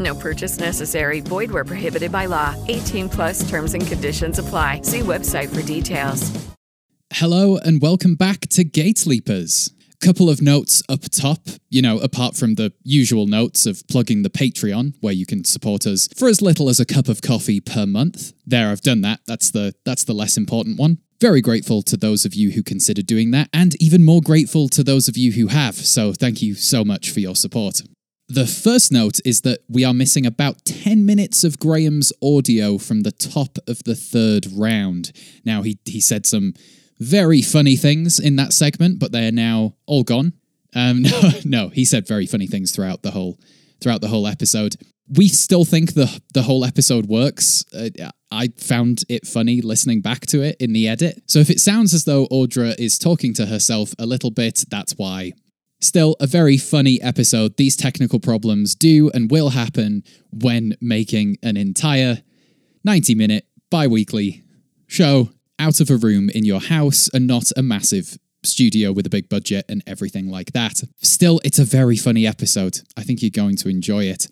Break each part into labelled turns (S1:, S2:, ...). S1: No purchase necessary. Void where prohibited by law. 18 plus terms and conditions apply. See website for details.
S2: Hello and welcome back to Gate Leapers. Couple of notes up top, you know, apart from the usual notes of plugging the Patreon, where you can support us for as little as a cup of coffee per month. There, I've done that. That's the that's the less important one. Very grateful to those of you who consider doing that, and even more grateful to those of you who have. So thank you so much for your support. The first note is that we are missing about 10 minutes of Graham's audio from the top of the third round. Now, he, he said some very funny things in that segment, but they are now all gone. Um, no, no, he said very funny things throughout the whole throughout the whole episode. We still think the the whole episode works. Uh, I found it funny listening back to it in the edit. So if it sounds as though Audra is talking to herself a little bit, that's why. Still, a very funny episode. These technical problems do and will happen when making an entire 90 minute bi weekly show out of a room in your house and not a massive studio with a big budget and everything like that. Still, it's a very funny episode. I think you're going to enjoy it.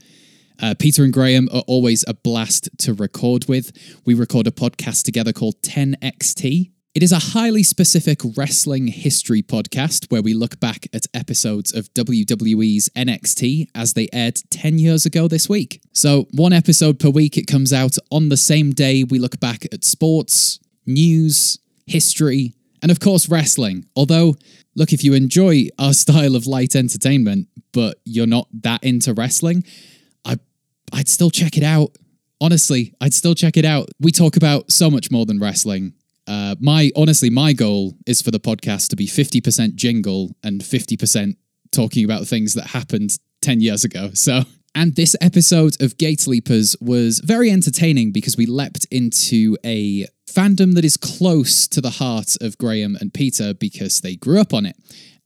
S2: Uh, Peter and Graham are always a blast to record with. We record a podcast together called 10XT. It is a highly specific wrestling history podcast where we look back at episodes of WWE's NXT as they aired 10 years ago this week. So, one episode per week, it comes out on the same day we look back at sports, news, history, and of course, wrestling. Although, look, if you enjoy our style of light entertainment, but you're not that into wrestling, I, I'd still check it out. Honestly, I'd still check it out. We talk about so much more than wrestling. Uh, my honestly, my goal is for the podcast to be 50% jingle and 50% talking about things that happened 10 years ago. So and this episode of Gate Leapers was very entertaining because we leapt into a fandom that is close to the heart of Graham and Peter because they grew up on it.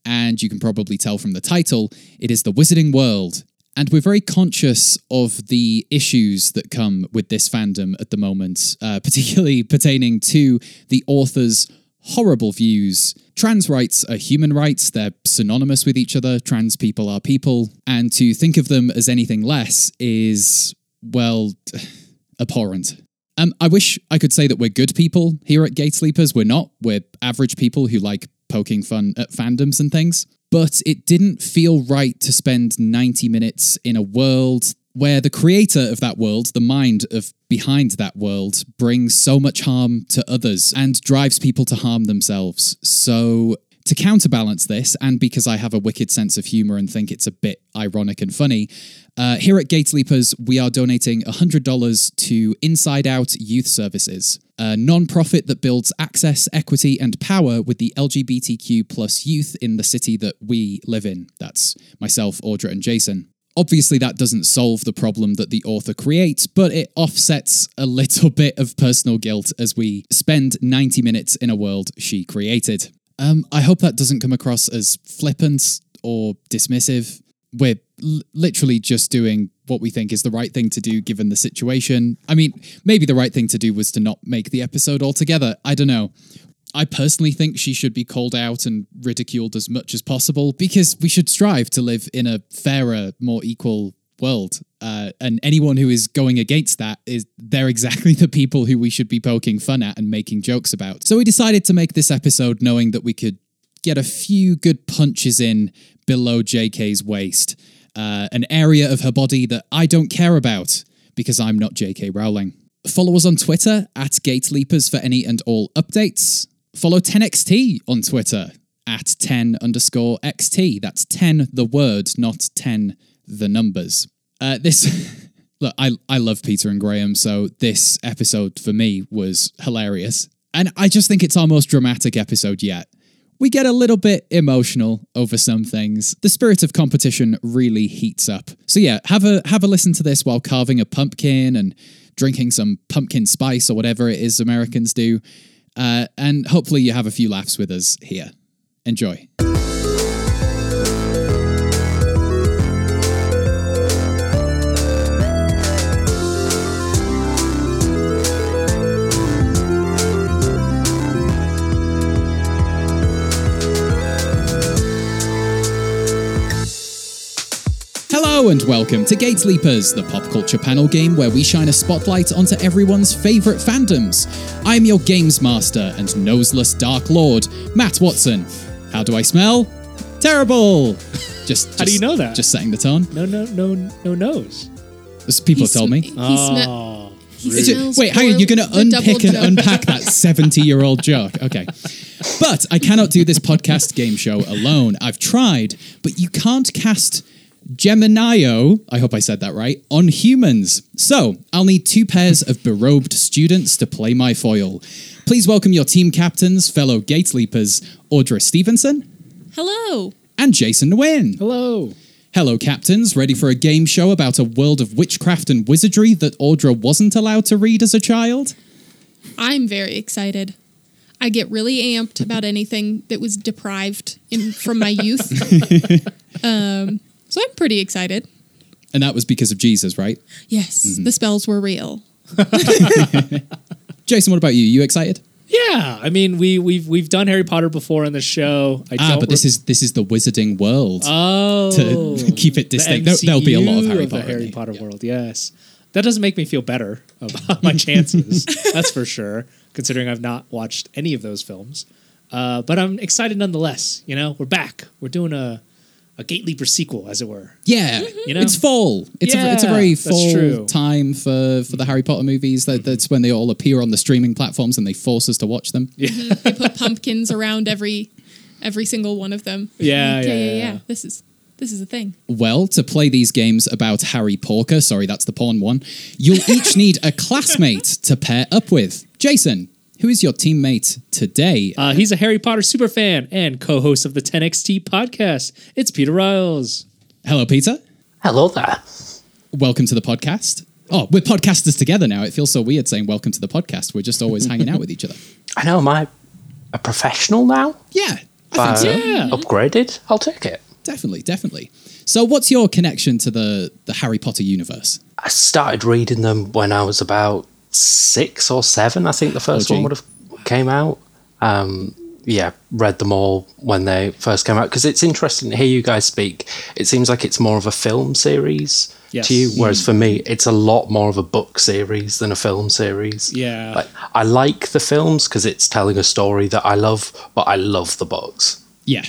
S2: And you can probably tell from the title, it is the Wizarding World. And we're very conscious of the issues that come with this fandom at the moment, uh, particularly pertaining to the author's horrible views. Trans rights are human rights, they're synonymous with each other, trans people are people, and to think of them as anything less is, well, abhorrent. Um, I wish I could say that we're good people here at Gate Sleepers. We're not. We're average people who like poking fun at fandoms and things. But it didn't feel right to spend 90 minutes in a world where the creator of that world, the mind of behind that world, brings so much harm to others and drives people to harm themselves. So, to counterbalance this, and because I have a wicked sense of humor and think it's a bit ironic and funny, uh, here at Gatesleepers, we are donating $100 to Inside Out Youth Services, a nonprofit that builds access, equity, and power with the LGBTQ plus youth in the city that we live in. That's myself, Audra, and Jason. Obviously, that doesn't solve the problem that the author creates, but it offsets a little bit of personal guilt as we spend 90 minutes in a world she created. Um, I hope that doesn't come across as flippant or dismissive. We're l- literally just doing what we think is the right thing to do given the situation. I mean, maybe the right thing to do was to not make the episode altogether. I don't know. I personally think she should be called out and ridiculed as much as possible because we should strive to live in a fairer, more equal world. Uh, and anyone who is going against that is they're exactly the people who we should be poking fun at and making jokes about. So we decided to make this episode knowing that we could get a few good punches in below JK's waist, uh, an area of her body that I don't care about because I'm not JK Rowling. Follow us on Twitter at Gateleapers for any and all updates. Follow 10XT on Twitter at 10 underscore XT. That's 10 the word, not 10 the numbers. Uh, this, look, I, I love Peter and Graham, so this episode for me was hilarious. And I just think it's our most dramatic episode yet. We get a little bit emotional over some things. The spirit of competition really heats up. So yeah, have a have a listen to this while carving a pumpkin and drinking some pumpkin spice or whatever it is Americans do. Uh, and hopefully you have a few laughs with us here. Enjoy. Hello and welcome to Gate Leapers, the pop culture panel game where we shine a spotlight onto everyone's favourite fandoms. I'm your games master and noseless dark lord, Matt Watson. How do I smell? Terrible. Just,
S3: How do
S2: just-
S3: you know that?
S2: Just setting the tone.
S3: No, no, no, no nose.
S2: As people
S4: He
S2: told
S4: sm-
S2: me.
S4: He, sma- he
S2: It's ju-
S4: smells
S2: wait, hang on. You're going
S4: boiled-
S2: to
S4: the double
S2: unpick and
S4: joke.
S2: unpack that 70 year old joke. Okay. But I cannot do this podcast game show alone. I've tried, but you can't cast Geminio, I hope I said that right, on humans. So I'll need two pairs of berobed students to play my foil. Please welcome your team captains, fellow gate leapers, Audra Stevenson
S4: Hello.
S2: and Jason Nguyen.
S3: Hello.
S2: Hello, captains. Ready for a game show about a world of witchcraft and wizardry that Audra wasn't allowed to read as a child?
S4: I'm very excited. I get really amped about anything that was deprived in, from my youth. um, so I'm pretty excited.
S2: And that was because of Jesus, right?
S4: Yes,
S3: Mm-hmm.
S4: the spells were real.
S2: Jason, what about you? You excited?
S3: Yeah, I mean we we've we've done Harry Potter before on the show. I
S2: Ah,
S3: don't
S2: but this is this is the wizarding world.
S3: oh
S2: to keep it
S3: the
S2: distinct. There, there'll be a lot of
S3: MCU
S2: Harry
S3: the
S2: Potter. in
S3: Harry
S2: it.
S3: Potter world. Yes, that doesn't make me feel better about my chances. that's for sure. Considering I've not watched any of those films, uh, but I'm excited nonetheless. You know, we're back. We're doing a a Gate Leaper sequel, as it were.
S2: Yeah,
S3: You know?
S2: it's fall. It's a, it's a
S3: Mm-hmm. Yeah,
S2: very
S3: that's
S2: fall
S3: true.
S2: time for for the Harry Potter movies. That, that's when they all appear on the streaming platforms and they force us to watch them.
S4: They put pumpkins around every every single one of them.
S3: Yeah,
S4: yeah,
S3: yeah,
S4: yeah.
S3: yeah, yeah.
S4: This is this is a thing.
S2: Well, to play these games about Harry Porker, sorry, that's the porn one. You'll each need a classmate to pair up with. Jason, who is your teammate today?
S3: Uh, he's a Harry Potter super fan and co-host of the 10XT podcast. It's Peter Riles.
S2: Hello, Peter.
S5: Hello there.
S2: welcome to the podcast. Oh, we're podcasters together now. It feels so weird saying welcome to the podcast. We're just always hanging out with each other.
S5: I know, am I a professional now?
S2: Yeah, I think so.
S4: Mm-hmm.
S3: Yeah.
S5: Upgraded? I'll take it.
S2: Definitely, definitely. So, what's your connection to the the Harry Potter universe?
S5: I started reading them when I was about six or seven. I think the first
S2: Oh, gee.
S5: one would have came out. Um, yeah, read them all when they first came out because it's interesting to hear you guys speak. It seems like it's more of a film series
S3: Yes.
S5: to you, whereas for me, it's a lot more of a book series than a film series.
S3: Yeah.
S5: like I like the films because it's telling a story that I love, but I love the books.
S2: Yeah,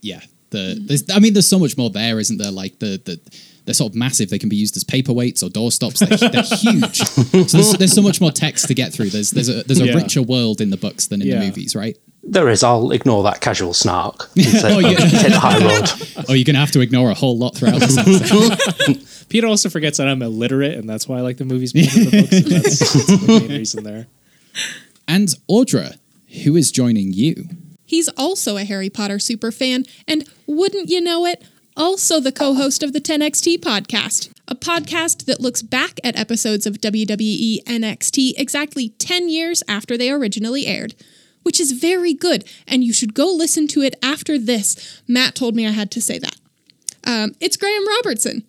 S2: yeah. The there's, I mean, there's so much more there, isn't there? Like the the they're sort of massive. They can be used as paperweights or doorstops. They're, they're huge. So there's, there's so much more text to get through. There's there's a there's a
S3: Yeah.
S2: richer world in the books than in
S3: Yeah.
S2: the movies, right?
S5: There is. I'll ignore that casual snark. And say,
S2: Oh, yeah.
S5: Take the high road.
S2: Oh, you're gonna have to ignore a whole lot throughout this episode.
S3: Peter also forgets that I'm illiterate, and that's why I like the movies more than the books. That's, that's the main reason there.
S2: And Audra, who is joining you?
S4: He's also a Harry Potter super fan, and wouldn't you know it, also the co host of the 10XT podcast, a podcast that looks back at episodes of E WWE NXT exactly 10 years after they originally aired, which is very good, and you should go listen to it after this. Matt told me I had to say that. Um, it's Graham Robertson.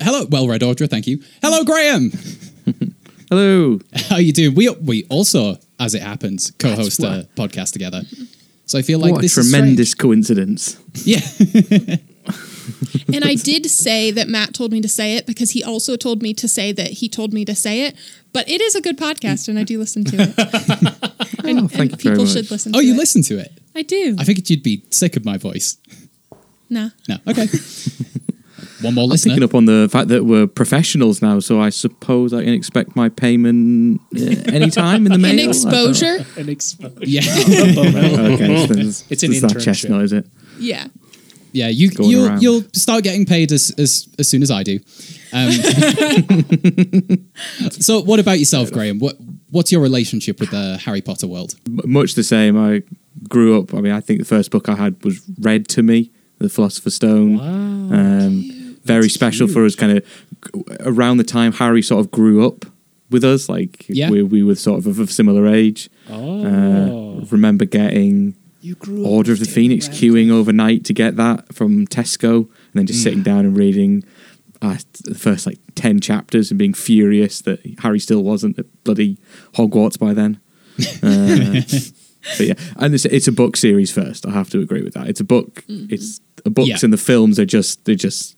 S2: Hello, well read Audra, thank you. Hello, Graham.
S6: Hello.
S2: How you doing? We we also, as it happens, co-host a podcast together. So I feel like
S6: what a
S2: this
S6: tremendous
S2: Is
S6: coincidence.
S2: strange. yeah,
S4: And I did say that Matt told me to say it because he also told me to say that he told me to say it. But it is a good podcast, and I do listen to it. and
S6: Oh, thank you
S4: and
S6: very
S4: people
S6: much.
S4: should listen.
S2: oh,
S4: to
S2: you
S4: it.
S2: listen to it.
S4: I do.
S2: I figured you'd be sick of my voice.
S4: nah.
S2: No, okay. One more
S4: I'm
S2: listener.
S4: picking up on the fact that we're professionals now, so I suppose I can expect my payment uh, any time in the mail.
S6: An exposure.
S3: An exposure.
S2: Yeah.
S4: okay, so there's-
S3: It's an
S4: there's that
S3: internship.
S4: chestnut, is it?
S6: Yeah.
S2: Yeah, you
S4: Going
S2: you'll
S4: around.
S2: you'll start getting paid as as, as soon as I do. Um, so, what about yourself, Graham? What what's your relationship with the Harry Potter world?
S4: M- much the same. I grew up. I mean, I think the first book I had was read to me, The Philosopher's Stone. Um, very special for us, kind of around the time Harry sort of grew up with us. Like
S2: Yeah.
S4: we, we were sort of of a similar age.
S3: Oh.
S4: Uh, remember getting
S3: grew up
S4: Order of the Phoenix queuing overnight to get that from Tesco, and then
S3: Mm.
S4: just sitting down and reading. Uh, the first like 10 chapters and being furious that Harry still wasn't at bloody Hogwarts by then. Uh, but yeah, and it's, it's a book series first. I have to agree with that. It's a book.
S6: Mm-hmm.
S4: It's the books
S2: Yeah.
S4: and the films are just they're just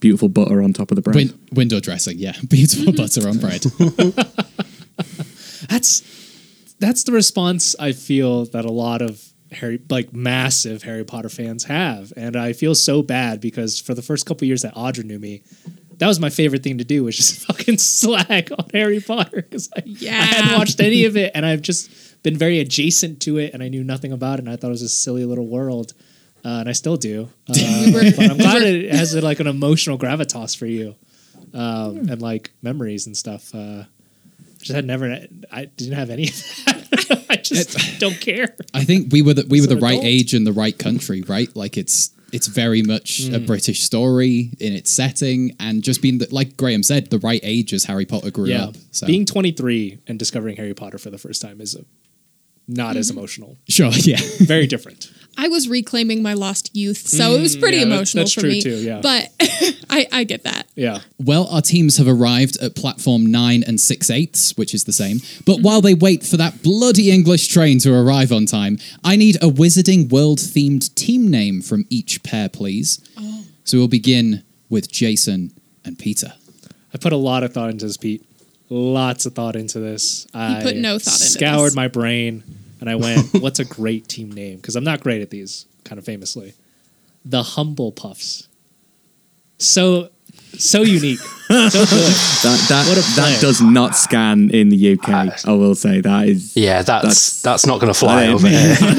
S4: beautiful butter on top of the bread.
S2: Win- window dressing, yeah, beautiful butter on bread.
S3: That's that's the response I feel that a lot of Harry like massive Harry Potter fans have. And I feel so bad because for the first couple years that Audra knew me, that was my favorite thing to do was just fucking slag on Harry Potter because I, I hadn't
S6: Yeah.
S3: watched any of it and I've just been very adjacent to it and I knew nothing about it and I thought it was a silly little world. Uh, and I still do. Uh, but I'm glad it has like an emotional gravitas for you um, and like memories and stuff. Uh, just had never. I didn't have any. of that. I just don't care.
S2: I think we were the, we
S3: As
S2: were the
S3: an
S2: right
S3: adult.
S2: age and the right country, right? Like it's it's very much a
S3: Mm.
S2: British story in its setting, and just being the, like Graham said, the right age as Harry Potter grew
S3: Yeah,
S2: up. So
S3: being 23 and discovering Harry Potter for the first time is a, not as emotional.
S2: sure, yeah,
S3: Very different.
S6: I was reclaiming my lost youth, so it was pretty
S3: Mm, yeah, that's-
S6: emotional
S3: that's
S6: for
S3: true
S6: me.
S3: too, yeah.
S6: But I, I get that.
S3: Yeah.
S2: Well, our teams have arrived at platform nine and six eighths, which is the same. But while they wait for that bloody English train to arrive on time, I need a Wizarding World themed team name from each pair, please.
S3: Oh.
S2: So we'll begin with Jason and Peter.
S3: I put a lot of thought into this, Pete. Lots of thought into this. I
S6: put no thought into
S3: Scoured
S6: this.
S3: my brain and I went, "What's a great team name?" Because I'm not great at these, kind of famously. The Humble Puffs. So, so unique. so good.
S4: That that
S3: What a
S4: that
S3: player.
S4: does not scan in the UK.
S7: Ah,
S4: I will say that is
S7: Yeah, that's that's, not going to fly
S4: Yeah.
S7: over here.
S4: yeah.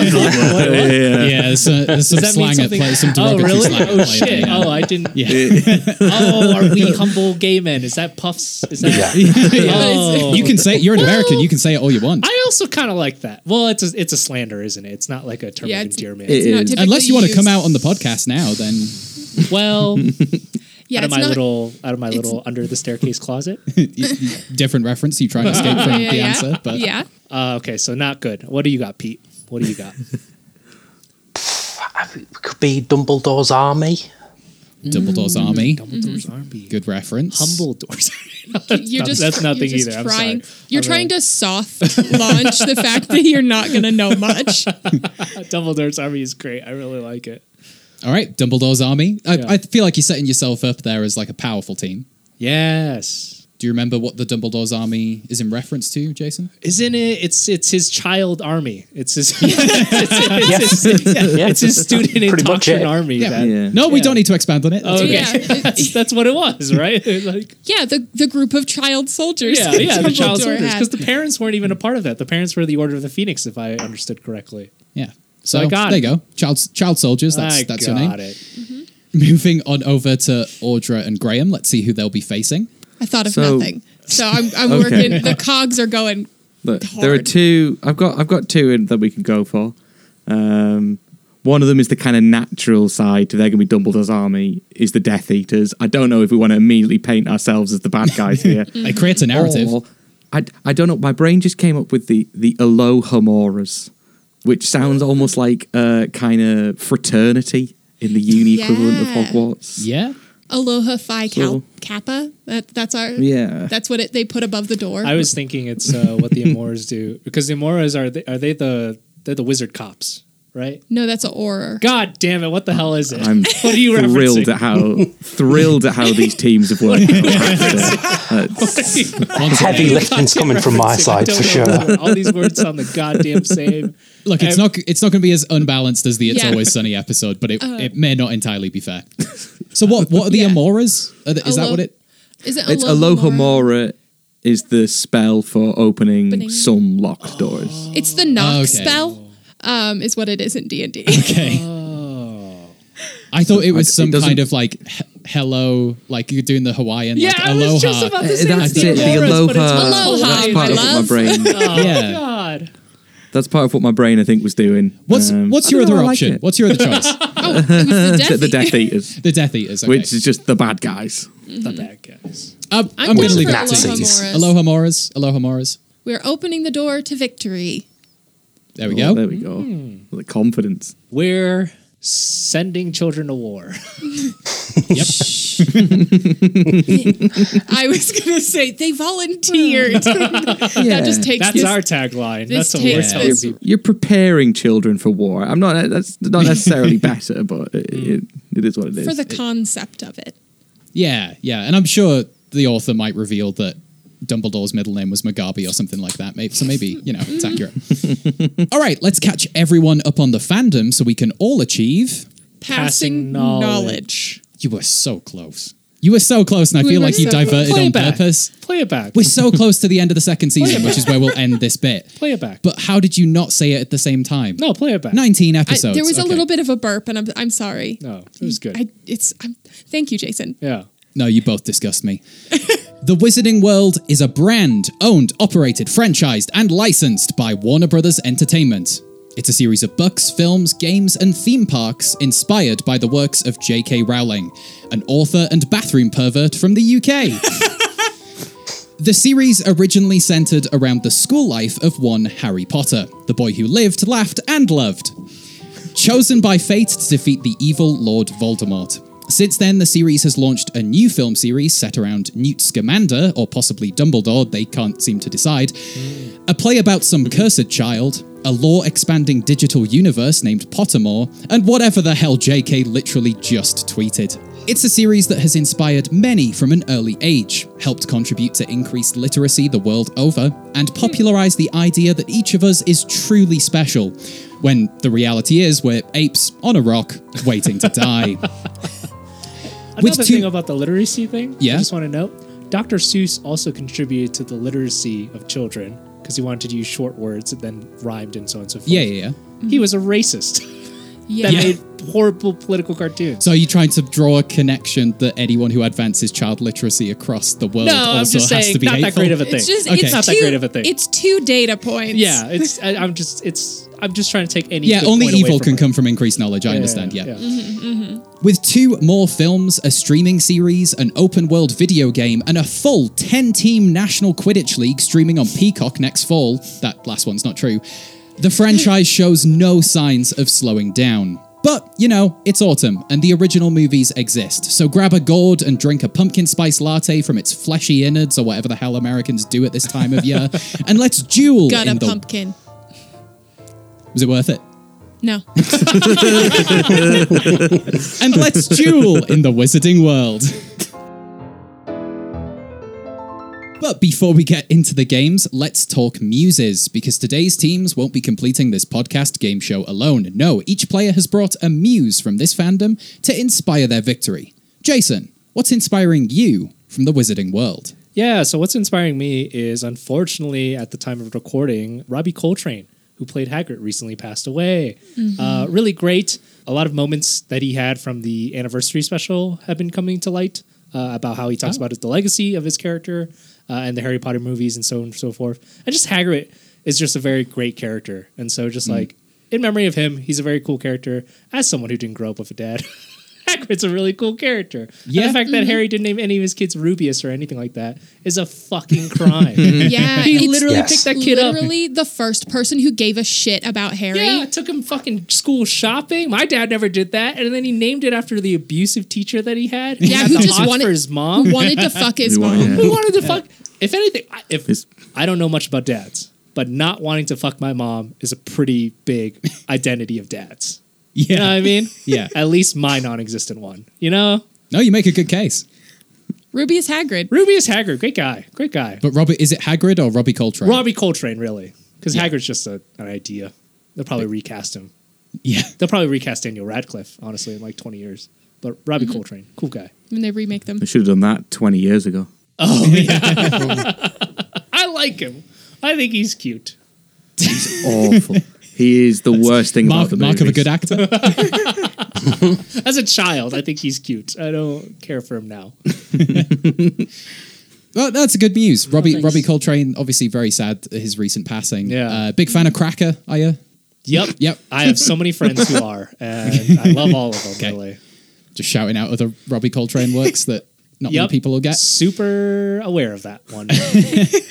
S2: Yeah, there's, uh, there's some
S3: Does that mean
S2: slang at
S3: something-
S2: play, some
S3: Oh
S2: derogatory
S3: really?
S2: slang. at
S3: Oh
S2: play,
S3: shit!
S2: yeah.
S3: Oh, I didn't.
S2: Yeah.
S3: Oh, are we humble gay men? Is that puffs? Is that? Oh.
S2: You can say you're an American. You can say it all you want,
S3: I also kind of like that. Well, it's a, it's a slander, isn't it? It's not like a term
S6: Yeah,
S3: of
S6: it's-
S3: endearment.
S4: It
S6: not
S4: is.
S6: typically
S2: unless you want to
S6: used-
S2: come out on the podcast now. Then
S3: well,
S6: Yeah,
S3: out of
S6: it's
S3: my
S6: not.
S3: little out of my little under the staircase closet.
S2: different reference. You try and escape from
S6: yeah,
S2: the
S6: yeah.
S2: answer, but
S6: yeah.
S3: Uh, okay, so not good. What do you got, Pete? What do you got?
S6: Mm-hmm.
S7: Could be Dumbledore's army.
S2: Dumbledore's army.
S3: Dumbledore's army.
S2: Good reference.
S3: Mm-hmm. Humble doors.
S6: You're
S3: not-
S6: just
S3: that's nothing
S6: you're just
S3: either. I'm sorry.
S6: Trying, You're
S3: I'm
S6: trying to soft launch the fact that you're not going to know much.
S3: Dumbledore's Uh, army is great. I really like it.
S2: All right, Dumbledore's army. I,
S3: Yeah.
S2: I feel like you're setting yourself up there as like a powerful team.
S3: Yes.
S2: Do you remember what the Dumbledore's army is in reference to, Jason?
S3: Isn't it? It's it's his child army. It's his it's, it's, it's,
S7: Yeah.
S3: it's his student
S7: Pretty much
S3: indoctrination
S7: it.
S3: army. that-
S4: Yeah.
S2: No, Oh, we
S3: Yeah.
S2: don't need to expand on it.
S3: Oh,
S2: That's okay.
S6: Yeah,
S3: that's, that's what it was, right? like
S6: Yeah, the, the group of child soldiers.
S3: yeah,
S6: that
S3: yeah, the child
S6: Dumbledore
S3: soldiers
S6: had.
S3: because the parents weren't even a part of that. The parents were the Order of the Phoenix, if I understood correctly.
S2: Yeah. So
S3: I got
S2: there
S3: it.
S2: you go. Child child soldiers, that's
S3: I
S2: that's
S3: got
S2: your name.
S3: it.
S2: Moving on over to Audra and Graham. Let's see who they'll be facing.
S6: I thought of
S4: So-
S6: nothing. So I'm, I'm
S4: Okay.
S6: working. The cogs are going.
S4: Look,
S6: It's
S4: there are
S6: hard.
S4: two. I've got I've got two in, that we can go for. Um, one of them is the kind of natural side to they're going to be Dumbledore's army is the Death Eaters. I don't know if we want to immediately paint ourselves as the bad guys here.
S6: Mm-hmm.
S2: It creates a
S3: Oh.
S2: narrative.
S4: Or- I, I don't know. My brain just came up with the the Alohamoras, which sounds almost like a kind of fraternity in the uni equivalent of
S6: Yeah.
S4: Hogwarts.
S2: Yeah.
S6: Aloha Phi Cal-
S4: So-
S6: Kappa. That, that's our.
S4: Yeah.
S6: That's what it, they put above the door.
S3: I was thinking it's uh, what the Amoras do because the Amoras are they, are they the they're the wizard cops, right?
S6: no, that's an aura.
S3: God damn it! What the hell is it?
S4: I'm
S3: what are you
S4: thrilled
S3: referencing?
S4: at how thrilled at how these teams have worked. out.
S2: Once again,
S7: Heavy lifting's coming from my
S3: I
S7: side
S3: don't
S7: for
S3: know
S7: sure.
S3: what- All these words sound the goddamn same.
S2: Look, it's not it's not going to be as unbalanced as the It's
S6: Yeah.
S2: Always Sunny episode, but it, it may not entirely be fair. So what? What are the Amoras? Are the- is that
S6: Alo-
S2: what it?
S6: Is it
S4: It's
S6: Alohomora?
S4: Alohomora is the spell for opening
S6: Opening.
S4: some locked doors.
S6: It's the knock
S4: Okay.
S6: spell. Um, is what it is in D and D.
S2: Okay.
S6: Oh.
S2: I thought it was
S4: It
S2: some
S4: doesn't-
S2: kind of like he- hello, like you're doing the Hawaiian.
S3: Yeah,
S2: like,
S3: I
S2: aloha.
S3: was just about to say
S4: That's
S3: it's the
S4: it, the
S3: Amoras, but it's
S4: Aloha.
S3: Aloha,
S4: That's part of
S3: my
S4: my brain.
S3: Oh,
S2: Yeah.
S3: God.
S4: That's part of what my brain, I think, was doing.
S2: What's
S4: Um,
S2: what's
S4: I
S2: your
S4: don't know,
S2: other
S4: I like
S2: option?
S4: it.
S2: What's your other choice?
S4: the, the Death Eaters,
S2: the Death Eaters, okay.
S4: which is just the bad guys.
S3: The bad guys.
S2: I'm,
S6: I'm
S2: Um, I'm going
S6: down
S2: to leave
S6: for
S2: that
S6: Aloha Moras.
S2: to Aloha Moras. Aloha Moras.
S6: We're opening the door to victory.
S2: There we
S4: Oh,
S2: go. Hmm.
S4: there we go. The confidence.
S3: We're sending children to war.
S6: I was gonna say they volunteered. That just takes
S3: That's
S6: this-
S3: our tagline.
S6: this
S3: That's what we're
S6: takes
S3: telling
S6: this-
S3: people.
S4: You're preparing children for war. I'm not. That's not necessarily better, but it,
S2: Hmm.
S4: it, it is what it is.
S6: for the concept of it.
S2: Yeah, yeah, and I'm sure the author might reveal that Dumbledore's middle name was Mugabe or something like that. Maybe so, maybe you know it's accurate. all right, let's catch everyone up on the fandom so we can all achieve.
S6: Passing knowledge.
S2: You were so close. You were so close, and I
S6: We
S2: feel
S6: were
S2: like you
S6: so
S2: diverted
S6: close.
S2: on
S6: Play it back.
S2: purpose.
S3: Play it back.
S2: We're so close to the end of the second season, which is where we'll end this bit.
S3: Play it back.
S2: But how did you not say it at the same time?
S3: No, play it back.
S2: 19
S6: I-
S2: episodes.
S6: there was a
S2: okay.
S6: little bit of a burp, and I'm I'm sorry.
S3: No, it was good.
S6: I, it's I'm, thank you, Jason.
S3: yeah.
S2: No, you both disgust me. the Wizarding World is a brand owned, operated, franchised, and licensed by Warner Brothers Entertainment. It's a series of books, films, games, and theme parks inspired by the works of J.K. Rowling, an author and bathroom pervert from the UK. The series originally centered around the school life of one Harry Potter, the boy who lived, laughed, and loved chosen by fate to defeat the evil Lord Voldemort. Since then, the series has launched a new film series set around Newt Scamander, or possibly Dumbledore, they can't seem to decide, a play about some cursed child, a lore expanding digital universe named Pottermore, and whatever the hell JK literally just tweeted. It's a series that has inspired many from an early age, helped contribute to increased literacy the world over, and popularized the idea that each of us is truly special, when the reality is we're apes on a rock waiting to die. With
S3: Another
S2: two-
S3: thing about the literacy thing,
S2: Yeah?
S3: I just want to note Dr. Seuss also contributed to the literacy of children because he wanted to use short words that then rhymed and so on and so forth.
S2: yeah, yeah, yeah.
S3: He was a racist
S6: Yeah.
S3: that made horrible political cartoons.
S2: So are you trying to draw a connection that anyone who advances child literacy across the world
S3: no,
S2: also
S3: I'm just
S2: has
S3: saying,
S2: to be
S3: not that
S2: hateful?
S3: great of a thing.
S6: It's just
S2: Okay.
S6: it's
S3: not
S6: two,
S3: that great of a thing.
S6: It's two data points.
S3: yeah, it's I, I'm just it's I'm just trying to take any.
S2: yeah,
S3: good
S2: only
S3: point away
S2: evil
S3: from
S2: can
S3: it.
S2: come from increased knowledge. I understand. Yeah.
S6: hmm
S2: With two more films, a streaming series, an open world video game, and a full 10 team National Quidditch League streaming on Peacock next fall, that last one's not true, the franchise shows no signs of slowing down. But, you know, it's autumn and the original movies exist, so grab a gourd and drink a pumpkin spice latte from its fleshy innards or whatever the hell Americans do at this time of year, and let's duel
S6: Got
S2: in
S6: a
S2: the-
S6: pumpkin.
S2: Was it worth it?
S6: No.
S2: And let's duel in the wizarding world. But before we get into the games, let's talk muses, because today's teams won't be completing this podcast game show alone. No, each player has brought a muse from this fandom to inspire their victory. Jason, what's inspiring you from the wizarding world?
S3: Yeah, so what's inspiring me is unfortunately at the time of recording, Robbie Coltrane, who played Hagrid, recently passed away. Uh, really great. A lot of moments that he had from the anniversary special have been coming to light uh, about how he talks about the legacy of his character uh, and the Harry Potter movies and so on and so forth. And just Hagrid is just a very great character. And so, just like in memory of him, he's a very cool character as someone who didn't grow up with a dad. Hagrid's a really cool character. Yeah.
S2: Yeah.
S3: And the fact that
S6: Mm-hmm.
S3: Harry didn't name any of his kids Rubius or anything like that is a fucking crime.
S6: Yeah.
S3: He
S6: it's
S3: literally
S7: Yes.
S3: picked that kid up.
S6: Literally the first person who gave a shit about Harry.
S3: Yeah, took him fucking school shopping. My dad never did that, and then he named it after the abusive teacher that he had. He
S6: Yeah,
S3: had
S6: who
S3: the
S6: just
S3: hots
S6: wanted-
S3: for his mom.
S6: Who wanted to fuck his
S4: You want-
S6: mom.
S4: yeah.
S3: Who wanted to fuck? If anything, I- if I don't know much about dads, but not wanting to fuck my mom is a pretty big identity of dads.
S2: Yeah.
S3: You know what I mean?
S2: Yeah.
S3: At least my non-existent one. You know,
S2: No, you make a good case.
S6: Rubius Hagrid.
S3: Rubius Hagrid, great guy, great guy.
S2: But Robert, is it Hagrid or Robbie Coltrane?
S3: Robbie Coltrane, really, because Hagrid's just a, an idea. They'll probably recast him.
S2: Yeah.
S3: They'll probably recast Daniel Radcliffe, honestly, in like twenty years. But Robbie
S2: Mm-hmm.
S3: Coltrane, cool guy.
S6: When they remake them.
S4: They should have done that 20 years ago.
S3: Oh, yeah. I like him. I think he's cute.
S4: Awful. he is the worst thing
S2: Mark,
S4: about the
S2: mark of a
S4: movies.
S2: good actor.
S3: As a child, I think he's cute. I don't care for him now.
S2: Well, Oh, that's a good news. Robbie
S3: thanks.
S2: Robbie Coltrane, obviously very sad at his recent passing.
S3: Yeah.
S2: Uh, big fan of Cracker, are you?
S3: Yep.
S2: Yep.
S3: I have so many friends who are, and I love all of them, really.
S2: Just shouting out other Robbie Coltrane works that not many
S3: Yep.
S2: people will get.
S3: Super aware of that one.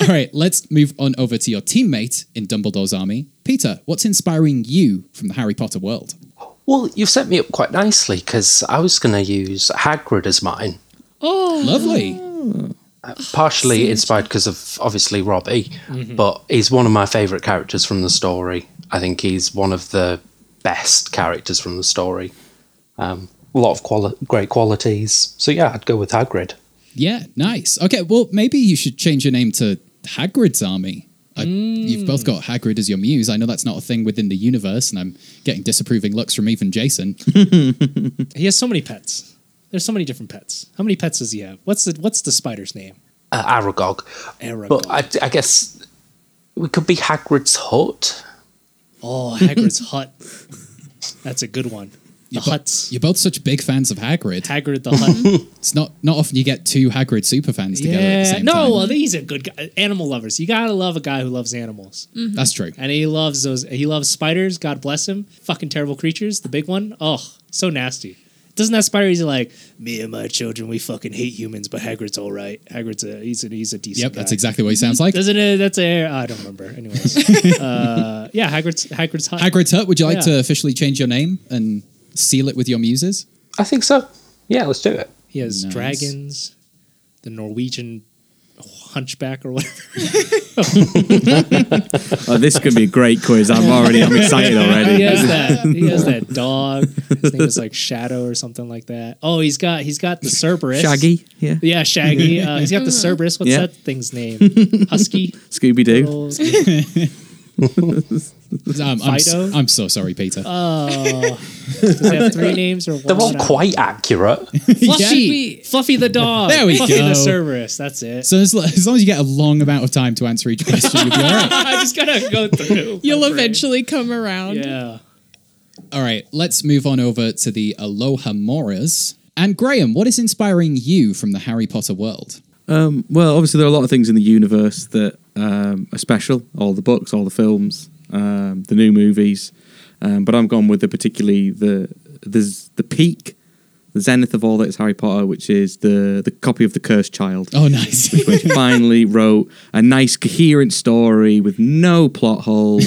S2: All right, let's move on over to your teammate in Dumbledore's army, Peter. What's inspiring you from the Harry Potter world?
S7: Well, you've set me up quite nicely because I was going to use Hagrid as mine,
S6: Oh.
S2: Lovely.
S7: partially inspired because of obviously Robbie, but he's one of my favourite characters from the story. I think he's one of the best characters from the story. Um, a lot of quali- great qualities. So yeah, I'd go with uh, Hagrid.
S2: Yeah, nice. Okay, well, maybe you should change your name to Hagrid's army. I, You've
S3: Hmm.
S2: both got Hagrid as your muse. I know that's not a thing within the universe, and I'm getting disapproving looks from even Jason.
S3: he has so many pets. There's so many different pets. How many pets does he have? What's the What's the spider's name?
S7: Uh, Aragog. But I, I guess we could be Hagrid's hut.
S3: Oh, Hagrid's hut. That's a good one. The huts.
S2: You're both such big fans of Hagrid.
S3: Hagrid the hut.
S2: It's not not often you get two Hagrid superfans together at the
S3: yeah.
S2: same
S3: No,
S2: time.
S3: well, he's a good guy. Animal lovers. You gotta love a guy who loves animals.
S2: Mm-hmm. That's true.
S3: And he loves those. He loves spiders. God bless him. Fucking terrible creatures. The big one. Oh, so nasty. Doesn't that spider? He's like, me and my children. We fucking hate humans, but Hagrid's all right. Hagrid's a he's a he's a decent.
S2: Yep, that's
S3: guy." Mm-hmm.
S2: exactly what he sounds like.
S3: Doesn't it? That's a. I don't remember. Anyways, uh, yeah, Hagrid's Hagrid's hut.
S2: Hagrid's Hut, would you like
S3: Yeah.
S2: to officially change your name and seal it with your muses?
S7: I think so. Yeah, let's do it.
S3: He has
S2: Nice.
S3: dragons, the Norwegian hunchback or whatever.
S4: Oh, this could be a great quiz. I'm already, I'm excited already.
S3: he has that. He has that dog. His name is like Shadow or something like that. Oh, he's got he's got the Cerberus.
S4: Shaggy, yeah.
S3: Yeah, Shaggy. Uh, he's got the Cerberus. What's
S4: Yeah.
S3: that thing's name? Husky.
S4: Scooby
S2: Oh,
S4: Doo.
S3: Little-
S2: Um, I'm, s-
S3: Fido?
S2: I'm so sorry, Peter.
S3: Oh, does it have three names or one?
S7: They're all
S3: I don't-
S7: quite accurate.
S3: Fluffy,
S6: Yeah.
S3: Fluffy the dog.
S2: There we
S3: Fluffy
S2: go.
S3: the Cerberus. That's it.
S2: so as, l- as long as you get a long amount of time to answer each question, you'll be all right.
S3: I just gotta go through.
S6: You'll
S3: my brain.
S6: eventually come around.
S3: Yeah.
S2: All right, let's move on over to the Aloha Moras. And Graham, what is inspiring you from the Harry Potter world?
S4: Um, well, obviously, there are a lot of things in the universe that um, are special all the books, all the films, um, the new movies. Um, but I'm gone with the particularly the there's the peak, the zenith of all that is Harry Potter, which is the the copy of the Cursed Child.
S2: Oh, nice.
S4: which finally wrote a nice coherent story with no plot holes,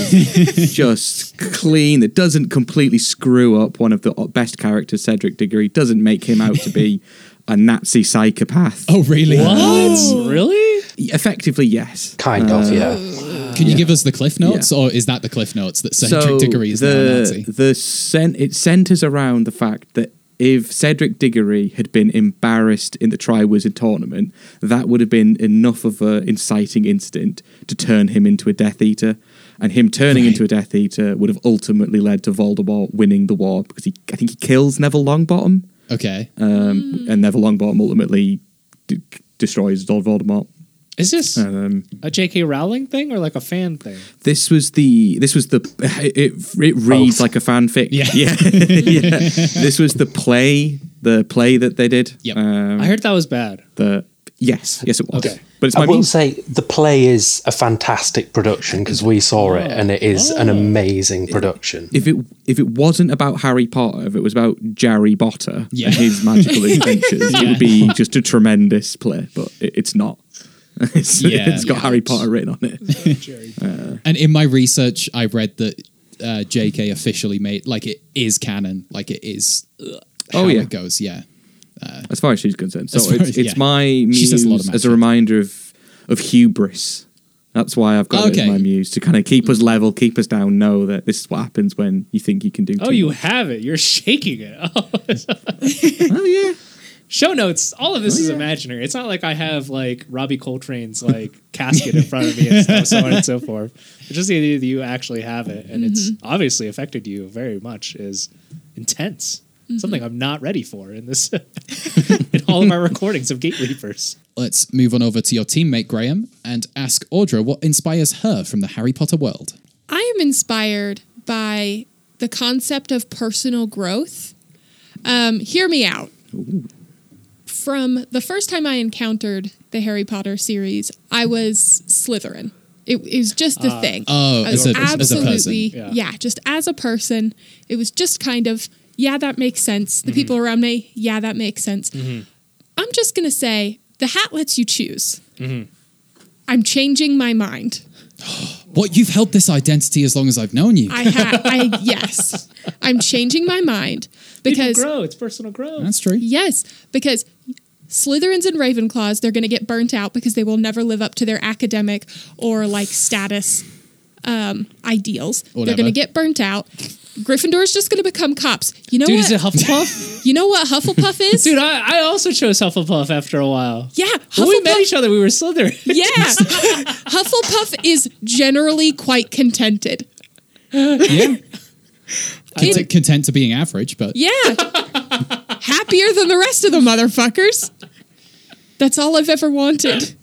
S4: just clean that doesn't completely screw up one of the uh, best characters, Cedric Diggory, doesn't make him out to be a Nazi psychopath.
S2: oh, really?
S3: What? Really?
S4: Effectively, yes.
S7: Kind
S4: Uh,
S7: of, yeah.
S2: Can you give us the cliff notes, or is that the cliff notes that Cedric Diggory is now a Nazi?
S4: The cen- it centres around the fact that if Cedric Diggory had been embarrassed in the Triwizard tournament, that would have been enough of an inciting incident to turn him into a Death Eater. And him turning into a Death Eater would have ultimately led to Voldemort winning the war because he, I think he kills Neville Longbottom,
S2: Okay.
S4: um,
S2: Hmm.
S4: and Neville Longbottom ultimately d- destroys Lord Voldemort.
S3: Is this
S4: Um,
S3: a J.K. Rowling thing or like a fan thing?
S4: This was the this was the it it reads
S7: Both.
S4: like a fanfic.
S2: Yeah.
S4: yeah. Yeah. This was the play the play that they did.
S2: Yep.
S4: Um,
S3: I heard that was bad.
S4: the yes yes it was.
S3: Okay.
S4: But it's
S7: I
S4: my
S7: will
S4: muse.
S7: say the play is a fantastic production because we saw
S2: Oh.
S7: it and it is an amazing production.
S4: if it if it wasn't about Harry Potter, if it was about Jerry Botter
S2: Yeah.
S4: and his magical adventures, it would be just a tremendous play. But it, it's not. It's,
S2: Yeah.
S4: it's got Harry Potter written on it.
S3: Oh,
S2: And in my research, I read that uh, J.K. officially made like it is canon, like it is. ugh,
S4: Oh,
S2: how
S4: yeah.
S2: it goes. Yeah,
S4: as far as she's concerned. So
S2: As far
S4: it's,
S2: as-
S4: it's
S2: yeah.
S4: my
S2: She
S4: muse
S2: says a lot of
S4: as
S2: magic.
S4: a reminder of of hubris. That's why I've got it
S2: Okay.
S4: as my muse to kind of keep us level, keep us down. Know that this is what happens when you think you can do.
S3: Oh,
S4: too
S3: you
S4: much.
S3: have it. You're shaking it. Oh,
S4: oh yeah.
S3: show notes. All of this is imaginary. It's not like I have like Robbie Coltrane's like casket in front of me and stuff, so on and so forth. It's just the idea that you actually have it, and it's obviously affected you very much. Is intense. Something I'm not ready for in this in all of our recordings of Gate Reapers.
S2: Let's move on over to your teammate, Graham, and ask Audra what inspires her from the Harry Potter world.
S6: I am inspired by the concept of personal growth. Um, hear me out. From the first time I encountered the Harry Potter series, I was Slytherin. It, it was just the
S2: Ah.
S6: thing.
S2: Oh,
S6: I was
S2: as a- as a person.
S6: absolutely,
S2: Yeah.
S6: yeah, just as a person, it was just kind of, yeah, that makes sense.
S2: Mhm.
S6: The people around me, yeah, that makes sense.
S2: Mm-hmm.
S6: I'm just gonna say the hat lets you choose.
S2: Mm-hmm.
S6: I'm changing my mind.
S2: What you've held this identity as long as I've known you.
S6: I ha- I yes. I'm changing my mind because
S3: People grow. It's personal growth.
S2: That's true.
S6: Yes, because Slytherins and Ravenclaws they're going to get burnt out because they will never live up to their academic or like status um, ideals.
S3: Whatever.
S6: They're going to get burnt out. Gryffindor's just going to become cops. You know
S3: Dude,
S6: what?
S3: is it Hufflepuff?
S6: you know what Hufflepuff is?
S3: Dude, I, I also chose Hufflepuff after a while.
S6: yeah,
S3: When we met
S6: Hufflepuff-
S3: each other, we were Slytherin.
S6: Yeah. Hufflepuff is generally quite contented.
S2: yeah.
S6: It-
S2: Content, content to being average, but
S6: Yeah. Happier than the rest of the motherfuckers. That's all I've ever wanted.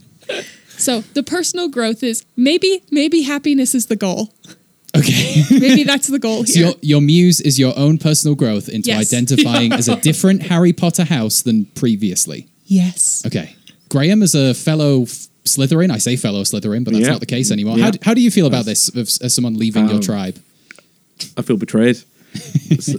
S6: So the personal growth is maybe maybe happiness is the goal.
S2: Okay.
S6: maybe that's the goal
S2: So
S6: here.
S2: your, your muse is your own personal growth into
S6: Yes.
S2: identifying as a different Harry Potter house than previously.
S6: Yes.
S2: Okay. Graham, as a fellow f- Slytherin, I say fellow Slytherin, but that's
S4: Yeah.
S2: not the case anymore. How,
S4: Yeah.
S2: d- how do you feel about this of- as someone leaving your
S4: Um,
S2: tribe?
S4: I feel betrayed. S-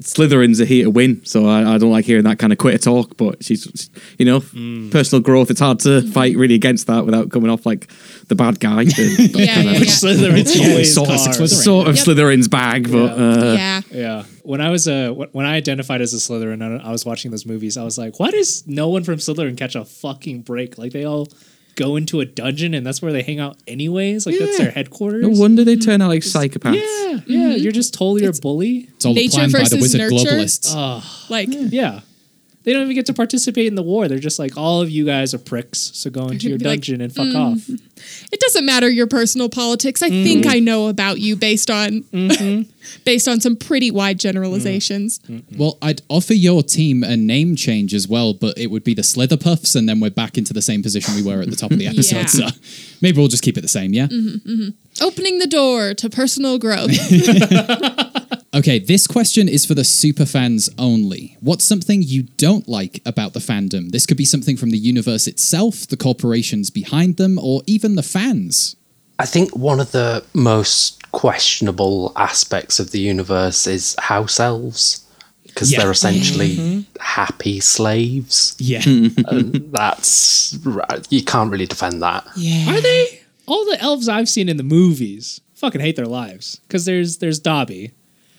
S4: Slytherins are here to win, so I, I don't like hearing that kind of quitter talk. But she's, you know,
S2: Mm.
S4: personal growth. It's hard to fight really against that without coming off like the bad guy. The-
S3: Yeah, yeah, Which uh, yeah. Slytherin's always
S4: sort, of,
S3: are.
S4: sort of
S3: Yep.
S4: Slytherin's bag, but uh,
S6: yeah.
S3: Yeah. When I was a wh- when I identified as a Slytherin, and I was watching those movies. I was like, why does no one from Slytherin catch a fucking break? Like they all go into a dungeon, and that's where they hang out anyways. Like that's
S4: Yeah.
S3: their headquarters.
S4: no wonder they turn out like psychopaths.
S3: Yeah, yeah. You're just totally a bully.
S2: It's all a plan by the wizard globalists.
S3: Oh,
S6: like
S3: yeah. They don't even get to participate in the war. They're just like, all of you guys are pricks, so go into your
S6: Be like,
S3: dungeon and fuck
S6: "Mm,
S3: off.
S6: It doesn't matter your personal politics. I think I know about you based on based on some pretty wide generalizations.
S2: Well, I'd offer your team a name change as well, but it would be the Slitherpuffs, and then we're back into the same position we were at the top of the episode.
S6: Yeah. Mm-hmm.
S2: So maybe we'll just keep it the same, yeah?
S6: Opening the door to personal growth.
S2: Okay, this question is for the super fans only. What's something you don't like about the fandom? This could be something from the universe itself, the corporations behind them, or even the fans.
S7: I think one of the most questionable aspects of the universe is house elves because
S2: Yeah.
S7: they're essentially
S4: Mm-hmm.
S2: Mhm.
S7: happy slaves.
S2: Yeah.
S7: and that's right. You can't really defend that.
S2: Yeah.
S3: Are they all the elves I've seen in the movies? Fucking hate their lives because there's there's Dobby,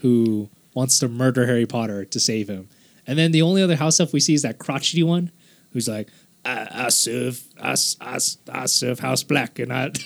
S3: who wants to murder Harry Potter to save him, and then the only other house elf we see is that crotchety one, who's like, I, I serve I, s- I s- I serve House Black, and I.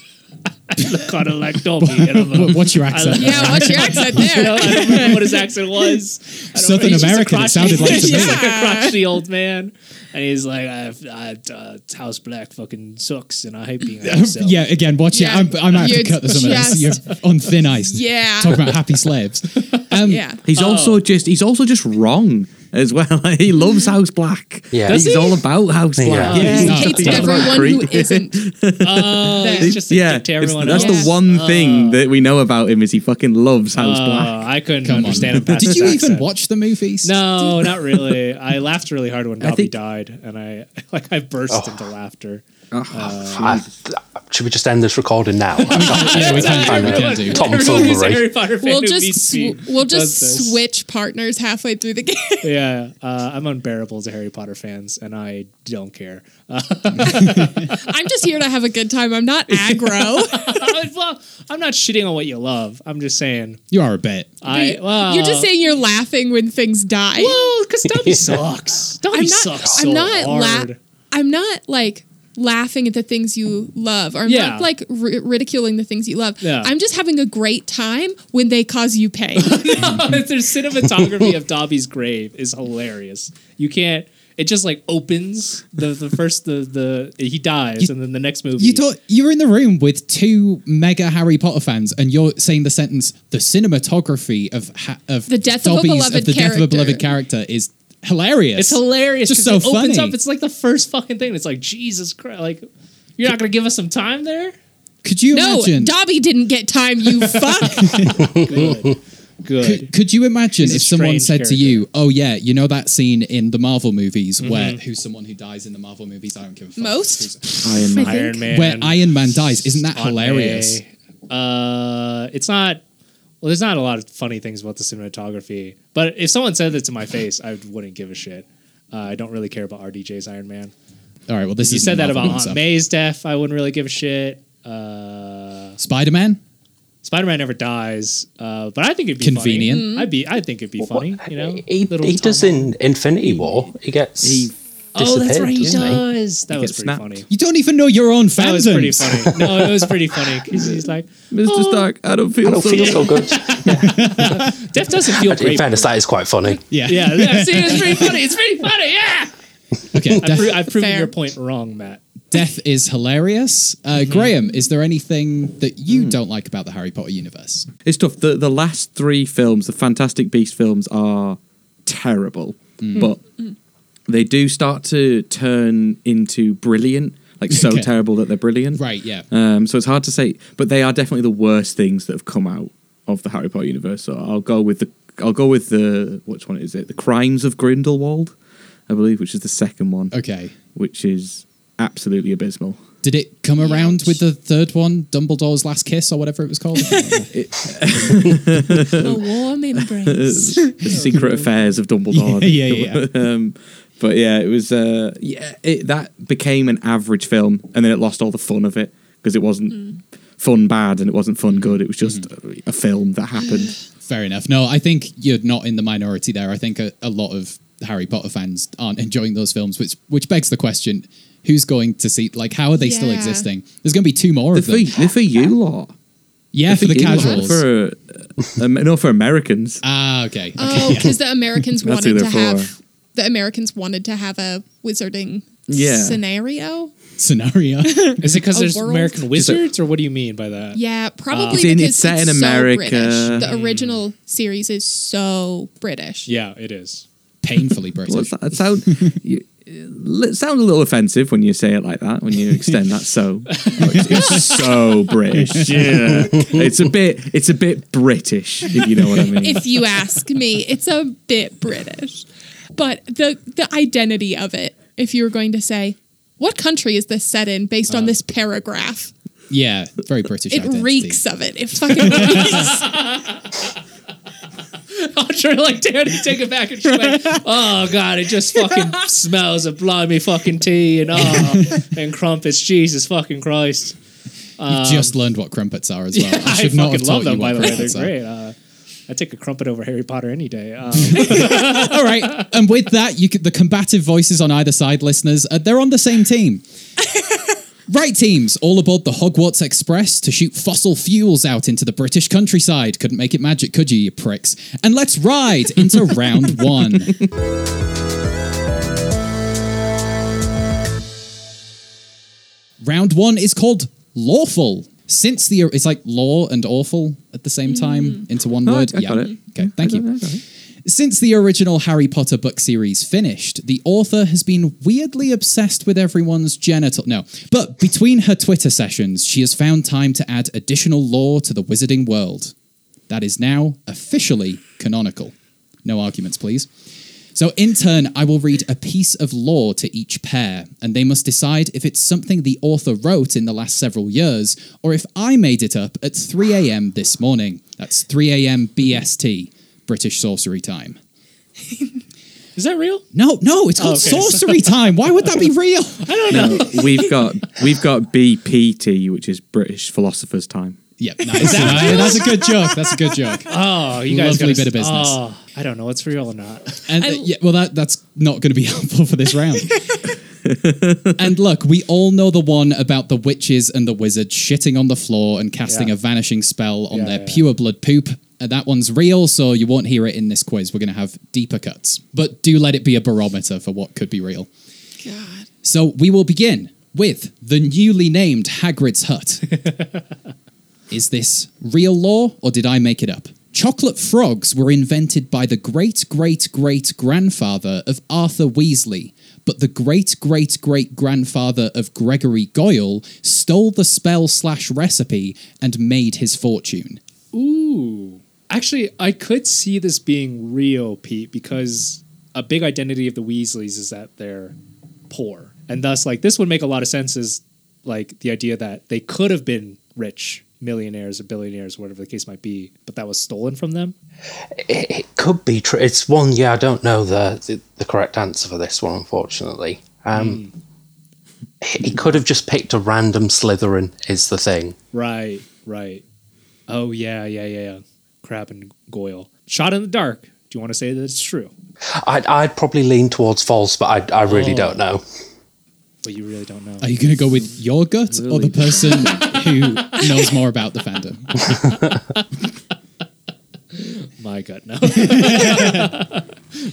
S3: I look kind of like Dobby. and I'm a-
S2: What's your
S3: I
S2: accent?
S3: look-
S2: Yeah, what's your
S6: accent there?
S3: You know, I don't remember what his accent was. I don't
S2: Southern
S3: remember. He's just a
S2: American, it sounded like to
S3: he's just
S2: me.
S3: like a crotchety old man, and he's like, "I, I uh, House Black fucking sucks, and I hate being a house elf."
S2: yeah, again, watch
S3: Yeah.
S2: it. I'm, I might have to
S3: You're
S2: cut this some of this.
S3: just-
S2: You're on thin ice.
S3: Yeah.
S2: Talk about happy slaves. Um, yeah.
S4: He's also just he's also just wrong as well. he loves House Black.
S7: Yeah.
S4: he's
S7: Does he?
S4: all about House Black.
S7: Yeah.
S4: he's
S7: He
S4: not
S7: hates
S4: about
S7: everyone
S4: Creed.
S7: who isn't.
S3: Oh, he's just a
S4: yeah,
S3: dick to
S4: it's-
S3: everyone
S4: that's
S3: else.
S4: the one thing that we know about him is he fucking loves House
S3: Oh,
S4: Black.
S3: I couldn't understand him. Past
S2: Did
S3: his
S2: you
S3: accent.
S2: even watch the movies?
S3: No, not really. I laughed really hard when
S2: I
S3: Dobby
S2: think-
S3: died, and I like I burst into laughter.
S7: I-
S4: Mm.
S7: should we just end this recording now?
S3: Yeah, we can do, we
S7: I'm, uh,
S3: can do.
S7: Tom
S3: Everyone who's a Harry
S7: Fullery.
S3: Potter fan
S6: we'll
S3: who
S6: just
S3: beats me
S6: sw- we'll
S3: does
S6: just
S3: this.
S6: switch partners halfway through the game.
S3: Yeah, uh, I'm unbearable to Harry Potter fans, and I don't care. Uh,
S6: I'm just here to have a good time. I'm not aggro.
S3: well, I'm not shitting on what you love. I'm just saying.
S2: You are a bit.
S3: I well,
S6: you're just saying you're laughing when things die.
S3: Well, because Dobby sucks. Dobby
S6: I'm not,
S3: sucks so
S6: I'm not la-
S3: hard.
S6: I'm not like laughing at the things you love, or I'm
S3: Yeah.
S6: not like ri- ridiculing the things you love.
S3: Yeah.
S6: I'm just having a great time when they cause you pain.
S3: Their cinematography of Dobby's grave is hilarious. You can't. It just like opens the the first the the he dies and then the next movie.
S6: Mm.
S2: You thought you were in the room with two mega Harry Potter fans, and you're saying the sentence: "The cinematography of ha- of
S6: The death of a
S2: Dobby's-
S6: beloved
S2: the death of a
S6: character."
S2: beloved character is hilarious.
S3: It's hilarious.
S2: Just
S3: 'cause
S2: so
S3: it opens
S2: funny.
S3: up. It's like the first fucking thing. It's like Jesus Christ. Like you're not gonna give us some time there.
S2: Could you
S6: no,
S2: imagine?
S6: Dobby didn't get time, you fuck.
S3: Good. Good.
S2: Could, could you imagine
S3: He's a
S2: if someone
S3: strange
S2: said
S3: character.
S2: to you, "Oh yeah, you know that scene in the Marvel movies where
S3: Mhm.
S2: who's someone who dies in the Marvel movies? I don't give a fuck.
S6: Most?
S4: Iron Man.
S3: Iron Man.
S2: Where Iron Man dies? Isn't that
S3: Aunt
S2: hilarious?
S3: May. Uh, it's not. Well, there's not a lot of funny things about the cinematography, but if someone said that to my face, I wouldn't give a shit. Uh, I don't really care about RDJ's Iron Man.
S2: All right, well this
S3: you
S2: is
S3: said that about Aunt May's death. I wouldn't really give a shit. Uh,
S2: Spider Man.
S3: Spider Man never dies, uh, but I think it'd be
S2: Convenient.
S3: Funny. I'd be. I think it'd be funny. You know,
S7: He, he does in Infinity War. He gets
S3: Oh, that's right, he
S7: disappeared, doesn't he?
S3: does. That
S7: He
S3: was
S7: gets
S3: pretty
S7: snapped.
S3: funny.
S2: You don't even know your own fandom.
S3: That was pretty funny. No, it was pretty funny because he's like,
S4: Mr.
S3: "Oh,
S4: Stark, I don't feel
S7: I don't
S4: so
S7: feel
S4: good.
S7: so good.
S3: Death doesn't feel
S7: In
S3: great.
S7: fairness, that is quite funny.
S2: Yeah.
S3: Yeah, yeah, see, it's pretty funny. It's pretty funny. Yeah.
S2: Okay.
S3: I've,
S2: Death,
S3: pro- I've proven
S6: Fair.
S3: your point wrong, Matt.
S2: death is hilarious. Uh, Graham, is there anything that you don't like about the Harry Potter universe?
S4: It's tough. The the last three films, the Fantastic Beast films, are terrible,
S2: Mm.
S4: but they do start to turn into brilliant. Like so
S2: Okay.
S4: terrible that they're brilliant.
S2: Right. Yeah.
S4: Um, so it's hard to say, but they are definitely the worst things that have come out of the Harry Potter universe. So I'll go with the I'll go with the which one is it? The Crimes of Grindelwald, I believe, which is the second one,
S2: Okay.
S4: which is absolutely abysmal.
S2: Did it come around with the third one, Dumbledore's Last Kiss, or whatever it was called?
S6: a warm embrace.
S4: the secret affairs of Dumbledore.
S2: Yeah, yeah,
S4: um, but yeah, it was. Uh, yeah, it, that became an average film, and then it lost all the fun of it because it wasn't fun bad and it wasn't fun good. It was just
S2: Mm.
S4: a, a film that happened.
S2: Fair enough. No, I think you're not in the minority there. I think a, a lot of Harry Potter fans aren't enjoying those films, which which begs the question: Who's going to see? Like, how are they still
S6: Yeah.
S2: existing? There's going to be two more
S4: They're
S2: of
S4: for,
S2: them.
S4: they're for you lot.
S2: yeah,
S4: They're
S2: for the
S4: you lot.
S2: casuals.
S4: For uh, um, no, for Americans.
S2: ah, okay. okay.
S6: oh, because the Americans
S4: That's who
S6: wanted to
S4: they're
S6: have
S4: for.
S6: the Americans wanted to have a wizarding
S4: Yeah.
S6: scenario.
S2: Scenario.
S3: Is it because
S6: A
S3: there's
S6: world?
S3: American wizards, or what do you mean by that?
S6: Yeah, probably
S4: It's in-
S6: because
S4: it's set
S6: it's
S4: in
S6: so
S4: America. Mm.
S6: British. The original series is so British.
S3: Yeah, it is.
S2: Painfully British.
S4: What's that? That sound? you, uh, it sounds a little offensive when you say it like that. When you extend that, so it's, it's so British. Yeah, it's a bit. It's a bit British, if you know what I mean.
S6: If you ask me, it's a bit British. But the the identity of it, if you were going to say, what country is this set in based
S4: Uh,
S6: on this paragraph?
S2: Yeah, very British.
S6: It
S2: identity.
S6: reeks of it. It fucking reeks.
S3: I'm trying to like Danny take it back and she's like, oh god, it just fucking smells of blimey fucking tea and oh and crumpets. Jesus fucking Christ.
S2: You've just learned what crumpets are as well.
S3: Yeah,
S2: I
S3: I,
S2: should not have
S3: fucking love
S2: taught you
S3: them,
S2: what
S3: by the way. They're
S2: crumpets are.
S3: great. Uh, I take a crumpet over Harry Potter any day. Um,
S2: All right, and with that, you could, the combative voices on either side, listeners, uh, they're on the same team. right teams, all aboard the Hogwarts Express to shoot fossil fuels out into the British countryside. Couldn't make it magic, could you, you pricks? And let's ride into round one. round one is called lawful. Since the it's like law and awful at the same time into one
S4: No, I-
S2: word.
S4: Mm. I got it.
S2: Okay, thank you. Since the original Harry Potter book series finished, the author has been weirdly obsessed with everyone's genital. No, but between her Twitter sessions, she has found time to add additional lore to the wizarding world. That is now officially canonical. No arguments, please. So, in turn, I will read a piece of lore to each pair, and they must decide if it's something the author wrote in the last several years, or if I made it up at 3 a.m. this morning. That's 3 a.m. BST, British Sorcery Time.
S3: is that real?
S2: No, no, it's called
S3: okay.
S2: Sorcery Time. Why would that be real?
S4: No, we've got we've got BPT, which is British Philosophers' Time.
S2: yeah, nice. Uh, that's a good joke. That's a good joke.
S3: Oh, you guys
S2: Lovely
S3: gotta-
S2: bit of business.
S3: Oh, I don't know what's real or not.
S2: And uh, yeah, well, that that's not going to be helpful for this round. and look, we all know the one about the witches and the wizard shitting on the floor and casting
S3: Yeah.
S2: a vanishing spell on
S3: Yeah,
S2: their
S3: yeah, yeah.
S2: pure blood poop. Uh, that one's real, so you won't hear it in this quiz. We're going to have deeper cuts, but do let it be a barometer for what could be real.
S6: God.
S2: So we will begin with the newly named Hagrid's Hut. Is this real lore or did I make it up? Chocolate frogs were invented by the great great great grandfather of Arthur Weasley, but the great great great grandfather of Gregory Goyle stole the spell slash recipe and made his fortune.
S3: Ooh. Actually, I could see this being real, Pete, because a big identity of the Weasleys is that they're poor. And thus, like, this would make a lot of sense is like the idea that they could have been rich millionaires or billionaires, whatever the case might be, but that was stolen from them.
S7: It, it could be true. It's one. Yeah, I don't know the the, the correct answer for this one, unfortunately. Um,
S4: Hmm.
S7: He could have just picked a random Slytherin. Is the thing.
S3: Right, right. Oh, yeah, yeah, yeah, yeah. Crab and Goyle. Shot in the dark. Do you want to say that it's true?
S7: I'd, I'd probably lean towards false, but I I really
S3: Oh.
S7: don't know.
S3: But you really don't know.
S2: Are you going to go with your gut or the person who knows more about the fandom?
S3: My gut, no.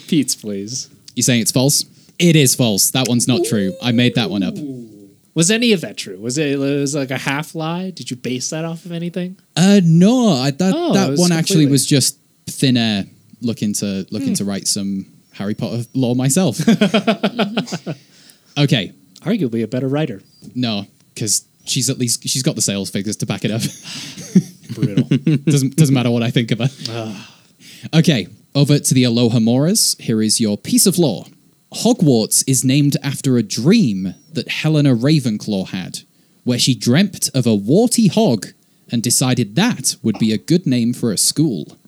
S3: Pete's, please.
S2: You're saying it's false? It is false. That one's not true. I made that one up.
S3: Was any of that true? Was it, was it like a half lie? Did you base that off of anything?
S2: Uh, no, I, that
S3: Oh,
S2: that
S3: it
S2: one
S3: was
S2: actually was just thin air. Looking to looking
S3: Hmm.
S2: to write some Harry Potter lore myself. okay,
S3: arguably a better writer.
S2: No, because she's at least she's got the sales figures to back it up.
S3: Brutal.
S2: doesn't doesn't matter what I think of her. Okay, over to the Aloha Moras. Here is your piece of lore. Hogwarts is named after a dream that Helena Ravenclaw had, where she dreamt of a warty hog and decided that would be a good name for a school.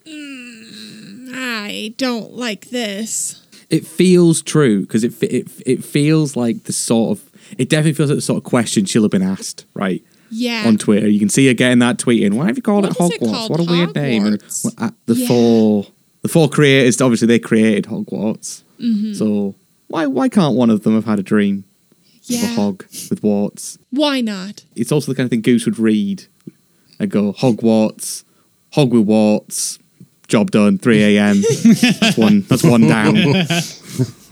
S6: I don't like this.
S4: It feels true because it, fe- it it feels like the sort of it definitely feels like the sort of question she'll have been asked, right?
S6: Yeah.
S4: On Twitter, you can see her getting that tweet in. Why have you called it
S6: What is it
S4: Hogwarts?
S6: called?
S4: what a weird name! And
S6: Hogwarts?
S4: well, uh, the
S6: Yeah.
S4: four the four creators obviously they created Hogwarts,
S6: Mhm.
S4: so why why can't one of them have had a dream of
S6: Yeah.
S4: a hog with warts?
S6: Why not?
S4: It's also the kind of thing Goose would read and go Hogwarts, hog with warts, job done, three a.m. that's one that's one down.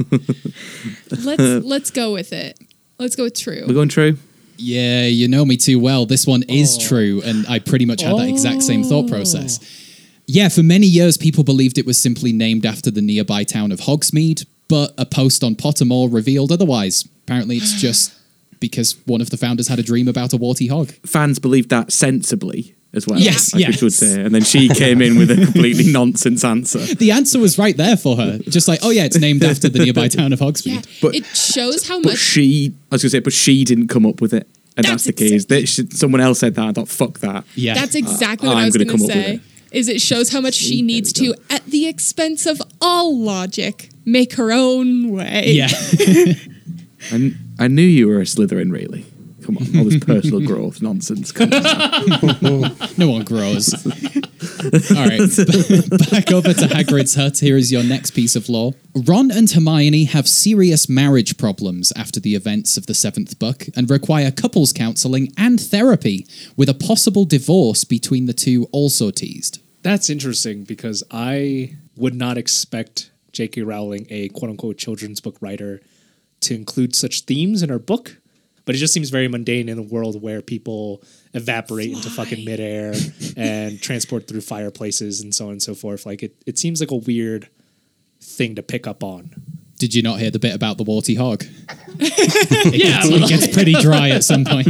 S6: Let's let's go with it. Let's go with true.
S4: We're going true.
S2: Yeah, you know me too well. This one is true, and I pretty much had that exact same thought process. Yeah, for many years, people believed it was simply named after the nearby town of Hogsmeade, but a post on Pottermore revealed otherwise. Apparently, it's just because one of the founders had a dream about a warty hog.
S4: fans believed that sensibly as well.
S2: Yes,
S4: I
S2: yes.
S4: should say. And then she came in with a completely nonsense answer.
S2: The answer was right there for her. Just like, oh yeah, it's named after the nearby town of Hogsmeade.
S4: But
S6: it shows how
S4: but
S6: much
S4: she, I was going to say, but she didn't come up with it. And
S6: That's
S4: that's, the case. That she, someone else said that. I thought, fuck that.
S2: Yeah,
S6: That's exactly
S4: Uh,
S6: what i
S4: I'm
S6: was
S4: gonna
S6: going
S4: come
S6: to
S4: up with
S6: say. Is it shows how much she needs to, at the expense of all logic, make her own way.
S4: I, kn- I knew you were a Slytherin, really. Come on, all this personal growth nonsense. Come on.
S2: no one grows. All right, back over to Hagrid's hut. Here is your next piece of lore. Ron and Hermione have serious marriage problems after the events of the seventh book and require couples counseling and therapy, with a possible divorce between the two also teased.
S3: That's interesting because I would not expect J.K. Rowling, a quote unquote children's book writer, to include such themes in her book. But it just seems very mundane in a world where people evaporate into fucking midair and transport through fireplaces and so on and so forth. Like it, it seems like a weird thing to pick up on.
S2: Did you not hear the bit about the warty hog?
S3: It
S2: gets- it gets pretty dry at some point.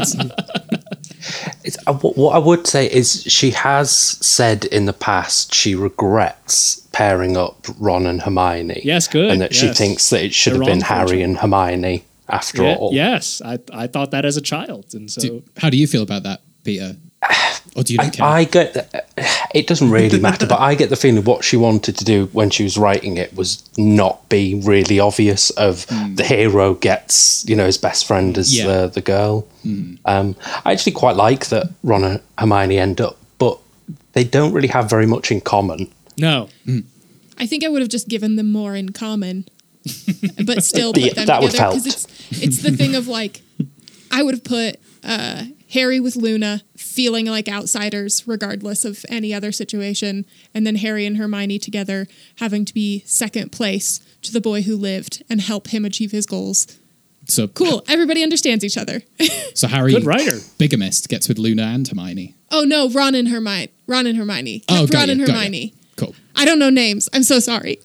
S7: It's, uh, wh- what I would say is she has said in the past she regrets pairing up Ron and Hermione.
S3: Yes, good,
S7: And that she
S3: yes.
S7: thinks that it should
S3: They're
S7: have been
S3: Ron's
S7: Harry
S3: version.
S7: and Hermione after
S3: Yeah,
S7: all.
S3: yes, I, I thought that as a child. And so
S2: How do you feel about that, Peter? Or do you
S7: I,
S2: not care?
S7: I get that it doesn't really matter, but I get the feeling what she wanted to do when she was writing it was not be really obvious. Of the hero gets you know his best friend is
S2: Yeah.
S7: the the girl. Um, I actually quite like that Ron and Hermione end up, but they don't really have very much in common.
S3: No,
S6: I think I would have just given them more in common, but still
S7: Yeah,
S6: put them
S7: that
S6: together
S7: would've
S6: because
S7: helped.
S6: it's it's the thing of like I would have put uh, Harry with Luna, feeling like outsiders regardless of any other situation and then Harry and Hermione together having to be second place to the boy who lived and help him achieve his goals.
S2: So
S6: Cool. Everybody understands each other.
S2: So Harry,
S6: Good writer.
S2: bigamist, gets with Luna and Hermione.
S6: oh no, Ron and Hermione. Ron and Hermione.
S2: Oh,
S6: Ron
S2: got you,
S6: and
S2: got you.
S6: Hermione.
S2: Cool.
S6: I don't know names. I'm so sorry.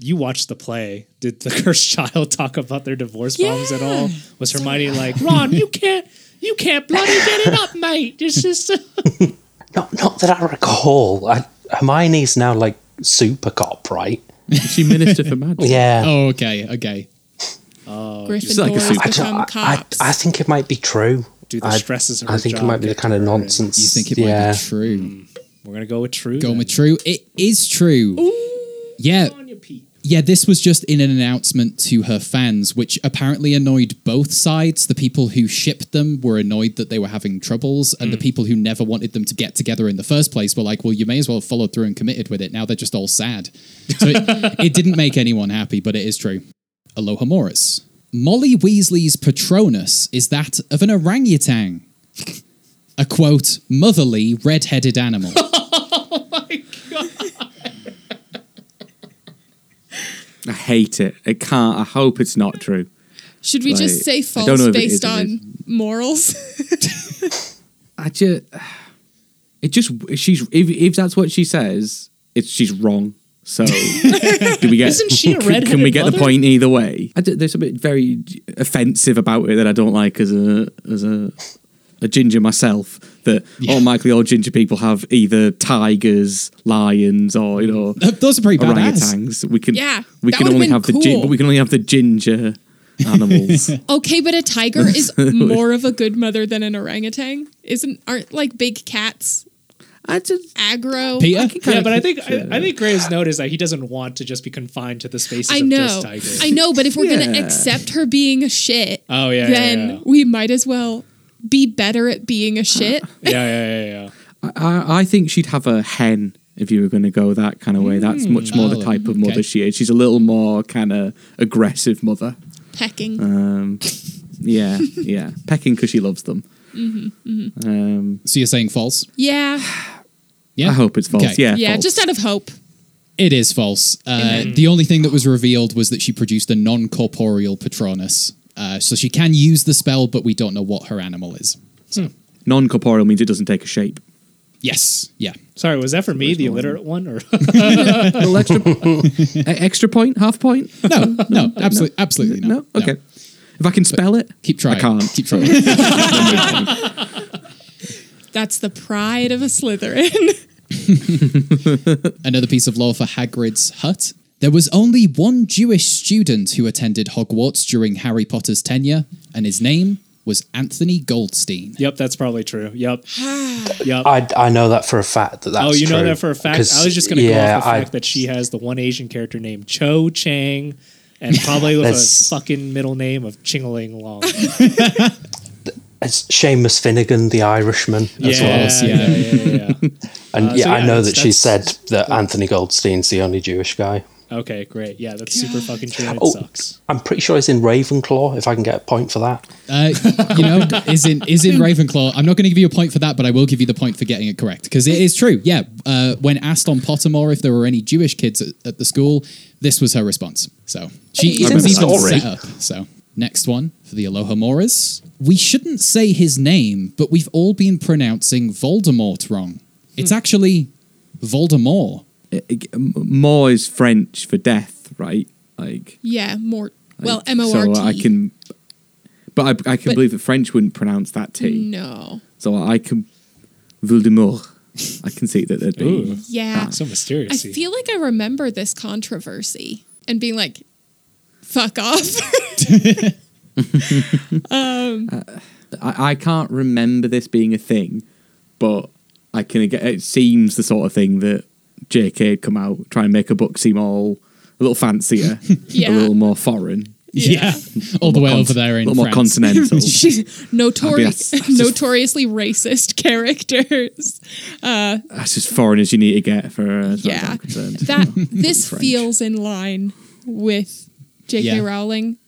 S3: You watched the play. Did the cursed child talk about their divorce problems at all? Was Hermione like, Ron, you can't, you can't bloody get it up, mate. It's just,
S7: Not, not that I recall. I, Hermione's now like super cop, right?
S4: she minister for magic.
S7: Yeah.
S2: Oh, okay, okay.
S3: Oh,
S7: She's like a super- I don't- I, I think it might be true.
S3: Do the
S7: I,
S3: stresses of
S7: I
S3: her
S7: think it
S3: job
S7: might be the
S3: get
S7: kind of
S3: to her and-
S7: nonsense.
S2: You think it
S7: yeah.
S2: might be true?
S3: We're gonna go with true.
S2: Going with true. It is true. Yeah. Yeah, this was just in an announcement to her fans, which apparently annoyed both sides. The people who shipped them were annoyed that they were having troubles, and the people who never wanted them to get together in the first place were like, well, you may as well have followed through and committed with it. Now they're just all sad. So it, it didn't make anyone happy, but it is true. Aloha Morris. Molly Weasley's Patronus is that of an orangutan. A quote, motherly red-headed animal.
S4: I hate it. I can't. I hope it's not true.
S6: Should we just
S4: Like,
S6: say
S4: I don't
S6: false
S4: know if it is
S6: based
S4: or
S6: on
S4: isn't.
S6: morals?
S4: I just. It just. She's. If, if that's what she says, it's she's wrong. So, do we get?
S3: Isn't she a
S4: can- Can
S3: redheaded
S4: we get the
S3: mother?
S4: point either way? I d there's a bit very offensive about it that I don't like as a as a a ginger myself. That automatically all ginger people have either tigers, lions, or you know
S2: those are pretty badass.
S4: orangutans. We can
S6: Yeah,
S4: we
S6: that
S4: can
S6: would've
S4: only
S6: been
S4: have the gin,
S6: cool.
S4: but we can only have the ginger animals.
S6: Okay, but a tiger is more of a good mother than an orangutan. Isn't aren't like big cats?
S4: I just
S6: aggro.
S3: yeah, but I think I, I think Gray's note is that he doesn't want to just be confined to the spaces
S6: I
S3: of
S6: know,
S3: just tigers.
S6: I know. But if we're gonna
S3: Yeah.
S6: accept her being a shit,
S3: Oh, yeah, yeah,
S6: then
S3: yeah.
S6: we might as well be better at being a shit.
S3: Yeah, yeah, yeah, yeah.
S4: I- I, I think she'd have a hen if you were going to go that kind of way. That's much more the
S2: Oh,
S4: type of mother
S2: okay.
S4: she is. She's a little more kind of aggressive mother.
S6: Pecking.
S4: Um, yeah, yeah, pecking because she loves them.
S2: Mm-hmm,
S6: hmm hmm
S4: Um,
S2: so you're saying false?
S6: Yeah,
S2: Yeah.
S4: I hope it's false.
S2: Okay.
S4: Yeah,
S6: yeah.
S4: false.
S6: Just out of hope.
S2: It is false. Uh, the only thing that was revealed was that she produced a non corporeal Patronus. Uh, so she can use the spell, but we don't know what her animal is.
S4: non corporeal means it doesn't take a shape.
S2: Yes. Yeah.
S3: Sorry, was that for me, the illiterate one, or
S4: Little extra, e- extra point, half point.
S2: No, no, absolutely, absolutely not.
S4: No, okay. If I can spell it,
S2: Keep trying.
S4: I can't.
S2: Keep trying.
S6: That's the pride of a Slytherin.
S2: Another piece of lore for Hagrid's hut. There was only one Jewish student who attended Hogwarts during Harry Potter's tenure, and his name was Anthony Goldstein.
S3: Yep, that's probably true. Yep. Yep.
S7: I, I know that for a fact that that's
S3: oh, you know
S7: true,
S3: that for a fact.
S7: 'cause,
S3: I was just going to
S7: yeah,
S3: go off the
S7: I-
S3: fact that she has the one Asian character named Cho Chang, and probably with a
S7: That's-
S3: fucking middle name of Chingaling Long.
S7: It's Seamus Finnegan, the Irishman, as well.
S2: course, yeah.
S3: yeah, yeah.
S7: And
S3: Uh,
S7: yeah,
S3: so
S7: I
S3: yeah,
S7: know
S3: that's-
S7: that she said
S3: that's-
S7: that Anthony Goldstein's the only Jewish guy.
S3: Okay, great. Yeah, that's super fucking true. and It
S7: Oh.
S3: sucks.
S7: I'm pretty sure he's in Ravenclaw. If I can get a point for that,
S2: Uh, you know, is in is in Ravenclaw. I'm not going to give you a point for that, but I will give you the point for getting it correct because it is true. Yeah, uh, when asked on Pottermore if there were any Jewish kids at, at the school, this was her response. So she
S7: He's
S2: it
S7: in
S2: was
S7: the
S2: even
S7: story.
S2: set up. So next one for the Aloha Moras. We shouldn't say his name, but we've all been pronouncing Voldemort wrong. It's
S4: Hmm.
S2: actually Voldemort.
S4: I- I- m- More is French for death, right? Like,
S6: yeah, more. Well,
S4: like,
S6: M O R T.
S4: So I can, but I, I can
S6: But-
S4: believe that French wouldn't pronounce that T.
S6: No.
S4: So I can Voldemort. I can see that there'd be.
S3: Ooh.
S6: Yeah.
S3: So
S6: I
S3: mysterious.
S6: feel like I remember this controversy and being like, fuck off. um,
S4: I, I can't remember this being a thing, but I can. get- It seems the sort of thing that J.K. would come out try and make a book seem all a little fancier,
S6: Yeah.
S4: a little more foreign,
S2: Yeah, all the way over there
S4: a
S2: in
S4: little more
S2: France.
S4: continental.
S6: notori-
S4: I mean, that's- that's just-
S6: notoriously racist characters. Uh,
S4: That's as foreign as you need to get for. As far as
S6: yeah.
S4: I'm concerned.
S6: That this
S4: French.
S6: feels in line with J.K.
S2: Yeah.
S6: Rowling.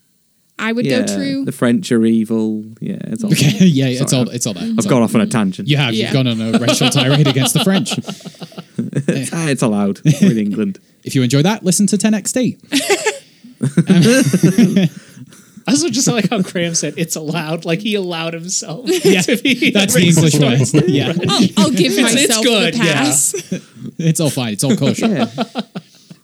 S6: I would
S4: yeah,
S6: go true.
S4: The French are evil. Yeah, it's all
S2: Okay, yeah, it's
S4: Sorry,
S2: all- it's all that.
S4: I've
S2: It's
S4: gone
S2: all-
S4: off on a tangent.
S2: You have. You've Yeah. gone on a racial tirade against the French.
S4: it's, ah, it's allowed. We're in England.
S2: If you enjoy that, listen to 10XT.
S3: I also just like how Graham said it's allowed. Like he allowed himself.
S2: Yeah,
S3: to be
S2: that's the English
S3: racist.
S2: way. Yeah.
S6: I'll, I'll give
S3: It's-
S6: myself
S3: it's good,
S6: the
S3: yeah.
S6: pass.
S2: It's all fine. It's all kosher.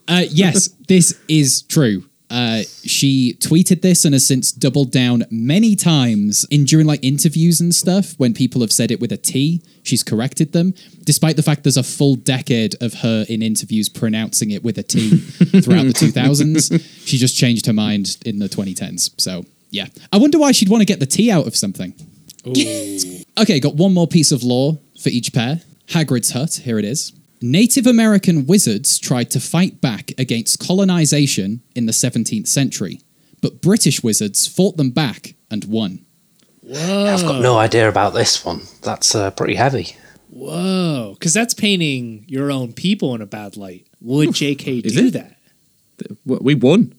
S2: Uh, yes, this is true. Uh, she tweeted this and has since doubled down many times in during like interviews and stuff when people have said it with a T. She's corrected them, despite the fact there's a full decade of her in interviews pronouncing it with a T throughout the 2000s. She just changed her mind in the 2010s. So yeah, I wonder why she'd want to get the T out of something. Okay, got one more piece of lore for each pair. Hagrid's Hut, here it is. Native American wizards tried to fight back against colonization in the 17th century, but British wizards fought them back and won.
S7: I've
S4: Mm.
S7: got no idea about this one. That's uh, pretty heavy.
S3: Whoa, because that's painting your own people in a bad light. Would J.K. do that?
S4: W- We won.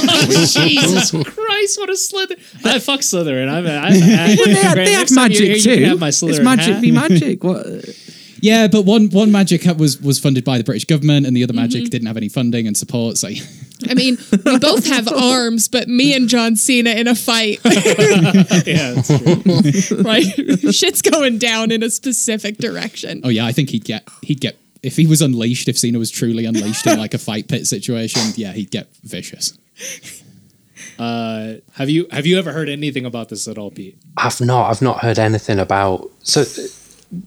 S3: Jesus Christ! What a Slytherin! I fuck Slytherin. I'm. I, I,
S4: Well, they had-
S3: Graham,
S4: they had
S3: next time you're here,
S4: magic
S3: you
S4: too.
S3: can have my
S4: It's
S3: Slytherin
S4: magic
S3: hat.
S4: be magic. What?
S2: Yeah, but one one magic hut was was funded by the British government, and the other
S3: Mm-hmm.
S2: magic didn't have any funding and support. So
S6: I mean, we both have arms, but me and John Cena in a fight,
S3: yeah, that's true.
S6: right? Shit's going down in a specific direction.
S2: Oh yeah, I think he'd get he'd get if he was unleashed, if Cena was truly unleashed in like a fight pit situation, yeah, he'd get vicious.
S3: Uh, have you have you ever heard anything about this at all, Pete?
S7: I've not. I've not heard anything about so uh,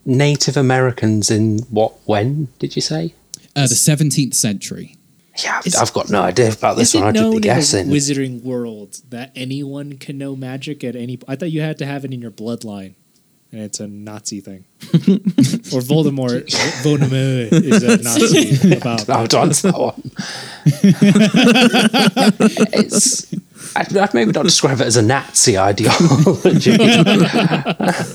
S7: Native Americans in what? When did you say?
S2: Uh, the 17th century.
S7: Yeah, I've, I've got no idea about this
S3: Is it
S7: one. I
S3: known
S7: did
S3: in
S7: the
S3: the
S7: guessing.
S3: wizarding world that anyone can know magic at any? I thought you had to have it in your bloodline, and it's a Nazi thing. or Voldemort, Voldemort is a Nazi. About
S7: I'll answer that one. it's, I'd, I'd maybe not describe it as a Nazi ideology.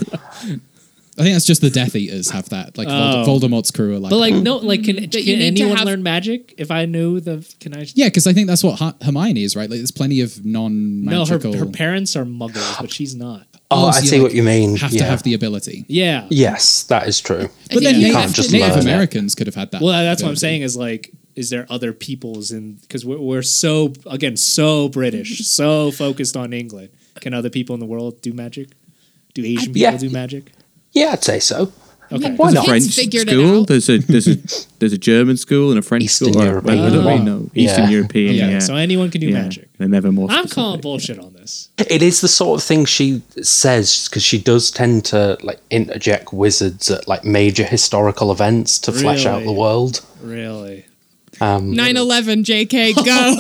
S2: I think that's just the Death Eaters have that. Like Voldem-
S3: Oh.
S2: Voldemort's crew are like,
S3: but like no, like can, can
S6: you need to
S3: anyone
S6: have-
S3: learn magic? If I knew the, can I?
S2: yeah, because I think that's what Her- Hermione is, right? Like, there's plenty of
S3: No, her,
S2: non-magical.
S3: her parents are muggles, but she's not.
S7: Oh, I
S2: so you,
S7: see
S2: like,
S7: what you mean.
S2: Have to
S7: yeah.
S2: have the ability.
S3: Yeah.
S7: yes, that is true.
S2: But then
S7: you
S2: Native,
S7: can't just
S2: Native
S7: learn it.
S2: Americans could have had that.
S3: Well, that's what I'm
S2: ability.
S3: saying is like, is there other peoples in, because we're, we're so, again, so British, so focused on England. Can other people in the world do magic? Do Asian people
S7: Yeah.
S3: do magic?
S7: Yeah, I'd say so.
S3: Okay.
S7: Why
S6: Kids
S7: not?
S4: French
S6: figured it
S4: school.
S6: out.
S4: There's a there's a there's a German school and a French
S7: Eastern
S4: school. or-
S7: European
S4: well, there'll be
S3: one.
S4: no Eastern
S7: Yeah.
S4: European.
S3: Yeah,
S4: Oh. Yeah.
S3: so anyone can do
S4: Yeah.
S3: magic.
S4: They're never more.
S3: I'm
S4: specific.
S3: calling bullshit on this.
S7: It is the sort of thing she says because she does tend to like interject wizards at like major historical events to flesh out the
S3: Really?
S7: world.
S3: Really?
S6: 9 11, JK, go.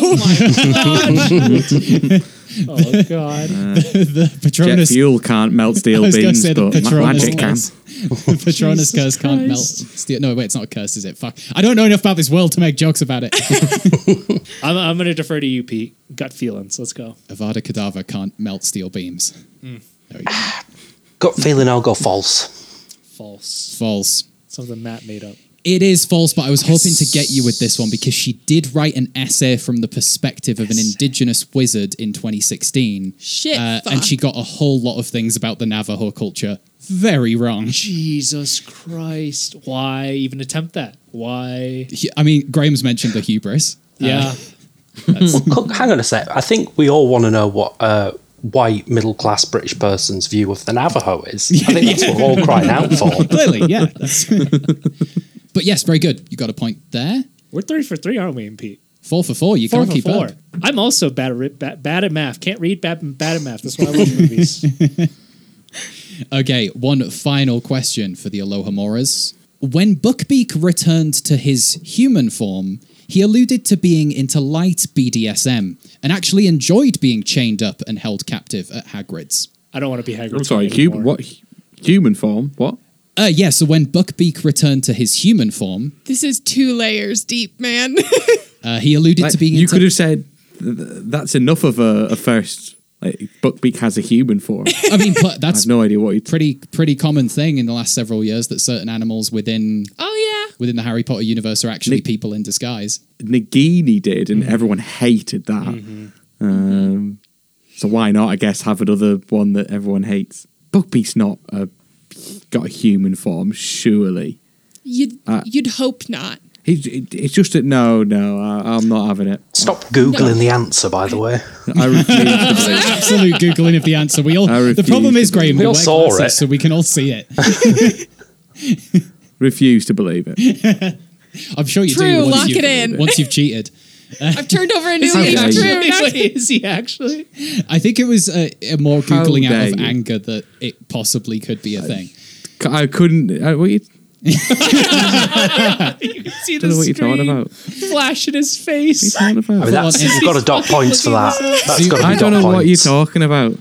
S3: Oh, God.
S2: the
S4: Jet
S2: Patronus.
S4: fuel can't melt
S2: I
S4: steel
S2: was gonna
S4: beans,
S2: say the
S4: but ma-
S2: Patronus
S4: magic can.
S2: curse. the Patronus curse can't melt. Steel. No, wait, it's not a curse, is it? Fuck. I don't know enough about this world to make jokes about it.
S3: I'm, I'm going to defer to you, Pete. Gut feelings. Let's go.
S2: Avada Kedavra can't melt steel beams.
S3: Hmm.
S2: There we go.
S7: Gut feeling I'll go false.
S3: False.
S2: False.
S3: Something Matt made up.
S2: It is false, but I was hoping to get you with this one because she did write an essay from the perspective of an indigenous wizard in 2016.
S6: Shit,
S3: Uh,
S2: Uh, and she got a whole lot of things about the Navajo culture very wrong.
S3: Jesus Christ. Why even attempt that? Why?
S2: Hu- I mean, Graham's mentioned the hubris.
S3: Yeah.
S7: Cook, hang on a sec. I think we all want to know what a uh, white middle class British person's view of the Navajo is. I think that's what we're all crying out for.
S2: Clearly, yeah. that's- but yes, very good. You got a point there.
S3: We're three for three, aren't we, and Pete?
S2: Four for four. You
S3: Four
S2: can't
S3: for
S2: keep
S3: four.
S2: up.
S3: I'm also bad at, bad, bad at math. Can't read, bad, bad at math. That's why I watch movies.
S2: Okay, one final question for the Aloha Moras. When Buckbeak returned to his human form, he alluded to being into light BDSM and actually enjoyed being chained up and held captive at Hagrid's.
S3: I don't want to be Hagrid.
S4: I'm sorry, human. What human form? What?
S2: Uh, yeah, so when Buckbeak returned to his human form,
S6: this is two layers deep, man.
S2: uh, he alluded
S4: Like,
S2: to being
S4: you
S2: into.
S4: could have said th- th- that's enough of a, a first. Like Buckbeak has a human form. I
S2: I mean, pl- that's
S4: have no idea what he.
S2: pretty pretty common thing in the last several years that certain animals within
S6: oh, yeah.
S2: within the Harry Potter universe are actually
S4: Nick-
S2: people in disguise. Mm-hmm.
S4: Nagini did, and everyone hated that. Um, So why not? I guess have another one that everyone hates. Bugbeat's not a, got a human form, surely.
S6: You'd
S4: Uh,
S6: you'd hope not.
S4: He, it- it's just that no, no, I, I'm not having it.
S7: Stop Googling the answer, by the way.
S4: I refuse. to believe.
S2: Absolute googling of the answer. We all. The
S4: refuse
S2: problem is,
S4: to
S2: Graham,
S4: believe
S2: we
S4: it. We all
S2: wear
S4: saw
S2: glasses,
S4: it.
S2: so we can all see it.
S4: refuse to believe it.
S2: I'm sure you
S6: True,
S2: do. once
S6: lock
S2: you've-
S6: it in.
S2: Once you've cheated.
S6: I've turned over a new
S2: Is he
S6: leaf.
S2: actually-
S6: True.
S3: Wait, is he actually?
S2: I think it was uh, more
S4: How
S2: googling out
S4: dare
S2: of
S4: you.
S2: anger that it possibly could be a thing.
S4: C- I couldn't. I, what you,
S3: You can see the
S4: don't know what you're
S3: screen
S4: talking about.
S3: flash in his face.
S4: What you're talking
S7: I mean,
S4: about.
S7: that's, you've got to dock points for that. That's
S4: See,
S7: got to be
S4: I
S7: dock
S4: don't know
S7: points.
S4: what you're talking about.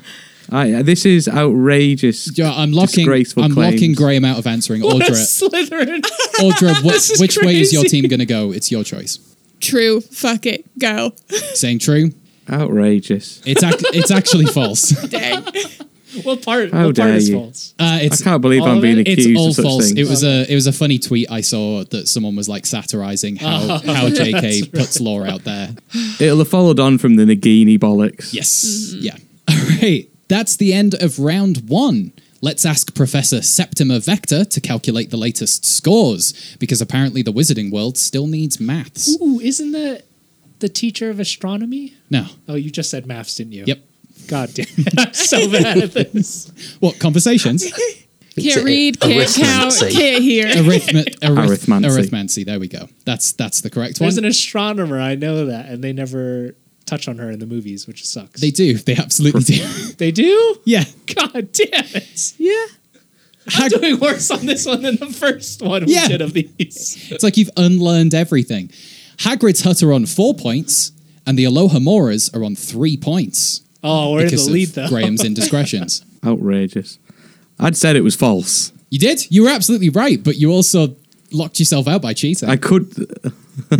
S4: I, this is outrageous.
S2: Yeah, I'm locking.
S4: Disgraceful
S2: I'm locking
S4: claims.
S2: Graham out of answering.
S3: What a
S2: Audra,
S3: Slytherin.
S2: Audra, wh-
S3: This is
S2: which way is your
S3: crazy.
S2: team going to go? It's your choice.
S6: True. Fuck it. Go.
S2: Saying true.
S4: Outrageous.
S2: It's ac- it's actually false.
S6: Dang.
S3: What part?
S4: How
S3: what part
S4: dare
S3: is
S4: you.
S3: false?
S2: Uh, it's
S4: I can't believe
S3: all
S4: I'm
S3: of
S4: being
S3: it?
S4: accused
S2: it's all
S4: of such
S2: false.
S4: things.
S2: It was a it was a funny tweet I saw that someone was like satirizing how
S3: Oh.
S2: how JK puts law out there.
S4: It'll have followed on from the Nagini bollocks.
S2: Yes.
S3: Mm-hmm.
S2: Yeah. All right. That's the end of round one. Let's ask Professor Septima Vector to calculate the latest scores because apparently the Wizarding world still needs maths.
S3: Ooh, isn't the the teacher of astronomy?
S2: No.
S3: Oh, you just said maths, didn't you?
S2: Yep.
S3: God damn it. I'm so bad at this.
S2: What conversations?
S6: Can't
S7: a-
S6: read. Can't count.
S7: arithmancy.
S6: Can't hear.
S2: Arithma- arith-
S4: Arithmancy.
S2: arithmancy. There we go. That's that's the correct one.
S3: There's an astronomer, I know that, and they never touch on her in the movies, which sucks.
S2: They do. They absolutely do.
S3: They do?
S2: yeah.
S3: God damn it. Yeah. I'm doing worse on this one than the first one we
S2: Yeah.
S3: did of these.
S2: It's like you've unlearned everything. Hagrid's Hut are on four points, and the Aloha Moras are on three points
S3: Oh, we're in the
S2: because
S3: lead,
S2: of
S3: though.
S2: Graham's indiscretions.
S4: Outrageous. I'd said it was false.
S2: You did. You were absolutely right, but you also locked yourself out by cheating.
S4: I could.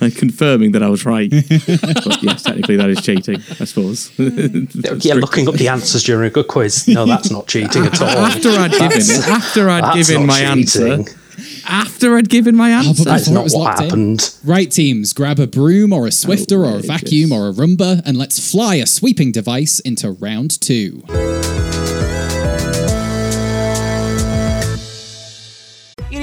S4: like confirming that I was right. but yes, technically that is cheating, I suppose.
S7: Yeah, looking up the answers during a quiz. No, that's not cheating at all.
S4: after I'd given it, after I'd
S7: That's not
S4: given my
S7: cheating.
S4: answer, after I'd given my
S2: Oh, but
S4: answer.
S7: That's
S2: before it
S7: not
S2: was
S7: what
S2: locked in.
S7: happened. Oh,
S2: Right teams, grab a broom or a swifter or a
S4: Outrageous.
S2: vacuum or a Roomba, and let's fly a sweeping device into round two.
S8: It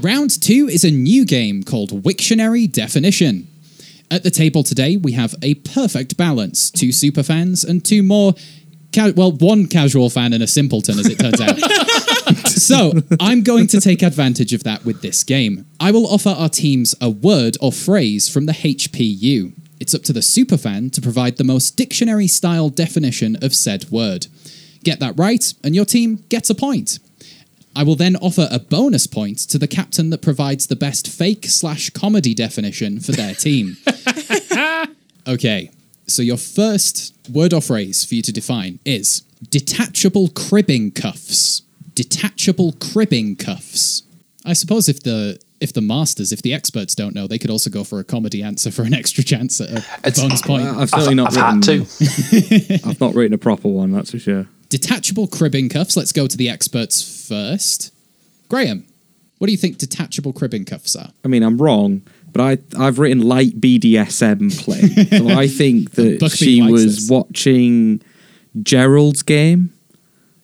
S2: Round two is a new game called Wiktionary Definition. At the table today, we have a perfect balance two superfans and two more. Ca- well, one casual fan and a simpleton, as it turns out. so, I'm going to take advantage of that with this game. I will offer our teams a word or phrase from the HPU. It's up to the superfan to provide the most dictionary style definition of said word. Get that right, and your team gets a point. I will then offer a bonus point to the captain that provides the best fake slash comedy definition for their team. okay, so your first word or phrase for you to define is detachable cribbing cuffs. Detachable cribbing cuffs. I suppose if the if the masters, if the experts don't know, they could also go for a comedy answer for an extra chance at a bonus point.
S4: I've certainly not
S7: I've had
S4: written,
S7: to.
S4: I've not written a proper one, that's for sure.
S2: detachable cribbing cuffs. Let's go to the experts first. Graham, what do you think detachable cribbing cuffs are?
S4: I mean, I'm wrong, but I I've written light BDSM play. so I think that
S2: Buckbeak
S4: she
S2: likes
S4: was
S2: this.
S4: watching Gerald's game,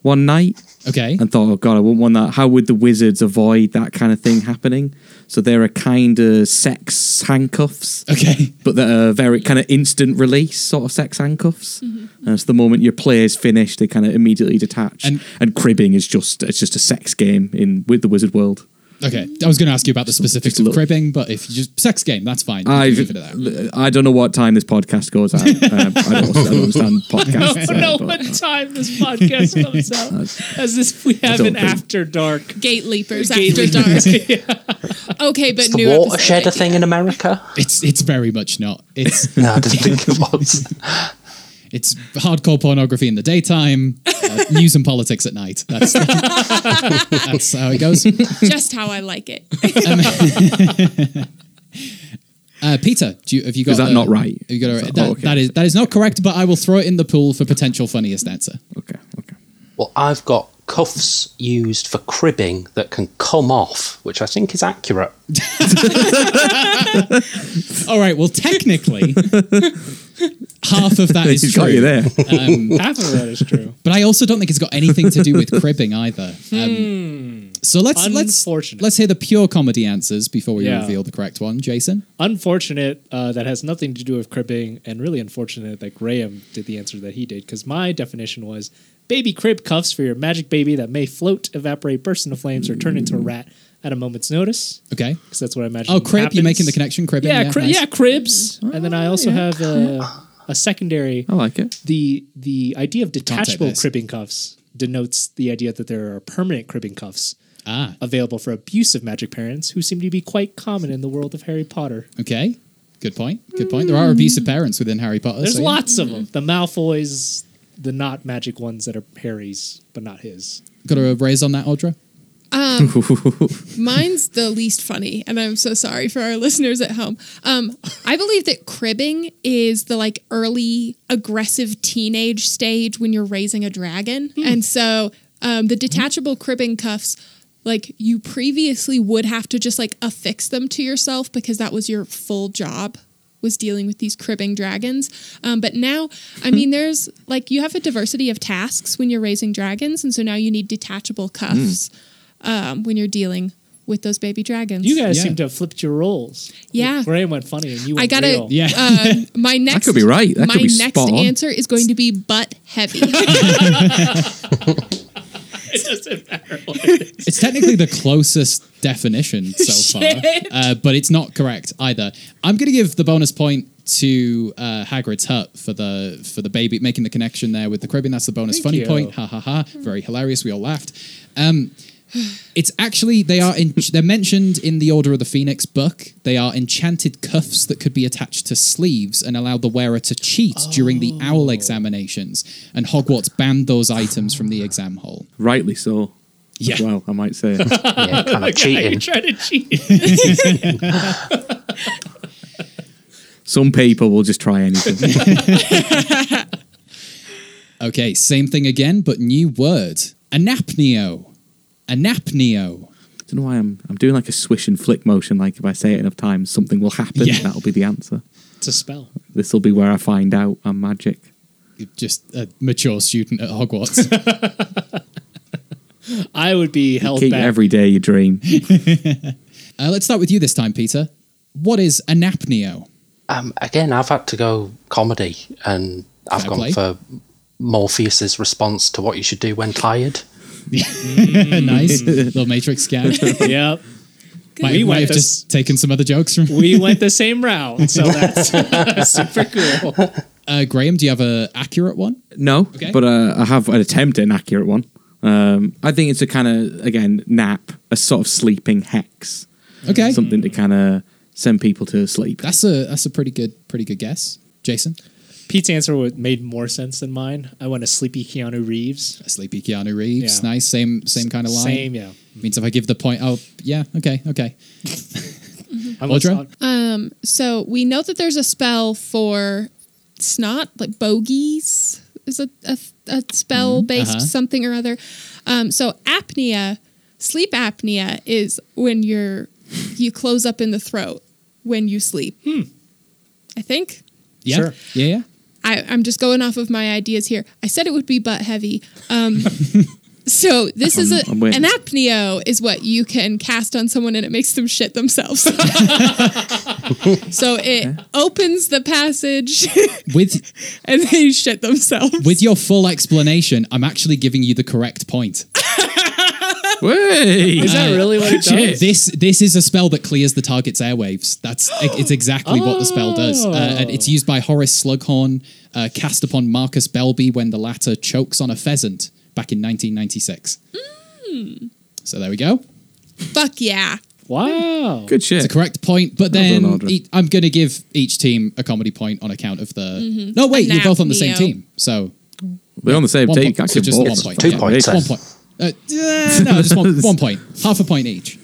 S4: one night.
S2: Okay.
S4: And thought, oh god, I wouldn't want that. How would the wizards avoid that kind of thing happening? So there are kind of sex handcuffs.
S2: Okay.
S4: But that are very kind of instant release sort of sex handcuffs. And so the moment your play is finished, they kind of immediately detach. And, cribbing is just it's just a sex game in with the wizard world.
S2: Okay, I was going to ask you about the specifics of cribbing, but if you just sex game, that's fine. You
S4: I
S2: can leave it at that.
S4: I don't know what time this podcast goes out. Um, I, don't, I don't understand podcasts.
S3: I
S4: uh,
S3: don't know
S4: but-
S3: what time this podcast comes out. As this, we have
S4: don't
S3: an
S4: think-
S3: after dark.
S6: Gate leapers
S3: Gate
S6: after
S3: leapers.
S6: dark. Okay, but
S7: It's
S6: new
S7: the
S6: episode
S7: watershed a
S6: idea.
S7: thing in America?
S2: It's it's very much not. It's
S7: No, I didn't think it was.
S2: It's hardcore pornography in the daytime, uh, news and politics at night. That's that's how it goes.
S6: Just how I like it.
S2: Uh, Peter, do you, have you got?
S4: Is that
S2: a-
S4: not right?
S2: Have you got a,
S4: Is that-
S2: that,
S4: oh, okay.
S2: that is that is not correct, but I will throw it in the pool for potential funniest answer.
S7: Well, I've got cuffs used for cribbing that can come off, which I think is accurate.
S2: All right. Well, technically, half of that is
S4: He's
S2: true.
S4: got you there.
S3: Half of that is true.
S2: But I also don't think it's got anything to do with cribbing either.
S3: Hmm.
S2: Um, so let's let's let's hear the pure comedy answers before we
S3: Yeah.
S2: reveal the correct one, Jason.
S3: Unfortunate uh, that has nothing to do with cribbing, and really unfortunate that Graham did the answer that he did because my definition was baby crib cuffs for your magic baby that may float, evaporate, burst into flames, or turn into a rat at a moment's notice.
S2: Okay.
S3: Because that's what I imagine.
S2: Oh, crib! You're
S3: happens.
S2: making the connection. Cribbing.
S3: Yeah,
S2: Yeah,
S3: cri-
S2: nice. Oh,
S3: yeah, cribs. And then I also have uh, a secondary. I
S4: like it.
S3: The the idea of
S2: take
S3: detachable
S2: this.
S3: cribbing cuffs denotes the idea that there are permanent cribbing cuffs
S2: Ah.
S3: available for abusive magic parents who seem to be quite common in the world of Harry Potter.
S2: Okay. Good point. Good point. There are abusive parents within Harry Potter.
S3: There's
S2: so yeah.
S3: lots of them. The Malfoys, the not magic ones that are Harry's but not his.
S2: Got a raise on that, Audra?
S6: Um, Mine's the least funny, and I'm so sorry for our listeners at home. Um, I believe that cribbing is the like early aggressive teenage stage when you're raising a dragon, and so um, the detachable cribbing cuffs. Like you previously would have to just like affix them to yourself because that was your full job was dealing with these cribbing dragons. Um, but now, I mean, there's like you have a diversity of tasks when you're raising dragons, and so now you need detachable cuffs um, when you're dealing with those baby dragons.
S3: You guys seem to have flipped your roles.
S6: Yeah.
S3: Graham went funny and you went
S6: I gotta.
S3: real.
S6: um, my next.
S4: could be right. That
S6: my
S4: could be
S6: next
S4: spot on.
S6: answer is going to be butt heavy.
S3: it doesn't matter. what
S2: It's technically the closest definition so far,
S3: Shit.
S2: uh, but it's not correct either. I'm going to give the bonus point to uh, Hagrid's hut for the for the baby making the connection there with the cribbing. That's the bonus
S3: Thank
S2: funny
S3: you.
S2: point. Ha ha ha! Very hilarious. We all laughed. Um, it's actually they are in, they're mentioned in the Order of the Phoenix book. They are enchanted cuffs that could be attached to sleeves and allow the wearer to cheat during the
S3: Oh.
S2: owl examinations. And Hogwarts banned those items from the exam hall.
S4: Rightly so.
S2: Yeah.
S4: As well, I might say.
S7: Yeah, kind of
S3: You're
S7: cheating.
S3: trying to cheat.
S4: Some people will just try anything.
S2: Okay, same thing again, but new word. Anapneo. Anapneo.
S4: I don't know why I'm I'm doing like a swish and flick motion. Like if I say it enough times, something will happen.
S2: Yeah.
S4: That'll be the answer.
S3: it's a spell.
S4: This will be where I find out I'm magic.
S2: You're Just a mature student at Hogwarts.
S3: I would be
S4: You
S3: held
S4: keep
S3: back.
S4: every day you dream.
S2: uh, let's start with you this time, Peter. What is anapneo?
S7: Um, again, I've had to go comedy, and I've
S2: Fair
S7: gone
S2: play.
S7: for Morpheus's response to what you should do when tired.
S2: nice little Matrix scan.
S3: yep.
S2: Might,
S3: We
S2: might
S3: Mm. went
S2: have
S3: the s-
S2: just taken some other jokes from.
S3: We went the same route, so that's super cool.
S2: Uh, Graham, do you have a accurate one?
S4: No,
S2: Okay.
S4: but uh, I have an attempt at an accurate one. Um, I think it's a kind of again nap, a sort of sleeping hex.
S2: Okay.
S4: something to kind of send people to sleep.
S2: That's a that's a pretty good pretty good guess, Jason.
S3: Pete's answer wa- made more sense than mine. I went a sleepy Keanu Reeves.
S2: Sleepy Keanu Reeves,
S3: Yeah.
S2: nice, same same kind of line.
S3: Same, yeah.
S2: Means if I give the point, oh yeah, okay, okay.
S3: I'm
S2: Audra?
S6: um, so we know that there's a spell for snot, like bogies is a, a, a spell
S4: Mm-hmm.
S6: based
S2: uh-huh.
S6: something or other. Um, so apnea, sleep apnea is when you're you close up in the throat when you sleep.
S4: Hmm.
S6: I think.
S2: Yeah,
S3: Sure.
S2: yeah, yeah.
S6: I, I'm just going off of my ideas here. I said it would be butt heavy. Um, So this is a,
S4: I'm with.
S6: an apneo is what you can cast on someone and it makes them shit themselves. so it opens the passage
S2: with
S6: and they shit themselves.
S2: With your full explanation, I'm actually giving you the correct point. Wait,
S3: Is that really what it does?
S2: This this is a spell that clears the target's airwaves. That's e, it's exactly what the spell does, uh,
S3: Oh.
S2: and it's used by Horace Slughorn, uh, cast upon Marcus Belby when the latter chokes on a pheasant back in 1996.
S3: Hmm.
S2: So there we go.
S6: Fuck yeah.
S3: Wow.
S2: Good shit. It's a correct point, but
S4: Well
S2: then
S4: done, Audra.
S2: e- I'm going to give each team a comedy point on account of the.
S6: Mhm.
S2: No, wait,
S6: And
S2: you're both on the
S6: apneo.
S2: same team, so
S4: They're on the same
S2: one
S4: team.
S2: point.
S4: Can't
S2: So
S4: give
S2: just one
S4: balls.
S2: point.
S4: Two
S2: yeah.
S4: points.
S2: One point. Uh, yeah, no, just one, one point. Half a point each.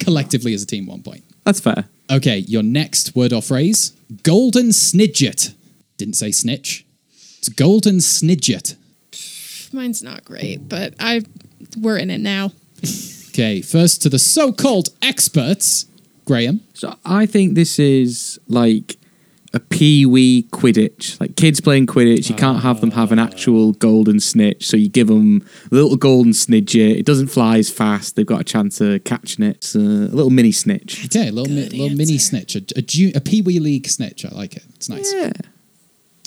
S2: Collectively as a team, one point.
S4: That's fair.
S2: Okay, your next word or phrase: golden snidget. Didn't say snitch. It's golden snidget.
S6: Mine's not great, but I we're in it now.
S2: Okay, first to the so-called experts, Graham.
S4: So I think this is like a pee-wee Quidditch. Like kids playing Quidditch, you can't have them have an actual golden snitch. So you give them a little golden snidget. It doesn't fly as fast. They've got a chance of catching it. It's a little mini snitch.
S2: Yeah, a little, mi- little mini snitch, a, a, ju- a Pee Wee League snitch. I like it. It's nice.
S4: Yeah.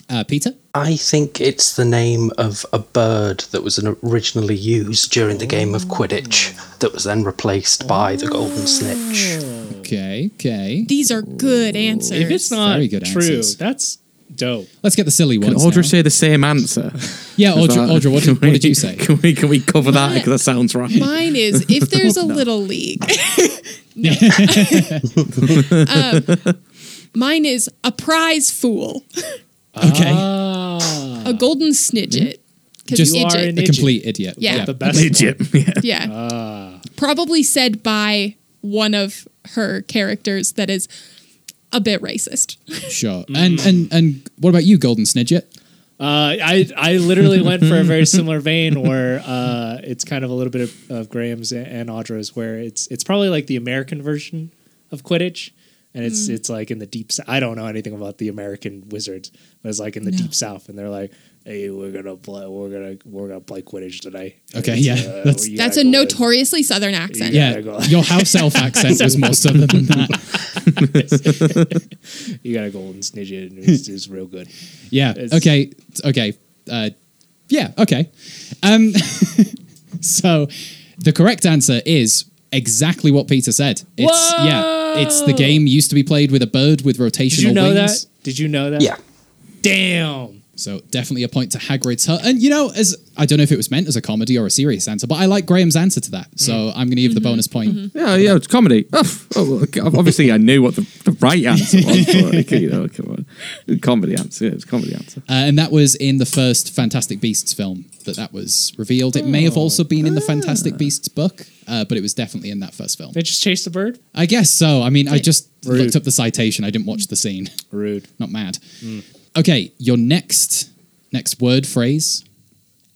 S2: Uh, Peter?
S7: I think it's the name of a bird that was an- originally used during the game of Quidditch that was then replaced by the golden snitch.
S2: Okay, okay.
S6: These are good answers.
S3: If it's not
S2: Very good
S3: true,
S2: answers.
S3: that's dope.
S2: Let's get the silly
S4: Can
S2: ones.
S4: Audra
S2: now.
S4: say the same answer?
S2: Yeah,
S4: Is
S2: Audra-
S4: that-
S2: Audra, what
S4: can
S2: did- what did you say?
S4: Can we can we cover that because that sounds right?
S6: Mine is if there's a little league. Um, Mine is a prize fool,
S2: Okay.
S6: a golden snidget. 'Cause
S2: Mm. Just
S6: idiot.
S2: a complete idiot.
S6: Yeah. The
S3: best Idiot,
S4: Yeah.
S6: Yeah.
S2: Ah.
S6: Probably said by one of her characters that is a bit racist.
S2: Sure. And and and what about you, Golden Snidget?
S3: Uh, I I literally went for a very similar vein where uh, it's kind of a little bit of, of Graham's a- and Audra's where it's it's probably like the American version of Quidditch, and it's
S9: Mm.
S3: it's like in the deep. Sou- I don't know anything about the American wizards, but it's like in the
S9: No.
S3: deep south, and they're like, "Hey, we're gonna play, we're gonna we're gonna play Quidditch today."
S2: Okay,
S3: And,
S2: yeah, that's-
S3: you
S6: That's a
S3: gotta go
S6: notoriously southern accent.
S2: Yeah, your house elf accent was more southern than that.
S3: with- You got a golden snidget, and it's, it's real good.
S2: yeah.
S3: It's-
S2: Okay. Okay. Uh, yeah. Okay. Um, so the correct answer is exactly what Peter said. It's yeah. It's the game used to be played with a bird with rotational
S3: Did you know
S2: wings.
S3: that? Did you know that?
S2: Yeah.
S3: Damn.
S2: So definitely a point to Hagrid's hut. And you know, as I don't know if it was meant as a comedy or a serious answer, but I like Graham's answer to that. So
S3: Mm.
S2: I'm going to give
S3: Mm-hmm.
S2: the bonus point.
S4: Yeah, yeah, it's comedy. Oh, f- oh, well, okay, obviously, I knew what the, the right answer was. But, okay, you know, come on. Comedy answer. Yeah, it's a comedy answer.
S2: Uh, and that was in the first Fantastic Beasts film that that was revealed. It may have also been in
S3: Oh.
S2: the Fantastic Beasts book, uh, but it was definitely in that first film.
S3: They just chased the bird.
S2: I guess so. I mean, I just looked up the citation. I didn't watch the scene.
S3: Rude.
S2: Not mad. Okay, your next next word phrase,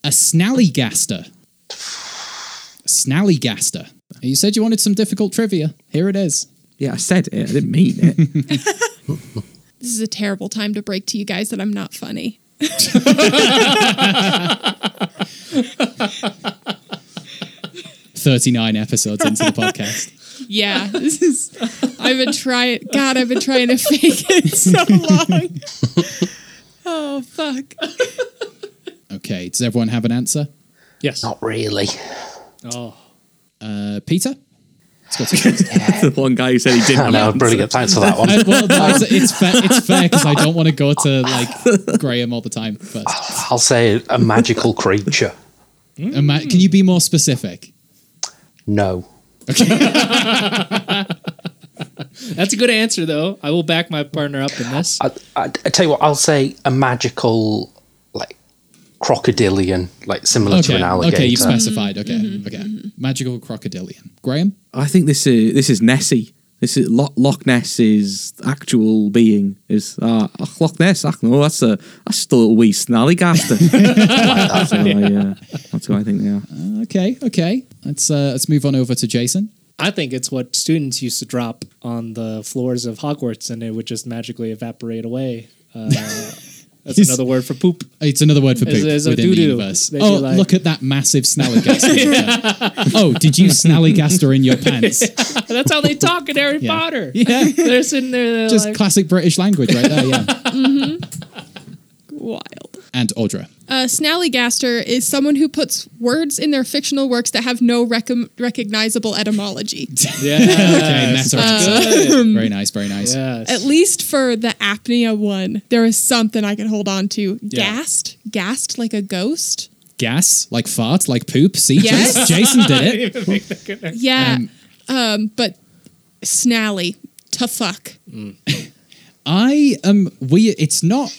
S2: a snallygaster. Snallygaster. You said you wanted some difficult trivia. Here it is.
S4: Yeah, I said it. I didn't mean it.
S6: This is a terrible time to break to you guys that I'm not funny.
S2: Thirty nine episodes into the podcast.
S6: Yeah, this is. I've been trying. God, I've been trying to fake it so long. Oh fuck!
S2: Okay, does everyone have an answer?
S3: Yes.
S2: Not really.
S3: Oh.
S2: Uh, Peter? Let's go to the next.
S4: the one guy who said he didn't.
S2: I know,
S4: have an
S2: brilliant.
S4: answer.
S2: Thanks for that one. Uh, well, no, it's- it's fair- it's fair 'cause I don't wanna go to, like, Graham all the time first.
S7: I'll say a magical creature.
S3: Hmm.
S2: Ima- can you be more specific?
S7: No.
S3: That's a good answer, though. I will back my partner up in this.
S7: I, I, I tell you what, I'll say a magical, like, crocodilian, like similar to an alligator.
S2: okay, you've specified.
S6: Mm-hmm.
S2: Okay, okay. Magical crocodilian. Graham?
S4: I think this is this is Nessie. This is Loch, Loch Ness is actual being is uh, oh, Loch Ness. Ach, no, that's a that's just a little wee snallygaster. that's, who I, uh, that's who I think they are.
S2: Okay, okay. Let's uh, let's move on over to Jason.
S3: I think it's what students used to drop on the floors of Hogwarts, and it would just magically evaporate away. Uh, That's another word for poop.
S2: It's another word for poop
S3: It's- it's a
S2: within the
S3: doo-doo.
S2: universe.
S3: They do
S2: Oh,
S3: like-
S2: look at that massive snallygaster! oh, did you snallygaster in your pants?
S3: That's how they talk in Harry
S2: Yeah.
S3: Potter.
S2: Yeah.
S3: They're sitting there they're
S2: Just
S3: like,
S2: classic British language right there, yeah.
S6: Wild.
S2: And Audra.
S6: A snallygaster is someone who puts words in their fictional works that have no recom recognizable etymology.
S2: okay,
S3: Yes.
S2: meta
S6: That's
S2: answer.
S6: good.
S2: Very nice, very nice.
S6: At least for the apnea one, there is something I could hold on to.
S2: Yeah.
S6: Gassed? Gassed like a ghost?
S2: Gas, like fart, like poop. See,
S6: Yes.
S2: Jason, Jason did it.
S4: Eh,
S6: Yeah. Um, but snally. To fuck.
S2: I am weird. It's not.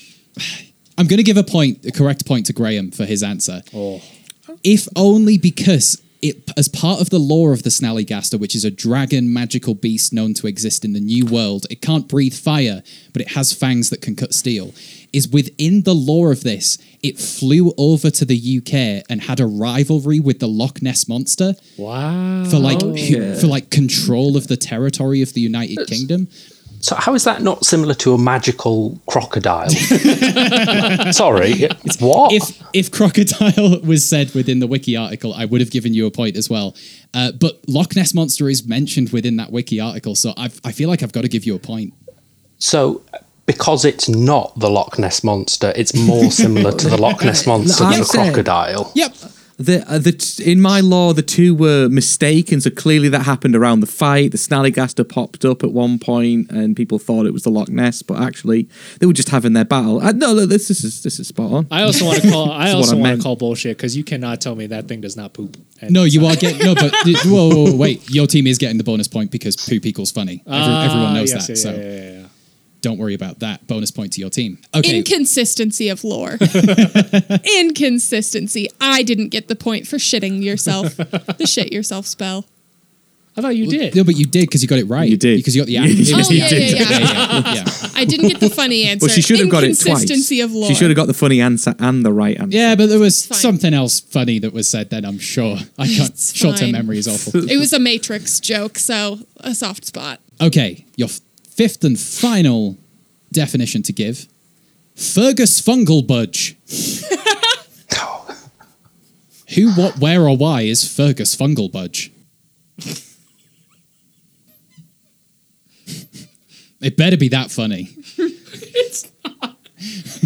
S2: I'm going to give a point, a correct point to Graham for his answer. If only because it, as part of the lore of the Snallygaster, which is a dragon magical beast known to exist in the New World, it can't breathe fire, but it has fangs that can cut steel. Is within the lore of this, it flew over to the UK and had a rivalry with the Loch Ness monster
S3: wow.
S2: for like
S7: Oh,
S2: hu-
S7: yeah.
S2: for like control of the territory of the United Kingdom.
S7: So how is that not similar to a magical crocodile? Sorry, what?
S2: If if crocodile was said within the wiki article, I would have given you a point as well. Uh, but Loch Ness monster is mentioned within that wiki article, so I've, I feel like I've got to give you a point.
S7: So because it's not the Loch Ness monster, it's more similar to the Loch Ness monster than
S4: I'm
S7: the
S4: saying-
S7: crocodile.
S2: Yep.
S4: The, uh, the t- in my law, the two were mistaken. So clearly that happened around the fight. The Snallygaster popped up at one point, and people thought it was the Loch Ness, but actually they were just having their battle. Uh, no, no, this, this is this is spot on.
S3: I also want to call. I
S4: That's what
S3: also
S4: I
S3: want
S4: meant.
S3: to call bullshit because you cannot tell me that thing does not poop. And
S2: no,
S3: it's
S2: you
S3: not-
S2: are getting no, but whoa, whoa, whoa, wait, your team is getting the bonus point because poop equals funny. Every-
S3: Ah,
S2: everyone knows
S3: yes,
S2: that,
S3: yeah,
S2: so
S3: yeah,
S2: don't worry about that. Bonus point to your team. Okay,
S6: Inconsistency of lore. Inconsistency. I didn't get the point for shitting yourself. the shit yourself spell.
S3: I thought you did.
S2: no, but you did because you got it right. You did because you got the app.
S4: Yeah,
S6: Oh, yeah, yeah,
S4: did.
S6: yeah.
S2: yeah, yeah.
S6: I didn't get the funny answer.
S4: Well, she should have got it twice.
S6: Inconsistency of lore.
S4: She should have got the funny answer and the right answer.
S2: Yeah, but there was something else funny that was said then, I'm sure. I can't.
S6: It's
S2: Short term
S6: fine.
S2: memory is awful.
S6: It was a Matrix joke, so a soft spot.
S2: Okay, your f- fifth and final definition to give Fergus Fungal Budge. Who, what, where, or why is Fergus Fungal Budge? it better be that funny.
S3: it's not.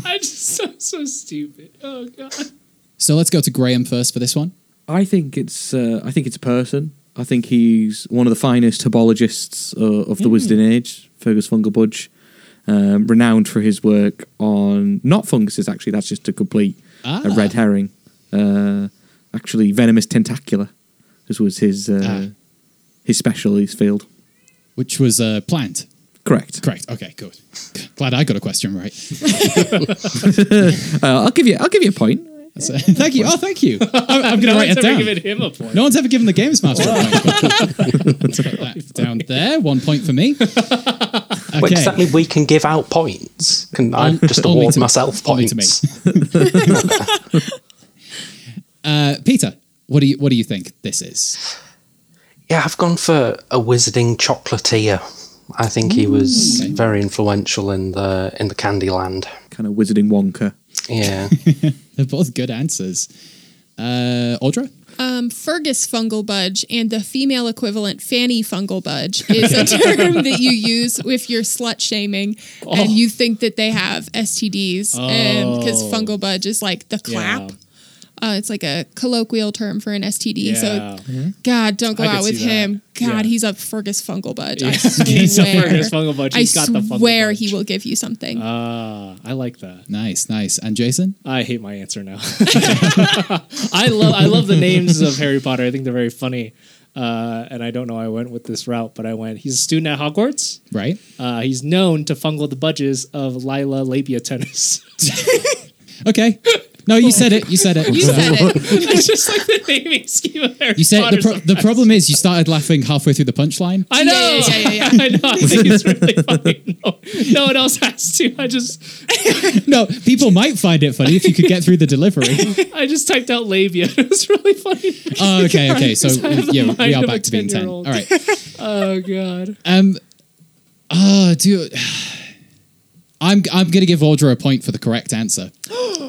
S3: I just I'm so stupid. Oh god.
S2: So let's go to Graham first for this one.
S4: I think it's uh, I think it's a person. I think he's one of the finest herbologists uh, of the
S2: Mm.
S4: Wisden Age, Fergus Fungelbudge, um, renowned for his work on not funguses. Actually, that's just a complete a
S2: Ah.
S4: red herring. Uh, actually, venomous tentacula, this was his uh, his special. His field,
S2: which was a plant.
S4: Correct.
S2: Correct. Okay, good. Glad I got a question right.
S4: Uh, I'll give you. I'll give you a point.
S2: thank you. Oh, thank you. I, am going to
S3: No
S2: write
S3: one's
S2: it
S3: ever
S2: down.
S3: given him a point.
S2: No one's ever given the games master a point. Let's put that down there. One point for me.
S7: Wait,
S2: Okay.
S7: does that mean we can give out points? Can I
S2: Only-
S7: just
S2: only
S7: award
S2: to-
S7: myself
S2: only
S7: points?
S2: to me. Uh, Peter, what do you what do you think this is?
S7: Yeah, I've gone for a wizarding chocolatier. I think he
S6: Mm.
S7: was very influential in the in the Candyland.
S4: Kind of wizarding Wonka.
S7: Yeah.
S2: They're both good answers. Uh, Audra,
S6: Um, Fergus fungal budge and the female equivalent Fanny fungal budge is a term that you use if you're slut shaming
S3: Oh.
S6: and you think that they have STDs, and because
S10: Oh.
S6: fungal budge is like the clap. Uh, it's like a colloquial term for an STD.
S3: Yeah.
S6: So,
S3: Mhm.
S6: God, don't go
S3: I could
S6: out with
S3: see that.
S6: him. God,
S3: Yeah.
S6: he's a Fergus fungal budge. I
S3: Yeah.
S6: swear.
S3: He's a Fergus fungal budge. He's
S6: I
S3: got the fungal
S6: swear he will give you something.
S3: Ah, I like that.
S2: nice, nice. And Jason,
S3: I hate my answer now. I love I love the names of Harry Potter. I think they're very funny. Uh, and I don't know why I went with this route, but I went. He's a student at Hogwarts.
S2: right?
S3: Uh, he's known to fungal the budges of Lila labia tennis.
S2: Okay. No, you said it. You said it.
S3: You said
S6: uh,
S3: it. I just like the naming scheme of Harry
S2: You said
S3: Potter.
S2: the, pro- the problem is you started laughing halfway through the punchline.
S3: I know.
S6: Yeah, yeah, yeah,
S3: I know. I think it's really funny. No, no one else has to. I just
S2: no, people might find it funny if you could get through the delivery.
S3: I just typed out labia. It was really funny.
S2: Oh, okay, okay. So
S3: Because I have the
S2: yeah, we
S3: mind
S2: are
S3: of a
S2: back to being ten. All
S3: 10-year-old.
S2: right.
S3: oh god.
S2: Um. Oh, dude. Uh, I'm I'm gonna give Audra a point for the correct answer.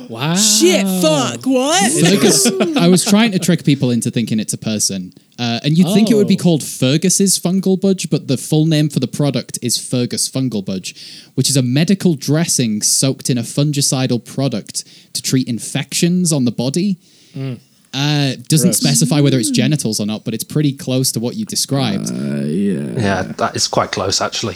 S3: wow.
S9: Shit, fuck, what?
S2: Fergus. I was trying to trick people into thinking it's a person, uh, and you'd think it would be
S3: Oh.
S2: called Fergus's fungal budge, but the full name for the product is Fergus fungal budge, which is a medical dressing soaked in a fungicidal product to treat infections on the body.
S3: Mm.
S2: Uh, it doesn't
S7: Gross.
S2: specify whether it's genitals or not, but it's pretty close to what you described.
S3: Uh,
S2: yeah,
S7: Yeah, that is quite close actually.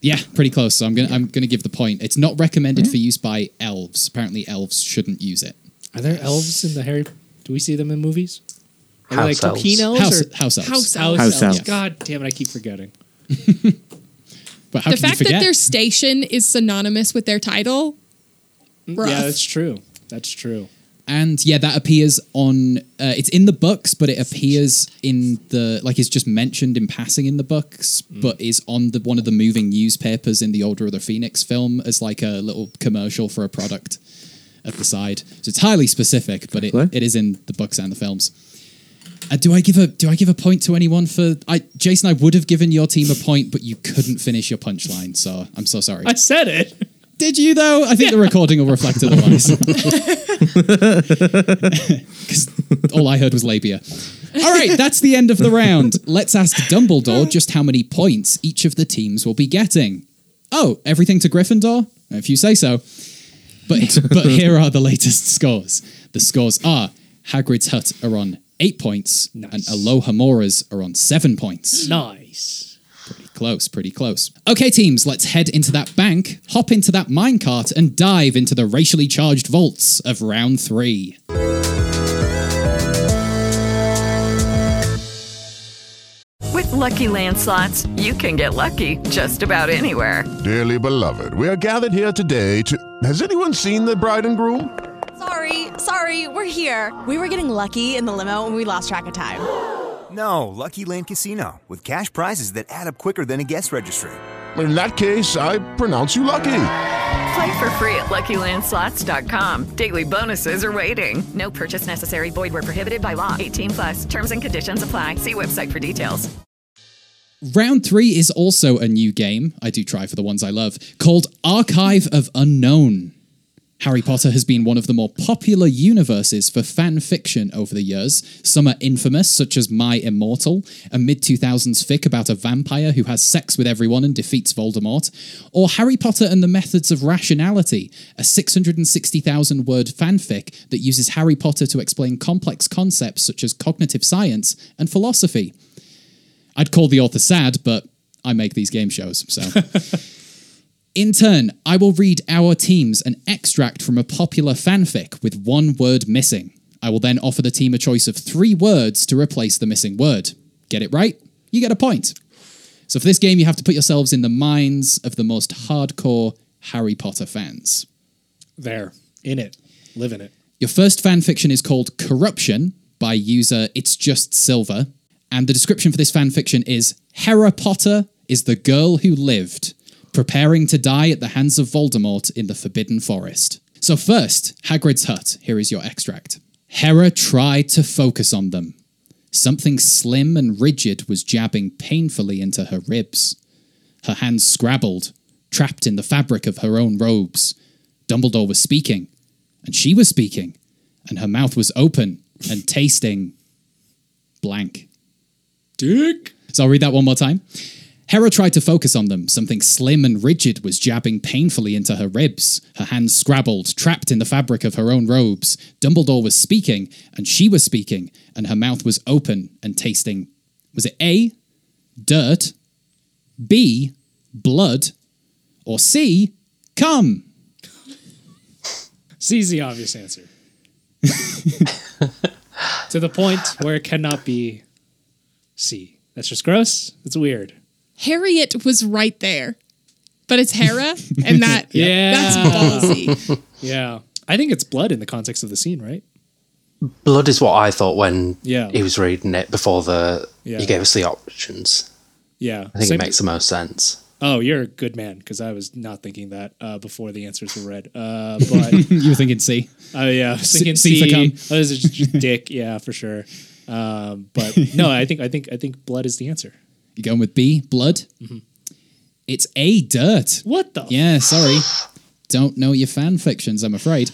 S2: yeah, pretty close. So I'm gonna I'm gonna give the point. It's not recommended for
S3: Mm-hmm.
S2: use by elves. Apparently, elves shouldn't use it.
S3: Are there elves in the Harry? Do we see them in movies? Are they
S2: House
S3: like cocaine
S2: elves.
S3: elves?
S2: House-
S3: or-
S2: house elves.
S3: House
S2: House
S3: elves.
S2: elves. House elves.
S3: God damn it! I keep forgetting.
S2: But
S6: the fact that their station is synonymous with their title, rough.
S3: Yeah, that's true. That's true.
S2: And yeah, that appears on. Uh, it's in the books, but it appears in the like it's just mentioned in passing in the books, but is on the one of the moving newspapers in the Order of the Phoenix film as like a little commercial for a product at the side. So it's highly specific, but it, it is in the books and the films. Uh, do I give a do I give a point to anyone for I Jason? I would have given your team a point, but you couldn't finish your punchline, so I'm so sorry.
S3: I said it.
S2: Did you though? I think the recording will reflect otherwise. Because all I heard was labia. All right, that's the end of the round. Let's ask Dumbledore just how many points each of the teams will be getting. Oh, everything to Gryffindor, if you say so. But but here are the latest scores. The scores are Hagrid's Hut are on eight points, and Alohamora's are on seven points.
S3: Nice.
S2: Pretty close, pretty close. Okay, teams, let's head into that bank, hop into that minecart, and dive into the racially charged vaults of round three.
S1: With Lucky Land slots, you can get lucky just about anywhere.
S11: Dearly beloved, we are gathered here today to. Has anyone seen the bride and groom?
S12: Sorry, sorry, we're here. We were getting lucky in the limo and we lost track of time.
S13: No, Lucky Land Casino, with cash prizes that add up quicker than a guest registry.
S11: In that case, I pronounce you lucky.
S1: Play for free at LuckyLandSlots.com. Daily bonuses are waiting. No purchase necessary. Void where prohibited by law. 18 plus. Terms and conditions apply. See website for details.
S2: Round three is also a new game, I do try for the ones I love, called Archive of Unknown. Harry Potter has been one of the more popular universes for fan fiction over the years. Some are infamous, such as My Immortal, a mid 2000s fic about a vampire who has sex with everyone and defeats Voldemort, or Harry Potter and the Methods of Rationality, a 660,000 word fanfic that uses Harry Potter to explain complex concepts such as cognitive science and philosophy. I'd call the author sad, but I make these game shows, so. In turn, I will read our teams an extract from a popular fanfic with one word missing. I will then offer the team a choice of three words to replace the missing word. Get it right? You get a point. So for this game, you have to put yourselves in the minds of the most hardcore Harry Potter fans.
S3: There, in it, live in it.
S2: Your first fanfiction is called Corruption by user It's Just Silver. And the description for this fanfiction is Hera Potter is the girl who lived, preparing to die at the hands of Voldemort in the Forbidden Forest. So, first, Hagrid's hut. Here is your extract. Hera tried to focus on them. Something slim and rigid was jabbing painfully into her ribs. Her hands scrabbled, trapped in the fabric of her own robes. Dumbledore was speaking and she was speaking, and her mouth was open and tasting blank. Dick. So I'll read that one more time. Hera tried to focus on them. Something slim and rigid was jabbing painfully into her ribs. Her hands scrabbled, trapped in the fabric of her own robes. Dumbledore was speaking, and she was speaking, and her mouth was open and tasting. Was it A, dirt, B, blood, or C, cum?
S3: C's the obvious answer. to the point where it cannot be C. That's just gross. It's weird.
S6: Harriet was right there, but it's Hera, and that
S3: yeah,
S6: that's ballsy.
S3: yeah, I think it's blood in the context of the scene, right?
S7: Blood is what I thought when
S3: Yeah.
S7: he was reading it before the
S3: Yeah.
S7: he gave us the options.
S3: Yeah,
S7: I think
S3: Same-
S7: it makes the most sense.
S3: Oh, you're a good man because I was not thinking that uh, before the answers were read. Uh, but
S2: you were thinking C.
S3: Oh yeah, I was
S2: C-
S3: thinking
S2: C
S3: C.
S2: for
S3: C
S2: cum.
S3: I was just, just dick. Yeah, for sure. Um, but no, I think I think I think blood is the answer.
S2: You going with B, blood? It's A, dirt.
S3: What the?
S2: Yeah, sorry. don't know your fan fictions, I'm afraid.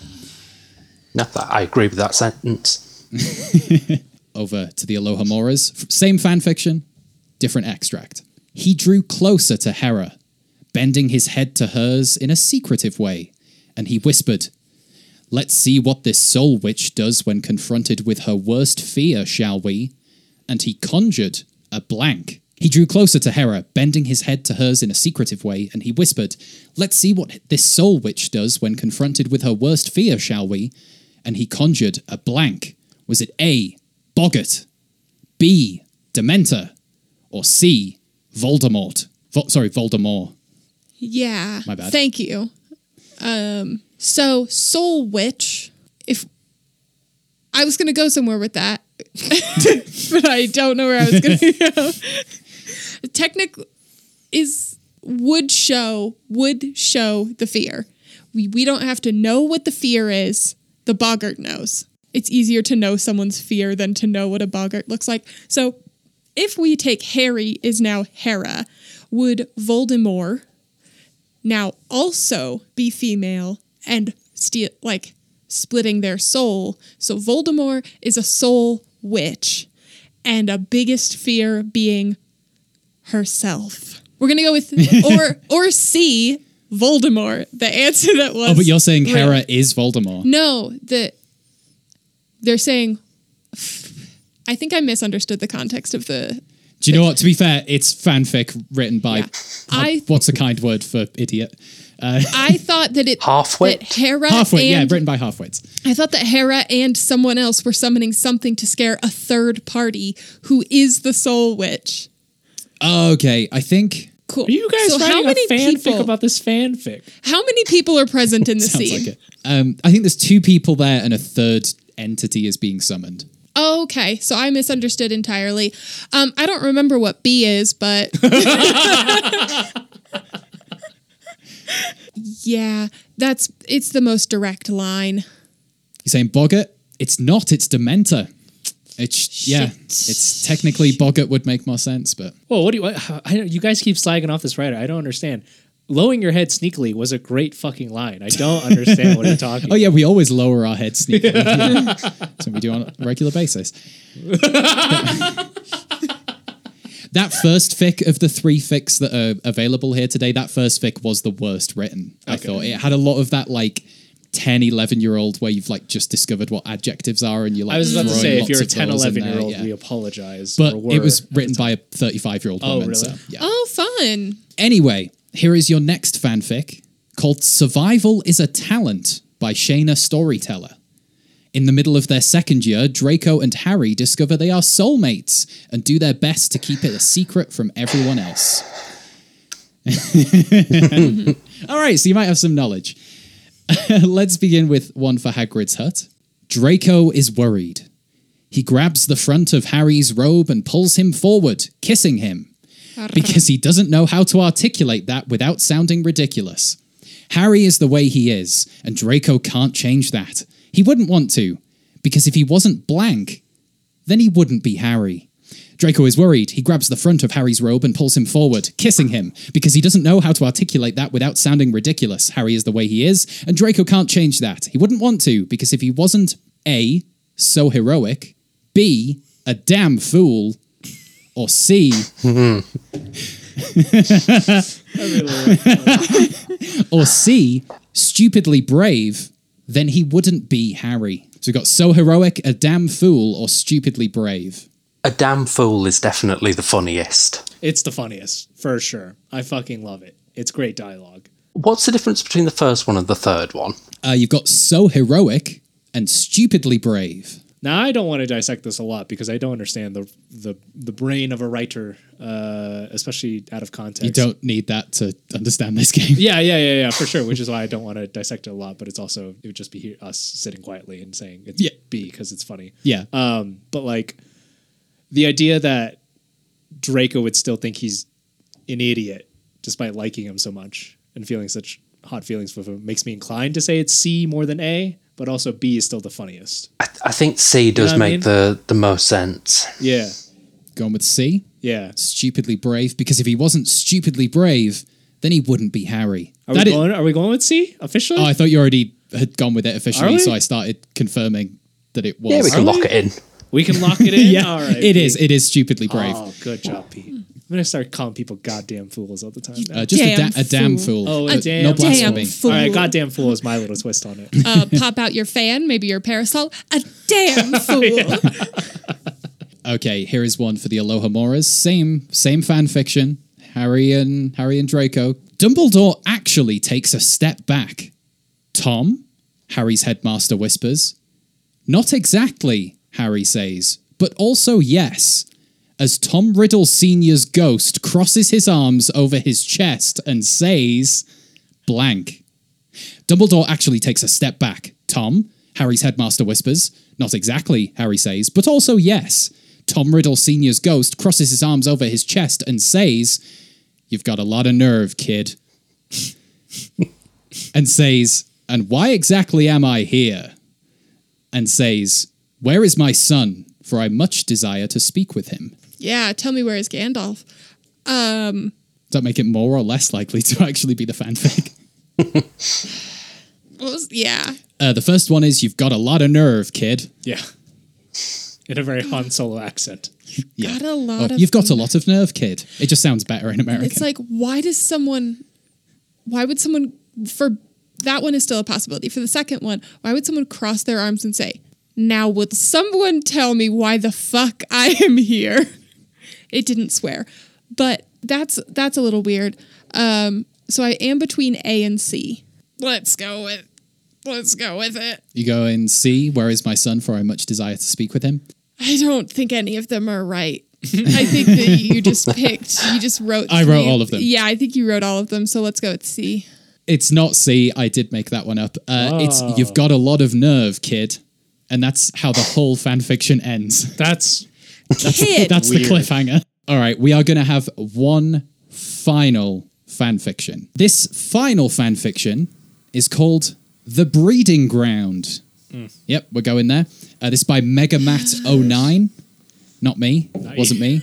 S7: Not that I agree with that sentence.
S2: Over to the Aloha Moras. F- Same fan fiction, different extract. He drew closer to Hera, bending his head to hers in a secretive way, and he whispered, Let's see what this soul witch does when confronted with her worst fear, shall we? And he conjured a blank. He drew closer to Hera, bending his head to hers in a secretive way, and he whispered, Let's see what this soul witch does when confronted with her worst fear, shall we? And he conjured a blank. Was it A. Boggart, B. Dementor, or C. Voldemort? Vo- sorry, Voldemort.
S6: Yeah.
S2: My bad.
S6: Thank you. Um, so Soul Witch, if I was gonna go somewhere with that, but I don't know where I was gonna go. Technic is would show would show the fear. We we don't have to know what the fear is. The boggart knows. It's easier to know someone's fear than to know what a boggart looks like. So if we take Harry is now Hera, would Voldemort now also be female and steal like splitting their soul. So Voldemort is a soul witch, and a biggest fear being herself. We're gonna go with or or C Voldemort. The answer that was.
S2: Oh, but you're saying
S6: real.
S2: Hera is Voldemort.
S6: No, the they're saying. I think I misunderstood the context of the.
S2: Do you know what? To be fair, it's fanfic written by.
S6: I-
S2: what's a kind word for idiot? Uh,
S6: I thought that it
S2: Halfwit?
S6: that Hera
S2: halfwit, yeah,
S6: Uh, and
S2: written by halfwits.
S6: I thought that Hera and someone else were summoning something to scare a third party who is the Soul Witch.
S2: Okay, I think.
S6: Cool.
S3: Are you guys
S6: So
S3: writing
S6: how many
S3: a fanfic
S6: people-
S3: about this fanfic?
S6: How many people are present in the
S2: Sounds
S6: scene?
S2: like it. Um, I think there's two people there, and a third entity is being summoned.
S6: Okay, so I misunderstood entirely. Um, I don't remember what B is, but yeah, that's it's the most direct line.
S2: You're saying Boggart? It's not. It's Dementor. It's yeah. It's technically Boggart would make more sense, but
S3: Well, what do you? I, I, you guys keep slagging off this writer. I don't understand. Lowering your head sneakily was a great fucking line. I don't understand what you're talking.
S2: Oh yeah, we always lower our heads sneakily. Yeah. That's what we do on a regular basis. that first fic of the three fics that are available here today, that first fic was the worst written. I
S3: Okay.
S2: thought it had a lot of that like 10, 11 year old where you've like just discovered what adjectives are and you're like
S3: I was about to
S2: throwing
S3: say, if
S2: lots
S3: you're a
S2: of
S3: 10,
S2: those in
S3: 11
S2: there,
S3: year old,
S2: yeah.
S3: we apologize.
S2: But
S3: or were.
S2: it was written by a 35 year old
S3: Oh,
S2: woman.
S3: really?
S2: So, yeah.
S6: Oh, fun!
S2: Anyway, here is your next fanfic called Survival is a Talent by Shayna Storyteller. In the middle of their second year, Draco and Harry discover they are soulmates and do their best to keep it a secret from everyone else. All right, so you might have some knowledge. Let's begin with one for Hagrid's hut. Draco is worried. He grabs the front of Harry's robe and pulls him forward, kissing him because he doesn't know how to articulate that without sounding ridiculous. Harry is the way he is, and Draco can't change that. He wouldn't want to, because if he wasn't blank, then he wouldn't be Harry. Draco is worried. He grabs the front of Harry's robe and pulls him forward, kissing him, because he doesn't know how to articulate that without sounding ridiculous. Harry is the way he is, and Draco can't change that. He wouldn't want to, because if he wasn't A, so heroic, B, a damn fool, or C, or C, stupidly brave, then he wouldn't be Harry. So we've got so heroic, a damn fool, or stupidly brave.
S7: A damn fool is definitely the funniest.
S3: It's the funniest for sure. I fucking love it. It's great dialogue.
S7: What's the difference between the first one and the third one?
S2: Uh, you've got so heroic and stupidly brave.
S3: Now I don't want to dissect this a lot because I don't understand the the, the brain of a writer, uh, especially out of context.
S2: You don't need that to understand this game.
S3: Yeah, yeah, yeah, yeah, for sure. Which is why I don't want to dissect it a lot, but it's also it would just be he- us sitting quietly and saying it's
S2: Yeah.
S3: B because it's funny.
S2: Yeah.
S3: Um, but like the idea that Draco would still think he's an idiot despite liking him so much and feeling such hot feelings for him makes me inclined to say it's C more than A, but also B is still the funniest.
S7: I think C does
S3: know what I
S7: make
S3: mean?
S7: the, the most sense.
S3: Yeah.
S2: Going with C?
S3: Yeah.
S2: Stupidly brave, because if he wasn't stupidly brave, then he wouldn't be Harry.
S3: Are we, going, are we going with C officially?
S2: Oh, I thought you already had gone with it
S3: Are we?
S2: officially, so I started confirming that it was.
S3: Yeah, we can Are lock we? it
S7: in.
S3: We can lock it in?
S2: yeah,
S3: All right,
S2: it is.
S3: Pete.
S2: It is stupidly brave.
S3: Oh, good job, Pete. I'm gonna start calling people goddamn fools all the time. now.
S2: Uh, just a Damn da- a damn fool. fool.
S3: Oh,
S2: A
S3: a damn,
S2: no blasphemy. Damn
S3: All right,
S2: fool.
S3: goddamn fool is my little twist on it.
S6: Uh, pop out your fan, maybe your parasol. A damn fool.
S2: Okay, here is one for the Aloha Moras. Same, same fan fiction. Harry and Harry and Draco. Dumbledore actually takes a step back. Tom, Harry's headmaster whispers. Not exactly, Harry says, but also yes. As Tom Riddle Sr.'s ghost crosses his arms over his chest and says, blank. Dumbledore actually takes a step back. Tom, Harry's headmaster whispers. Not exactly, Harry says, but also yes. Tom Riddle Sr.'s ghost crosses his arms over his chest and says, You've got a lot of nerve, kid. and says, And why exactly am I here? And says, Where is my son? For I much desire to speak with him.
S6: yeah, tell me where is Gandalf? Um,
S2: Does that make it more or less likely to actually be the fanfic?
S6: what was, yeah.
S2: Uh, the first one is, You've got a lot of nerve, kid.
S3: Yeah. In a very Han Solo accent.
S2: Yeah.
S6: Got a lot of
S2: Oh, you've got a lot of nerve, kid. It just sounds better in American.
S6: It's like, why does someone, why would someone, for that one is still a possibility. For the second one, why would someone cross their arms and say, now will someone tell me why the fuck I am here? It didn't swear, but that's, that's a little weird. Um, so I am between A and C. Let's go with, let's go with it.
S2: You go and see where is my son, for I much desire to speak with him.
S6: I don't think any of them are right. I think that you just picked, you just wrote.
S2: I wrote
S6: three-
S2: all of them.
S6: Yeah, I think you wrote all of them. So let's go with C.
S2: It's not C. I did make that one up. Uh, It's
S6: Oh.
S2: you've got a lot of nerve, kid, and that's how the whole fan fiction ends.
S3: That's
S2: that's,
S6: Kid.
S2: that's the
S6: Weird.
S2: cliffhanger. All right, we are going to have one final fan fiction. This final fan fiction is called "The Breeding Ground."
S6: Mm.
S2: Yep, we're going there. Uh, this is by Mega Matt 09. Not me. Wasn't me.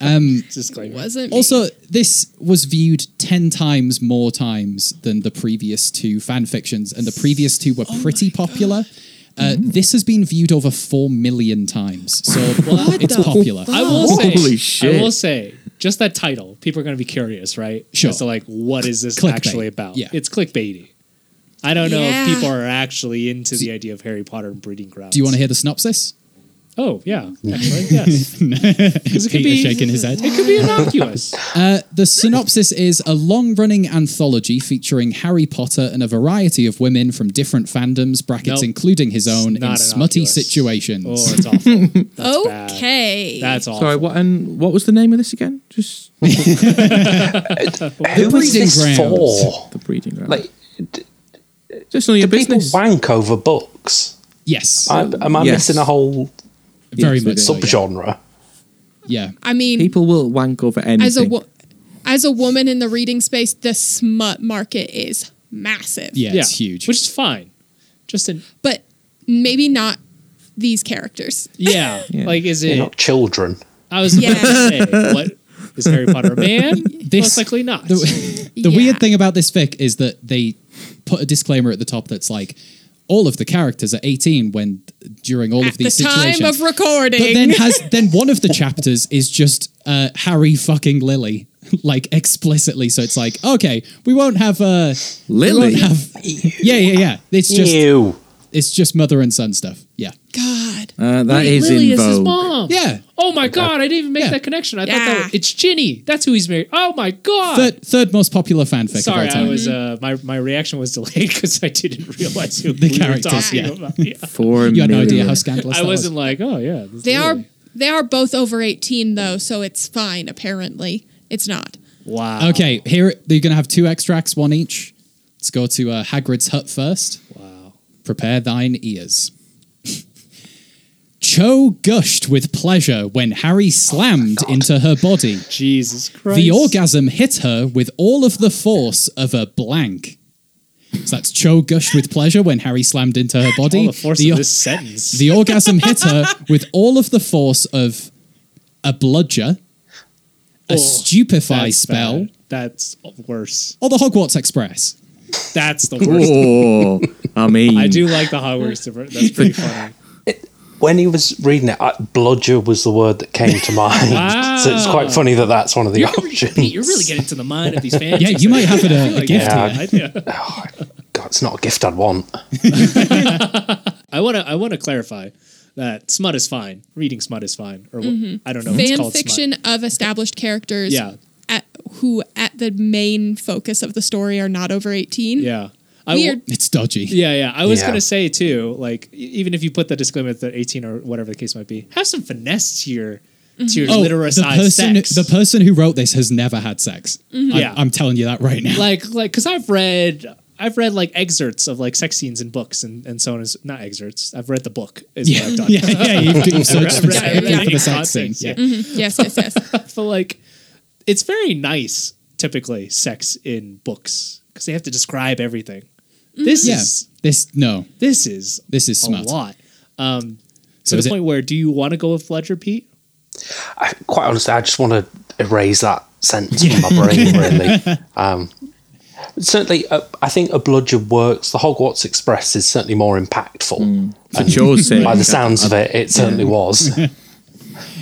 S2: um,
S3: Disclaimer.
S6: Wasn't
S2: also, this was viewed 10 times more times than the previous two fan fictions, and the previous two were pretty popular. Uh,
S3: Mm-hmm.
S2: This has been viewed over 4 million times, so it's popular.
S3: I will say, I will
S2: say,
S3: say, just that title, people are going to be curious, right?
S2: Sure.
S3: As to like, what is this
S2: Clickbait.
S3: actually about?
S2: Yeah.
S3: It's clickbaity. I don't know
S2: Yeah.
S3: if people are actually into the idea of Harry Potter and breeding grounds.
S2: Do you want to hear the synopsis?
S3: Oh yeah, actually, yes.
S2: Peter
S3: it could be-
S2: shaking his head.
S3: It could be innocuous.
S2: Uh, the synopsis is a long running anthology featuring Harry Potter and a variety of women from different fandoms, brackets
S3: Nope.
S2: including his own, in
S3: not
S2: smutty situations.
S3: Oh, it's awful.
S6: okay.
S3: That's all.
S4: Sorry, what and what was the name of this again? Just
S7: Who is this for?
S4: The breeding ground.
S7: Like,
S4: just on your
S7: do people
S4: business.
S7: wank over books?
S2: Yes.
S7: I, am I
S4: Yes.
S7: missing a whole
S2: Very much so, yeah.
S7: subgenre?
S2: Yeah.
S6: I mean,
S4: people will wank over anything.
S6: as a wo- as a woman in the reading space, the smut market is massive.
S2: huge.
S3: Which is fine. Just an
S6: but maybe not these characters.
S3: yeah. Like, is
S7: They're
S3: it?
S7: not children.
S3: I was about to
S6: Yeah.
S3: say, what is Harry Potter a man?
S2: This-
S3: Most likely not.
S2: The, the weird thing about this fic is that they put a disclaimer at the top that's like, all of the characters are 18 when during all of these
S6: the time of
S2: situations.
S6: recording.
S2: But then has then one of the chapters is just uh, Harry fucking Lily, like explicitly. So it's like, okay, we won't have uh, we
S4: Lily?
S2: won't have- yeah, yeah, yeah. It's just
S4: Ew.
S2: it's just mother and son stuff. Yeah,
S4: uh, that
S3: Wait,
S4: is
S3: Lily
S4: in
S3: is his
S4: vogue.
S3: mom.
S2: Yeah.
S3: Oh my god, I didn't even make that connection. I thought that was, it's Ginny. That's who he's married. Oh my god.
S2: third third most popular fanfic. of
S3: Sorry,
S2: all time.
S3: I was uh, my my reaction was delayed because I didn't realize who
S2: The
S3: we
S2: characters,
S3: were talking
S2: yeah.
S3: about. Yeah.
S4: Four
S2: You had no idea
S4: million.
S2: how scandalous
S3: I
S2: that was.
S3: wasn't like, oh yeah, this is
S6: They
S3: Lily.
S6: are they are both over eighteen though, so it's fine. Apparently, it's not.
S3: Wow.
S2: Okay, here you're gonna have two extracts, one each. Let's go to uh, Hagrid's hut first.
S3: Wow.
S2: Prepare thine ears. Cho gushed with pleasure when Harry slammed into her body.
S3: Jesus Oh Christ.
S2: The orgasm hit her with all of the force of a blank. So that's Cho gushed with pleasure when Harry slammed into her body.
S3: All the force
S2: The
S3: of
S2: or-
S3: this sentence.
S2: the orgasm hit her with all of the force of a bludger, a
S3: Oh,
S2: stupefy
S3: that's
S2: spell,
S3: bad. That's worse.
S2: Or the Hogwarts Express.
S3: That's the
S4: Oh,
S3: worst.
S4: I mean,
S3: I do like the Hogwarts. Express. That's pretty funny.
S7: When he was reading it, I, bludger was the word that came to mind.
S3: Wow.
S7: So it's quite funny that that's one of the
S3: You're really-
S7: options.
S3: Pete, you're really getting to the mind of these fans.
S2: Yeah, you might have it uh, a-
S3: I feel
S2: a
S3: like-
S2: gift
S7: Yeah.
S3: Yeah, I- yeah.
S7: God, it's not a gift I'd want.
S3: I want to. I want to clarify that smut is fine. Reading smut is fine. Or wh-
S6: Mhm.
S2: Mm-hmm.
S3: I don't know. if Oh, it's
S6: Fan
S3: called
S6: fiction of established characters.
S3: Yeah.
S6: At, who at the main focus of the story are not over eighteen.
S3: Yeah. I w-
S6: Weird.
S2: It's dodgy.
S3: Yeah, yeah. I was
S2: Yeah.
S3: gonna say too, like e- even if you put the disclaimer that eighteen or whatever the case might be, have some finesse to your to your literacized
S2: Mm-hmm. Oh, person,
S3: sex.
S2: The person who wrote this has never had sex.
S3: Mhm.
S2: I'm,
S3: Yeah.
S2: I'm telling you that right now.
S3: Like, like, because I've read, I've read like excerpts of like sex scenes in books and, and so on. Is not excerpts. I've read the book. Is
S2: Yeah.
S3: what I've done.
S2: Yeah, yeah, you've- you've
S3: I've
S2: searched
S3: read-
S2: for-
S3: read-
S2: everything for
S3: read
S2: the
S3: in
S2: sex scene,
S3: context,
S2: yeah.
S6: Yes, yes, yes.
S3: but like, it's very nice. Typically, sex in books because they have to describe everything. This
S2: Mm-hmm. yeah.
S3: is
S2: this no.
S3: This is
S2: this is smart.
S3: a lot. Um,
S2: So
S3: to
S2: is
S3: the
S2: it-
S3: point where, do you want to go with Fletcher, Pete?
S7: Quite honestly, I just want to erase that sentence from my brain, really. Um, certainly, uh, I think a bludger works. The Hogwarts Express is certainly more impactful.
S4: Mm. For Joe's sake.
S7: By the sounds of it, it certainly was.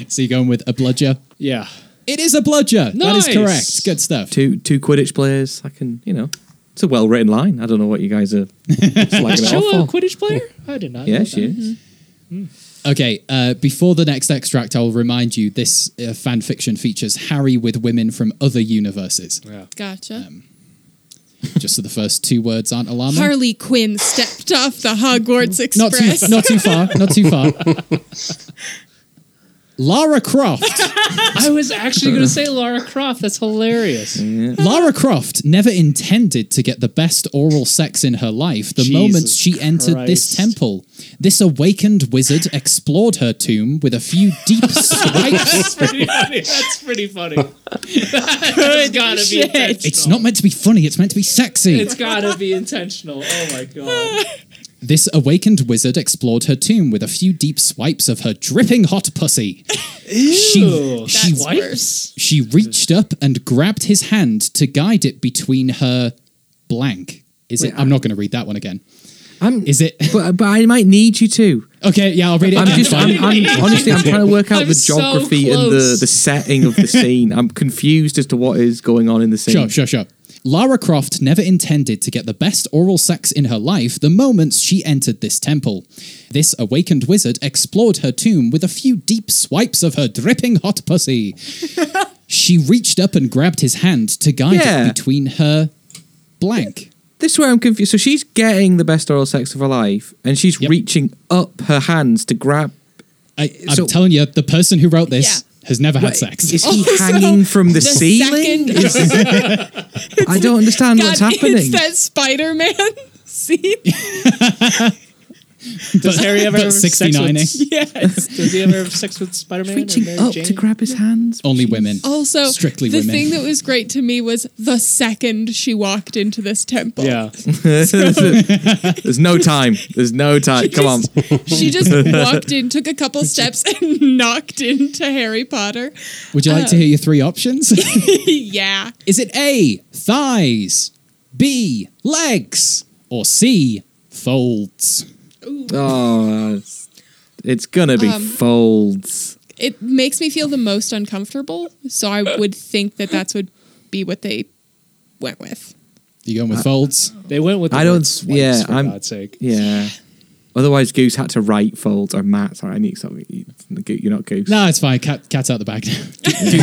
S2: so you're going with a bludger?
S3: Yeah.
S2: It is a bludger. That
S4: Nice.
S2: is correct. Good stuff.
S4: Two two Quidditch players. I can you know. It's a well written line. I don't know what you guys are
S3: Is
S4: slagging it
S3: Cho a
S4: off for.
S3: Quidditch player? I did not.
S4: Yeah,
S3: know
S4: she
S3: that.
S4: is.
S2: Okay, uh, before the next extract, I'll remind you this uh, fan fiction features Harry with women from other universes.
S6: Gotcha.
S3: Um,
S2: Just so the first two words aren't
S4: Um,
S2: alarming.
S6: Harley Quinn stepped off the Hogwarts
S2: not too,
S6: Express.
S2: not too far. Not too far. Lara Croft.
S3: I was actually going to say Lara Croft. That's hilarious.
S2: Mm. Lara Croft never intended to get the best oral sex in her life the
S3: Jesus
S2: moment she entered this
S3: Christ.
S2: temple. This awakened wizard explored her tomb with a few deep
S3: That's
S2: swipes.
S3: pretty funny. That's pretty funny. That's gotta be intentional.
S2: It's not meant to be funny, it's meant to be sexy.
S3: It's gotta be intentional. Oh my god.
S2: This awakened wizard explored her tomb with a few deep swipes of her dripping hot pussy. she, she,
S3: That's worse.
S2: she reached up and grabbed his hand to guide it between her blank. Is it?
S4: Wait,
S2: I'm not going to read that one again.
S4: I'm,
S2: Is it?
S4: But, but I might need you to.
S2: Okay, yeah, I'll read it.
S4: I'm
S2: again.
S4: just, I'm, I'm, honestly, I'm trying to work out
S2: I'm
S4: the
S2: so
S4: geography and the,
S2: close.
S4: the setting of the scene. I'm confused as to what is going on in the scene.
S2: Sure, sure, sure. Lara Croft never intended to get the best oral sex in her life the moment she entered this temple. This awakened wizard explored her tomb with a few deep swipes of her dripping hot pussy. she reached up and grabbed his hand to guide
S4: Yeah.
S2: it between her blank.
S4: This is where I'm confused. So she's getting the best oral sex of her life, and she's reaching up her hands to grab.
S2: I, I'm
S4: So-
S2: telling you, the person who wrote this has never had sex.
S4: Is he hanging from the, ceiling?
S6: second-
S4: Is- I don't understand what's
S6: God,
S4: happening.
S6: It's that Spider Man scene.
S3: Does
S2: But-
S3: Harry ever
S2: but
S3: have sex
S2: 69, eh?
S3: with? Yes. Does he ever have sex with Spider Man?
S4: reaching up to grab his hands.
S2: Only women.
S4: Oh,
S6: Also,
S2: strictly
S6: the
S2: women.
S6: thing that was great to me was the second she walked into this temple.
S3: Yeah.
S4: There's no time. There's no time. Come on.
S6: She just walked in, took a couple steps, and knocked into Harry Potter.
S2: Would you like
S4: uh,
S2: to hear your three options?
S6: yeah.
S2: Is it A, thighs, B, legs, or C, folds?
S4: Oh, it's gonna be
S6: Um,
S4: folds.
S6: It makes me feel the most uncomfortable. So I would think that that's would be what they went with.
S2: You going
S4: Uh,
S2: with folds?
S3: They went with the
S4: I don't.
S3: word swipes,
S4: Yeah,
S3: for
S4: I'm.
S3: God's sake.
S4: Yeah. Otherwise, Goose had to write folds or Matt. Sorry, I need something. You're not Goose.
S2: No, it's fine. Cat, cat's out the bag now.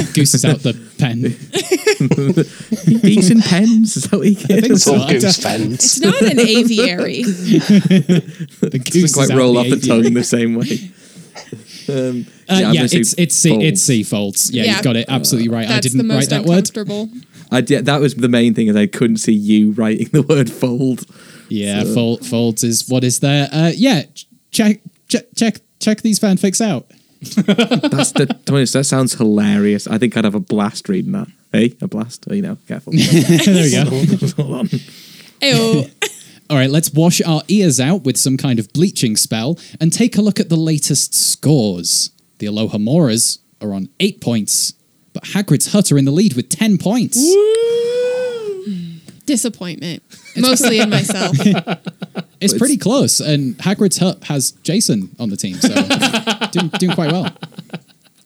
S2: Go- Goose is out the pen.
S4: Decent pens. Is that what he gets?
S2: think so. I don't-
S6: It's not an aviary.
S2: The goose
S4: Doesn't
S2: is
S4: quite
S2: out
S4: roll
S2: the
S4: off the
S2: aviary.
S4: tongue the same way. Um,
S2: Uh,
S4: I'm
S2: yeah,
S4: gonna say
S2: it's it's C, it's
S4: folds.
S2: C folds. Yeah,
S6: Yeah.
S2: you've got it absolutely right. I
S6: That's the
S2: didn't write
S6: most
S2: that word.
S6: uncomfortable.
S4: I did, that was the main thing is I couldn't see you writing the word fold.
S2: Yeah, fold, folds is what is there. Uh, yeah, ch- check check check check these fanfics out.
S4: That's the, to be honest, that sounds hilarious. I think I'd have a blast reading that. Hey, a blast. Oh, you know, careful.
S2: there we go.
S4: Hold on.
S6: Ew.
S2: All right, let's wash our ears out with some kind of bleaching spell and take a look at the latest scores. The Aloha Moras are on eight points, but Hagrid's Hut are in the lead with 10 points.
S6: Disappointment, mostly in myself.
S2: It's pretty close, and Hagrid's Hut has Jason on the team, so doing, doing quite well.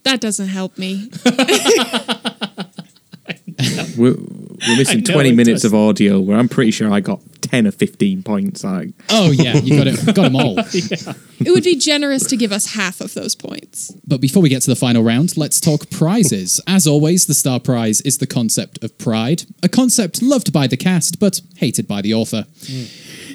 S6: That doesn't help me.
S4: We're, we're missing
S6: I know
S4: 20
S6: it
S4: minutes
S6: does.
S4: of audio where I'm pretty sure I got 10 or 15 points. Like,
S2: Oh, yeah, you got it. Got them all.
S6: It would be generous to give us half of those points.
S2: But before we get to the final round, let's talk prizes. As always, the star prize is the concept of pride, a concept loved by the cast but hated by the author.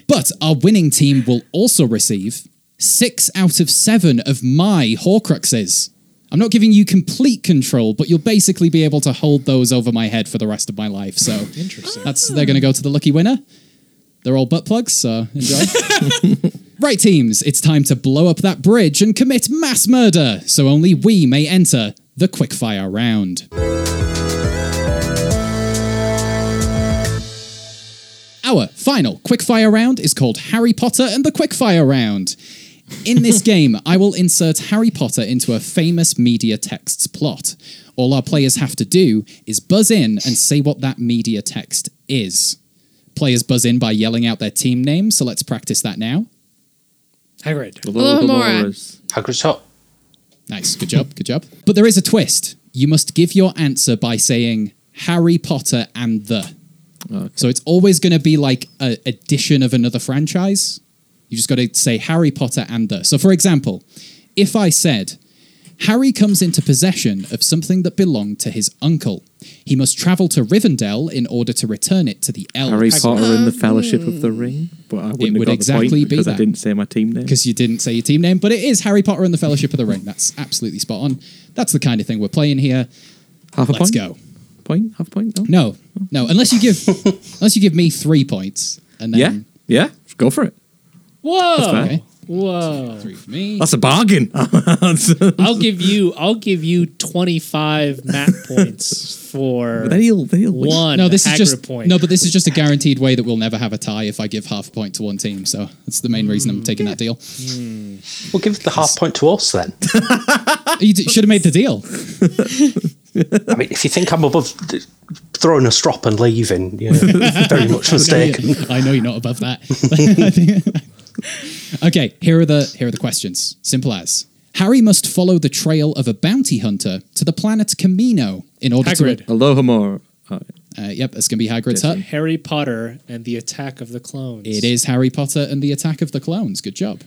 S2: But our winning team will also receive six out of seven of my Horcruxes. I'm not giving you complete control, but you'll basically be able to hold those over my head for the rest of my life. So
S3: Interesting.
S2: That's they're going to go to the lucky winner. They're all butt plugs, so enjoy. right, teams, it's time to blow up that bridge and commit mass murder, so only we may enter the quickfire round. Our final quickfire round is called Harry Potter and the Quickfire Round. In this game, I will insert Harry Potter into a famous media text's plot. All our players have to do is buzz in and say what that media text is. Players buzz in by yelling out their team name, so let's practice that now.
S3: Hagrid.
S4: "Oh,
S7: Hagrid's Hut.
S2: Nice. Good job. Good job. But there is a twist. You must give your answer by saying Harry Potter and the. So it's always going to be like an addition of another franchise. You just got to say Harry Potter and the. So, for example, if I said, Harry comes into possession of something that belonged to his uncle. He must travel to Rivendell in order to return it to the elves.
S4: Harry Potter and the Fellowship of the Ring. But I wouldn't have
S2: would
S4: got
S2: exactly
S4: the point
S2: be
S4: because I
S2: that.
S4: didn't say my team name.
S2: because you didn't say your team name, but it is Harry Potter and the Fellowship of the Ring. That's absolutely spot on. That's the kind of thing we're playing here.
S4: Half a
S2: Let's
S4: point?
S2: go.
S4: Point? Half a point? Oh.
S2: No, no. Unless you give, unless you give me three points, and then
S4: Yeah,
S6: Um,
S4: yeah. Go for it.
S3: Whoa.
S6: Oh,
S4: That's fair. Okay.
S3: Whoa.
S2: Three for me.
S4: That's a bargain. but
S3: I'll give you. I'll give you twenty five map points for
S4: then he'll, then he'll win.
S3: one.
S2: no, this
S3: Hagrid
S2: is just
S3: point.
S2: no, but this is just a guaranteed way that we'll never have a tie if I give half a point to one team. So that's the main reason I'm taking that deal.
S3: Mm.
S7: We'll give the half point to us then.
S2: you d- should have made the deal.
S7: I mean, if you think I'm above th- throwing a strop and leaving, you're very much mistaken.
S2: I know you're not above that. okay, here are the here are the questions. Simple as. Harry must follow the trail of a bounty hunter to the planet Camino in order
S3: Hagrid.
S2: to Aloha Mor. Uh, yep, that's going to be Hagrid's hut.
S3: Harry Potter and the Attack of the Clones.
S2: It is Harry Potter and the Attack of the Clones. Good job.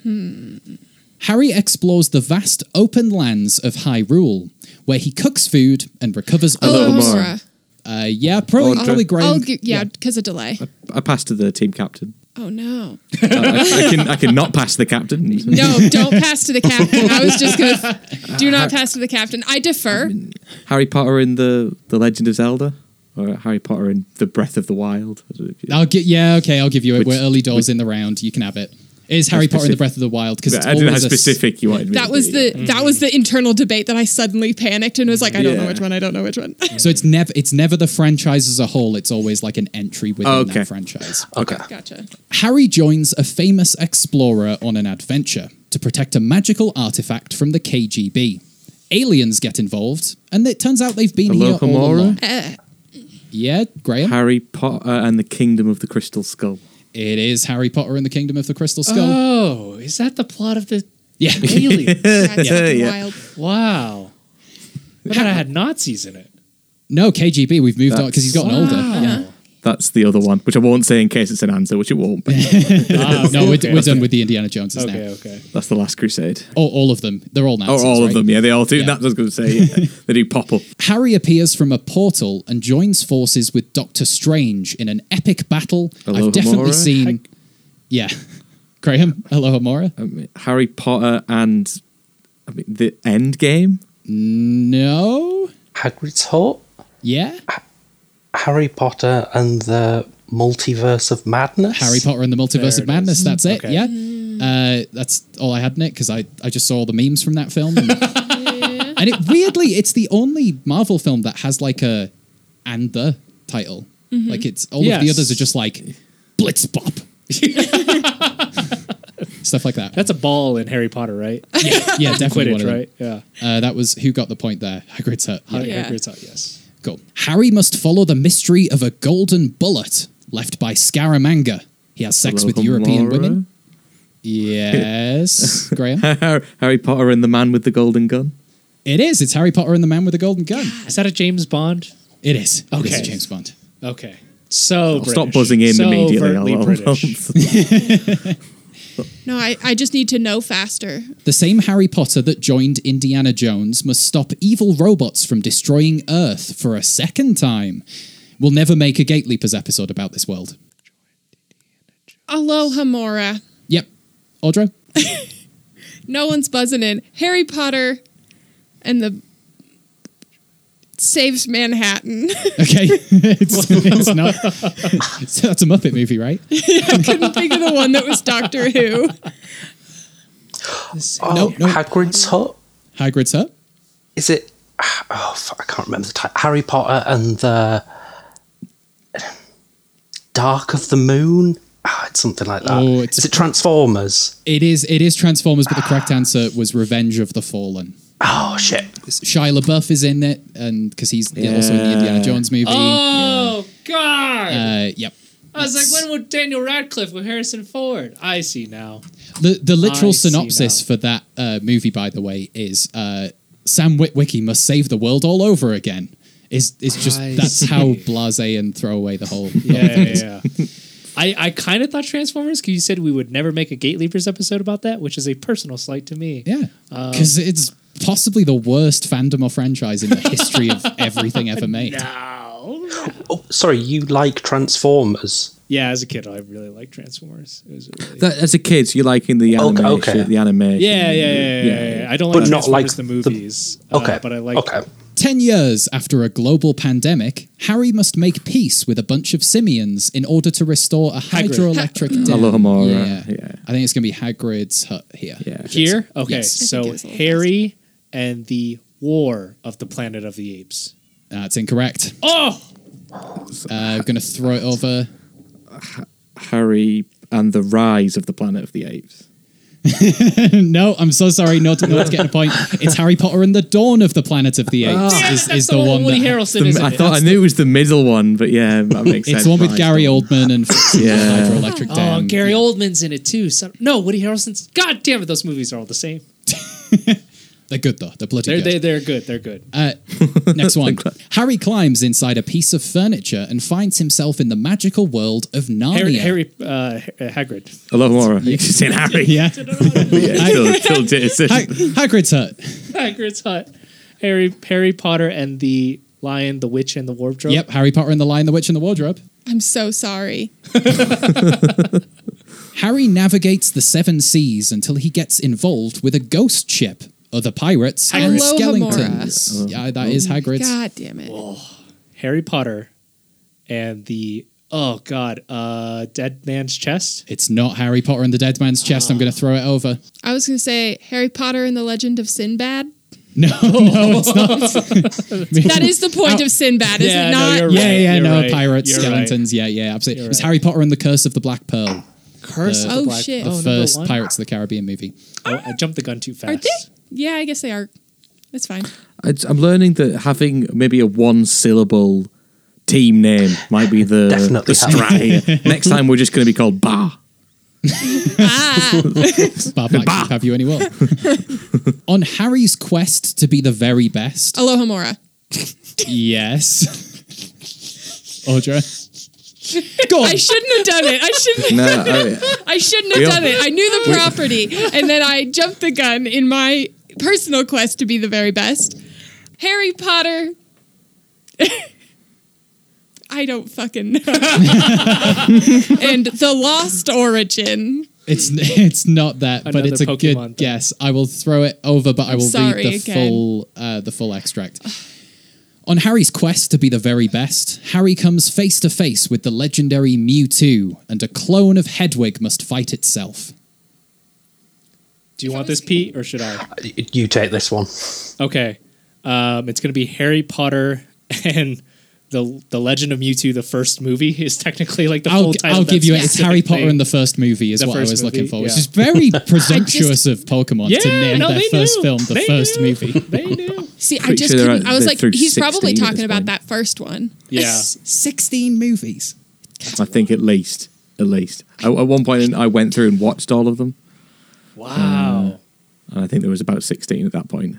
S2: Harry explores the vast open lands of Hyrule, where he cooks food and recovers
S6: Aloha
S2: others.
S6: Mora.
S2: Uh, yeah, probably,
S4: Audra.
S2: probably
S6: Oh. I'll,
S2: Graham.
S6: I'll gi- yeah, because of delay.
S4: I passed to the team captain.
S6: Oh no.
S4: I, I- I can, I can not pass the captain.
S6: No, don't pass to the captain. I was just going to do not pass to the captain. I defer.
S4: Harry Potter and the, the Legend of Zelda, or Harry Potter and the Breath of the Wild.
S2: I'll get yeah, okay, I'll give you it.
S4: Which-
S2: We're early doors in the round. You can have it. It is Harry Potter and the Breath of the Wild because it's
S4: I didn't know how
S2: always a s-
S4: specific you wanted me.
S6: that
S4: to
S6: was
S4: be.
S6: the that was the internal debate that I suddenly panicked and was like, I don't know which one. I don't know which one.
S2: So it's never it's never the franchise as a whole. It's always like an entry within
S4: Oh, okay.
S2: that franchise.
S4: Okay.
S6: Gotcha.
S2: Harry joins a famous explorer on an adventure to protect a magical artifact from the KGB. Aliens get involved, and it turns out they've been here
S4: Aloha
S2: all
S4: Mora?
S2: along. Yeah, Graham.
S4: Harry Potter and the Kingdom of the Crystal Skull.
S2: It is Harry Potter and the Kingdom of the Crystal Skull.
S3: Oh, is that the plot of the
S2: yeah,
S3: Alien?
S2: That's Yeah. fucking
S4: wild.
S3: Wow. I thought I had Nazis in it.
S2: No, KGB. We've moved on because he's gotten older.
S3: Wow.
S2: Yeah.
S4: That's the other one, which I won't say in case it's an answer, which it won't be.
S3: Ah,
S2: no, we're,
S3: okay.
S2: we're done with the Indiana Joneses
S3: Okay,
S2: now.
S3: okay.
S4: That's the Last Crusade.
S2: All, all of them. They're all now.
S4: oh, all of them. Yeah, they all do. That's what I was going to say. yeah. they do pop up.
S2: Harry appears from a portal and joins forces with Doctor Strange in an epic battle.
S4: Aloha
S2: I've definitely
S4: Mora?
S2: seen. yeah. Graham, Aloha Mora?
S4: Harry Potter and I mean, the End Game.
S2: No.
S7: Hagrid's Hut,
S2: Yeah.
S7: Harry Potter and the Uh, Multiverse of Madness.
S2: Harry Potter and the Multiverse
S7: There
S2: of
S7: it
S2: Madness.
S7: is.
S2: That's it.
S7: Okay.
S2: Yeah. Uh, that's all I had in it because I, I just saw all the memes from that film. And, and it weirdly, it's the only Marvel film that has like a and the title.
S3: Mhm.
S2: Like it's all of the
S3: Yes.
S2: others are just like Blitzbop. stuff like that.
S3: That's a ball in Harry Potter, right?
S2: Yeah, yeah definitely
S3: Quidditch,
S2: one of them.
S3: right? Yeah.
S2: Uh, that was who got the point there. Hagrid's hut.
S3: Hag- Yeah. Hagrid's hut, Yes.
S2: Cool. Harry must follow the mystery of a golden bullet left by Scaramanga. He has sex with
S4: Hello,
S2: European
S4: Laura?
S2: women. Yes, Graham.
S4: Harry Potter and the Man with the Golden Gun.
S2: It is. It's Harry Potter and the Man with the Golden Gun.
S3: Is that a James Bond?
S2: It is. It is
S3: Okay.
S2: a James Bond.
S3: Okay. So
S4: I'll stop
S3: British.
S4: buzzing in
S3: So
S4: immediately.
S3: overtly
S4: I'll- I'll-
S3: British.
S6: No, I, I just need to know faster.
S2: The same Harry Potter that joined Indiana Jones must stop evil robots from destroying Earth for a second time. We'll never make a Gateleapers episode about this world.
S6: Aloha Mora.
S2: Yep. Audra?
S6: No one's buzzing in. Harry Potter and the saves Manhattan.
S2: Okay. it's, it's not. so that's a Muppet movie, right?
S6: I couldn't think of the one that was Doctor Who.
S7: Oh, Hagrid's hut.
S2: Hagrid's hut.
S7: Is it? Oh, fuck, I can't remember the title. Harry Potter and the Dark of the Moon. Ah, it's something like that.
S2: Oh, it's
S7: is it Transformers?
S2: It is it is Transformers, but the correct answer was Revenge of the Fallen.
S7: Oh shit.
S2: Shia LaBeouf is in it, and because he's also in the
S7: Yeah.
S2: Indiana Jones movie.
S3: Oh God!
S2: Uh, yep.
S3: I was like, when would Daniel Radcliffe with Harrison Ford? I see now.
S2: The the literal
S3: I see
S2: synopsis for that uh, movie, by the way, is uh, Sam Witwicky must save the world all over again. Is is just
S3: I
S2: that's
S3: see.
S2: how blase and throw away the whole.
S3: Yeah,
S2: whole thing is.
S3: yeah, yeah. I, I kind of thought Transformers because you said we would never make a Gateleapers episode about that, which is a personal slight to me.
S2: Yeah,
S3: Uh,
S2: because it's possibly the worst fandom or franchise in the history of everything ever made.
S7: Oh, sorry, you like Transformers?
S3: yeah. As a kid, I really liked Transformers. It was a really
S4: That, as a kid, so you're liking the animation.
S7: okay.
S4: The animation.
S3: yeah, yeah, yeah, yeah, yeah, yeah, yeah. I don't like
S4: But not
S3: Transformers
S4: like
S3: the movies. okay, but I like. Okay.
S2: Ten years after a global pandemic, Harry must make peace with a bunch of simians in order to restore a
S3: Hagrid.
S2: hydroelectric dam.
S4: Aloha Mora, yeah.
S2: I think it's going to be Hagrid's hut here.
S3: Here, okay.
S2: Yes.
S3: So Harry and the War of the Planet of the Apes.
S2: That's incorrect.
S3: Oh,
S2: Uh, I'm going to throw it over.
S4: Harry and the Rise of the Planet of the Apes.
S2: no, I'm so sorry. Not, not getting a point. It's Harry Potter and the Dawn of the Planet of the Apes.
S4: Ah.
S2: is,
S3: That's
S2: is
S3: the one with Woody Harrelson,
S2: The-
S3: isn't
S4: I
S3: it?
S4: thought I knew it was the middle one, but yeah, that makes sense.
S2: It's the one with
S4: Right.
S2: Gary Oldman and
S4: Yeah.
S2: Hydroelectric
S3: Oh,
S2: Dam.
S3: Gary Oldman's in it too. So, no, Woody Harrelson's. God damn it, those movies are all the same.
S2: They're good though. They're bloody
S3: They're
S2: good.
S3: They, Oh, they're good. They're good.
S2: Uh, next one. Harry climbs inside a piece of furniture and finds himself in the magical world of Narnia.
S3: Harry, Harry uh, H- uh, Hagrid.
S4: I love Laura. You just said Harry.
S2: Yeah.
S4: yeah still, still did it.
S2: Hag- Hagrid's hut.
S3: Hagrid's hut. Harry Harry Potter and the Lion, the Witch, and the Wardrobe.
S2: Yep, Harry Potter and the Lion, the Witch, and the Wardrobe.
S6: I'm so sorry.
S2: Harry navigates the seven seas until he gets involved with a ghost ship. Other pirates and
S6: Aloha
S2: skeletons. Yeah, that
S3: Oh
S2: is Hagrid's.
S6: God damn it.
S3: Harry Potter and the oh god, uh, Dead Man's Chest.
S2: It's not Harry Potter and the Dead Man's Chest. I'm going to throw it over.
S6: I was going to say Harry Potter and the Legend of Sinbad.
S2: No, no, it's not.
S6: That is the point of Sinbad, is
S3: Yeah,
S6: it
S3: no,
S6: not?
S3: you're
S2: yeah,
S3: right,
S2: yeah,
S3: you're
S2: no,
S3: right,
S2: pirates,
S3: you're
S2: skeletons. Yeah, yeah, absolutely. It was Harry Potter and the Curse of the Black Pearl.
S3: Curse
S2: The-
S3: of the
S6: Oh,
S3: Black
S6: shit.
S2: the
S3: Oh, number
S2: first
S3: one?
S2: Pirates of the Caribbean movie.
S3: Oh, I jumped the gun too fast.
S6: Are they? Yeah, I guess they are. That's fine.
S4: I, am learning that having maybe a one syllable team name might be the,
S7: Definitely
S4: the strategy. Next time we're just going to be called Bar.
S2: Bob Black Sheep, have you any will? On Harry's quest to be the very best,
S6: Aloha Mora.
S2: yes. Audra, Go on.
S6: I shouldn't have done it. I shouldn't.
S4: No,
S6: have done
S4: I-
S6: it. I shouldn't have
S4: we all-
S6: done it. I knew the property, and then I jumped the gun in my personal quest to be the very best. Harry Potter. I don't fucking know. and the Lost Origin.
S2: it's it's not that, but
S3: Another
S2: it's a good
S3: Pokemon thing.
S2: guess. I will throw it over, but i
S6: I'm
S2: will
S6: sorry
S2: read the
S6: again.
S2: full uh, the full extract. On Harry's quest to be the very best, Harry comes face to face with the legendary Mewtwo, and a clone of Hedwig must fight itself.
S3: Do you want this, Pete, or should I?
S7: You take this one.
S3: Okay. Um, it's going to be Harry Potter and the the Legend of Mewtwo, the first movie, is technically like the
S2: I'll,
S3: full
S2: gi-
S3: title.
S2: I'll
S3: of that
S2: give you it. It's
S3: specific
S2: Harry Potter
S3: thing.
S2: in the first movie is
S3: The
S2: what I
S3: first
S2: was looking
S3: movie,
S2: for, which
S3: yeah.
S2: is very
S3: I just-
S2: presumptuous of Pokemon to
S3: Yeah,
S2: name
S3: no,
S2: their
S3: they
S2: first
S3: knew.
S2: film the
S3: They
S2: first movie.
S6: See, I
S2: Pretty
S6: just
S2: sure they're
S6: couldn't.
S2: out-
S6: I was
S2: they're
S6: like,
S2: through
S6: he's probably
S2: 16 at
S6: talking
S2: this
S6: about that first one.
S2: Yeah.
S6: It's
S2: 16 movies.
S4: I think at least, at least. I, at one point, I went through and watched all of them.
S3: Wow.
S4: Uh, and I think there was about sixteen at that point.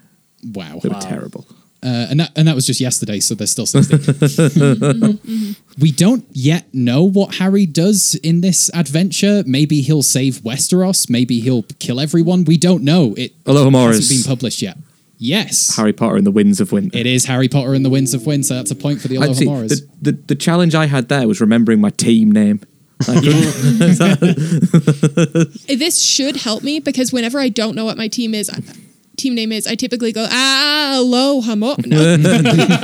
S2: Wow,
S4: they were terrible.
S2: Uh, and that and that was just yesterday, so there's still something. we don't yet know what Harry does in this adventure. Maybe he'll save Westeros. Maybe he'll kill everyone. We don't know. It
S4: Aloha Morris.
S2: hasn't been published yet. Yes,
S4: Harry Potter and the Winds of Winter.
S2: it is Harry Potter and the Winds of Winter. That's a point for the
S4: I'd
S2: Aloha
S4: see-
S2: Morris.
S4: the, the, the challenge I had there was remembering my team name. I couldn't-
S6: This should help me because whenever I don't know what my team is, team name is, I typically go ah aloha mo. No.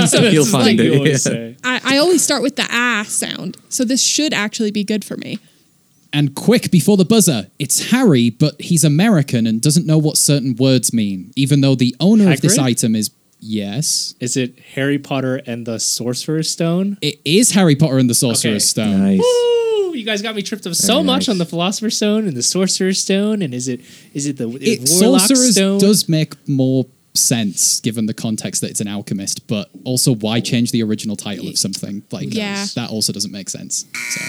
S6: so
S4: You'll
S6: it's like-
S4: find it. yeah.
S6: I, I always start with the ah sound, so this should actually be good for me.
S2: And quick before the buzzer, it's Harry, but he's American and doesn't know what certain words mean, even though the owner of this
S3: Hagrid?
S2: item is yes.
S3: Is it Harry Potter and the Sorcerer's Stone?
S2: It is Harry Potter and the Sorcerer's Stone.
S3: Woo! You guys got me tripped up so
S2: Very
S3: much
S2: nice.
S3: on the Philosopher's Stone and the Sorcerer's Stone, and is it is it the is
S2: it
S3: Warlock's
S2: sorcerer's
S3: Stone?
S2: does make more sense given the context that it's an alchemist, but also why change the original title of something like
S6: Yeah.
S2: that? Also doesn't make sense. So,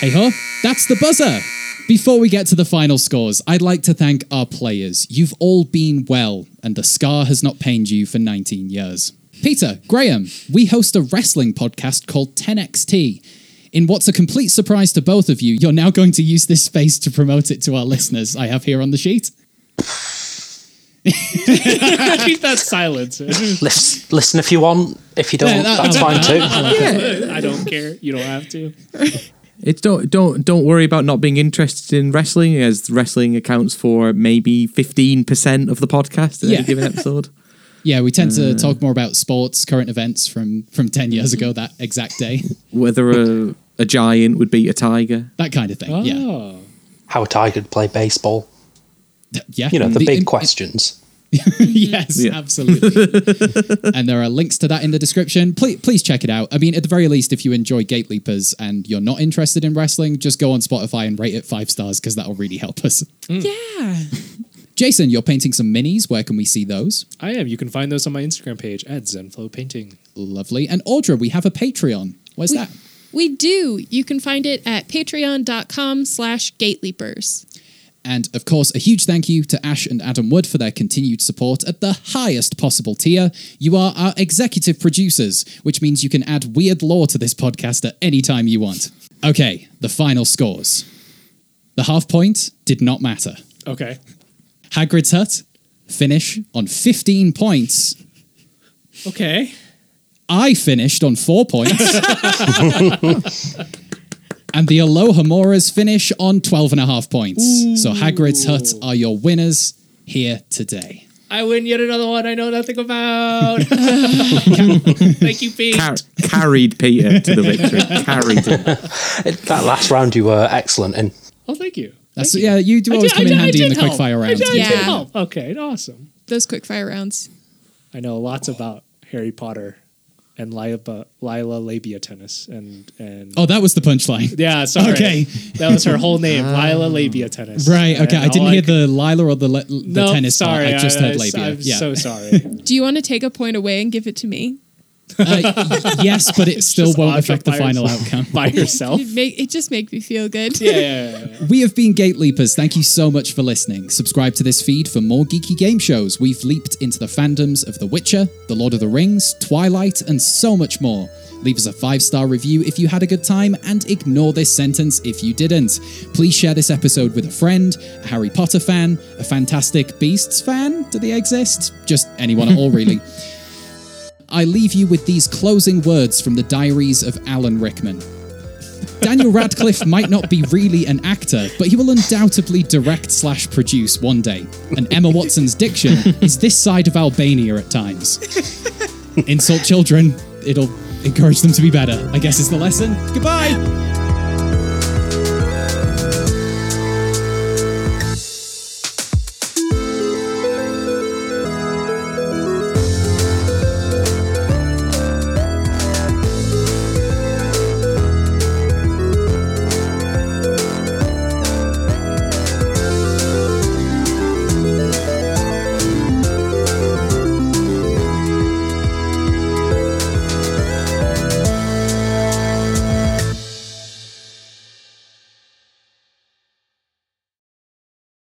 S2: hey ho, that's the buzzer. Before we get to the final scores, I'd like to thank our players. You've all been well, and the scar has not pained you for 19 years. Peter, Graham, we host a wrestling podcast called 10XT. In what's a complete surprise to both of you, you're now going to use this space to promote it to our listeners. I have here on the sheet.
S3: Keep that silence.
S7: Lis- listen if you want. If you don't,
S3: Yeah, that-
S7: that's fine too.
S3: I don't care. You don't have to.
S4: It's don't don't don't worry about not being interested in wrestling, as wrestling accounts for maybe fifteen percent of the podcast in
S2: Yeah.
S4: any given episode.
S2: Yeah, we tend to
S4: Uh.
S2: talk more about sports, current events from from 10 years ago that exact day.
S4: Whether a, a giant would beat a tiger.
S2: That kind of thing. Yeah.
S7: How a tiger could play baseball.
S2: Yeah.
S7: You know the,
S2: The
S7: big
S2: im-
S7: questions.
S2: yes,
S7: Yeah.
S2: absolutely. and there are links to that in the description. Please, please check it out. I mean, at the very least, if you enjoy Gate Leapers and you're not interested in wrestling, just go on Spotify and rate it five stars because that'll really help us.
S6: Yeah.
S2: Jason, you're painting some minis. Where can we see those?
S3: I am. You can find those on my Instagram page at Zenflow Painting.
S2: Lovely. And Audra, we have a Patreon. Where's that?
S6: We do. You can find it at patreon.com slash gateleapers.
S2: And of course, a huge thank you to Ash and Adam Wood for their continued support at the highest possible tier. You are our executive producers, which means you can add weird lore to this podcast at any time you want. Okay, the final scores. The half point did not matter.
S3: Okay.
S2: Hagrid's Hut finish on 15 points.
S3: Okay.
S2: I finished on four points. and the Aloha Moras finish on 12 and a half points. So Hagrid's Hut are your winners here today.
S3: I win yet another one I know nothing about. Thank you, Pete.
S4: Car- carried Peter to the victory. carried him.
S7: That last round you were excellent in.
S3: Oh, thank you.
S2: That's, yeah, you do
S3: I
S2: always
S3: did-
S2: come
S3: I
S2: in
S3: did- I
S2: handy in the
S3: did help.
S2: quickfire
S3: I
S2: round.
S3: did- I did
S6: Yeah.
S3: help. Okay, awesome.
S6: Those quick fire rounds.
S3: I know lots about Harry Potter and Lila, Lila labia tennis and and
S2: Oh, that was the punchline.
S3: yeah, sorry.
S2: Okay. Ah.
S3: that was her whole name, Lila labia tennis.
S2: Right, okay.
S3: And
S2: I didn't
S3: all
S2: hear
S3: could-
S2: the Lila or the, le- the
S3: Nope,
S2: tennis
S3: sorry,
S2: part. I just
S3: I-
S2: heard
S3: I-
S2: labia.
S3: I'm
S2: yeah.
S3: so sorry.
S6: Do you want to take a point away and give it to me?
S2: Uh, yes, but it still
S3: just
S2: won't
S3: Audra
S2: affect the
S3: by
S2: final
S3: herself-
S2: outcome.
S3: by herself.
S6: It, make, it just makes me feel good.
S2: We have been Gate Leapers. Thank you so much for listening. Subscribe to this feed for more geeky game shows. We've leaped into the fandoms of The Witcher, The Lord of the Rings, Twilight, and so much more. Leave us a five star review if you had a good time and ignore this sentence if you didn't. Please share this episode with a friend, a Harry Potter fan, a Fantastic Beasts fan. Do they exist? Just anyone at all, really. I leave you with these closing words from the diaries of Alan Rickman. Daniel Radcliffe might not be really an actor, but he will undoubtedly direct slash produce one day. And Emma Watson's diction is this side of Albania at times. Insult children, it'll encourage them to be better, I guess is the lesson. Goodbye!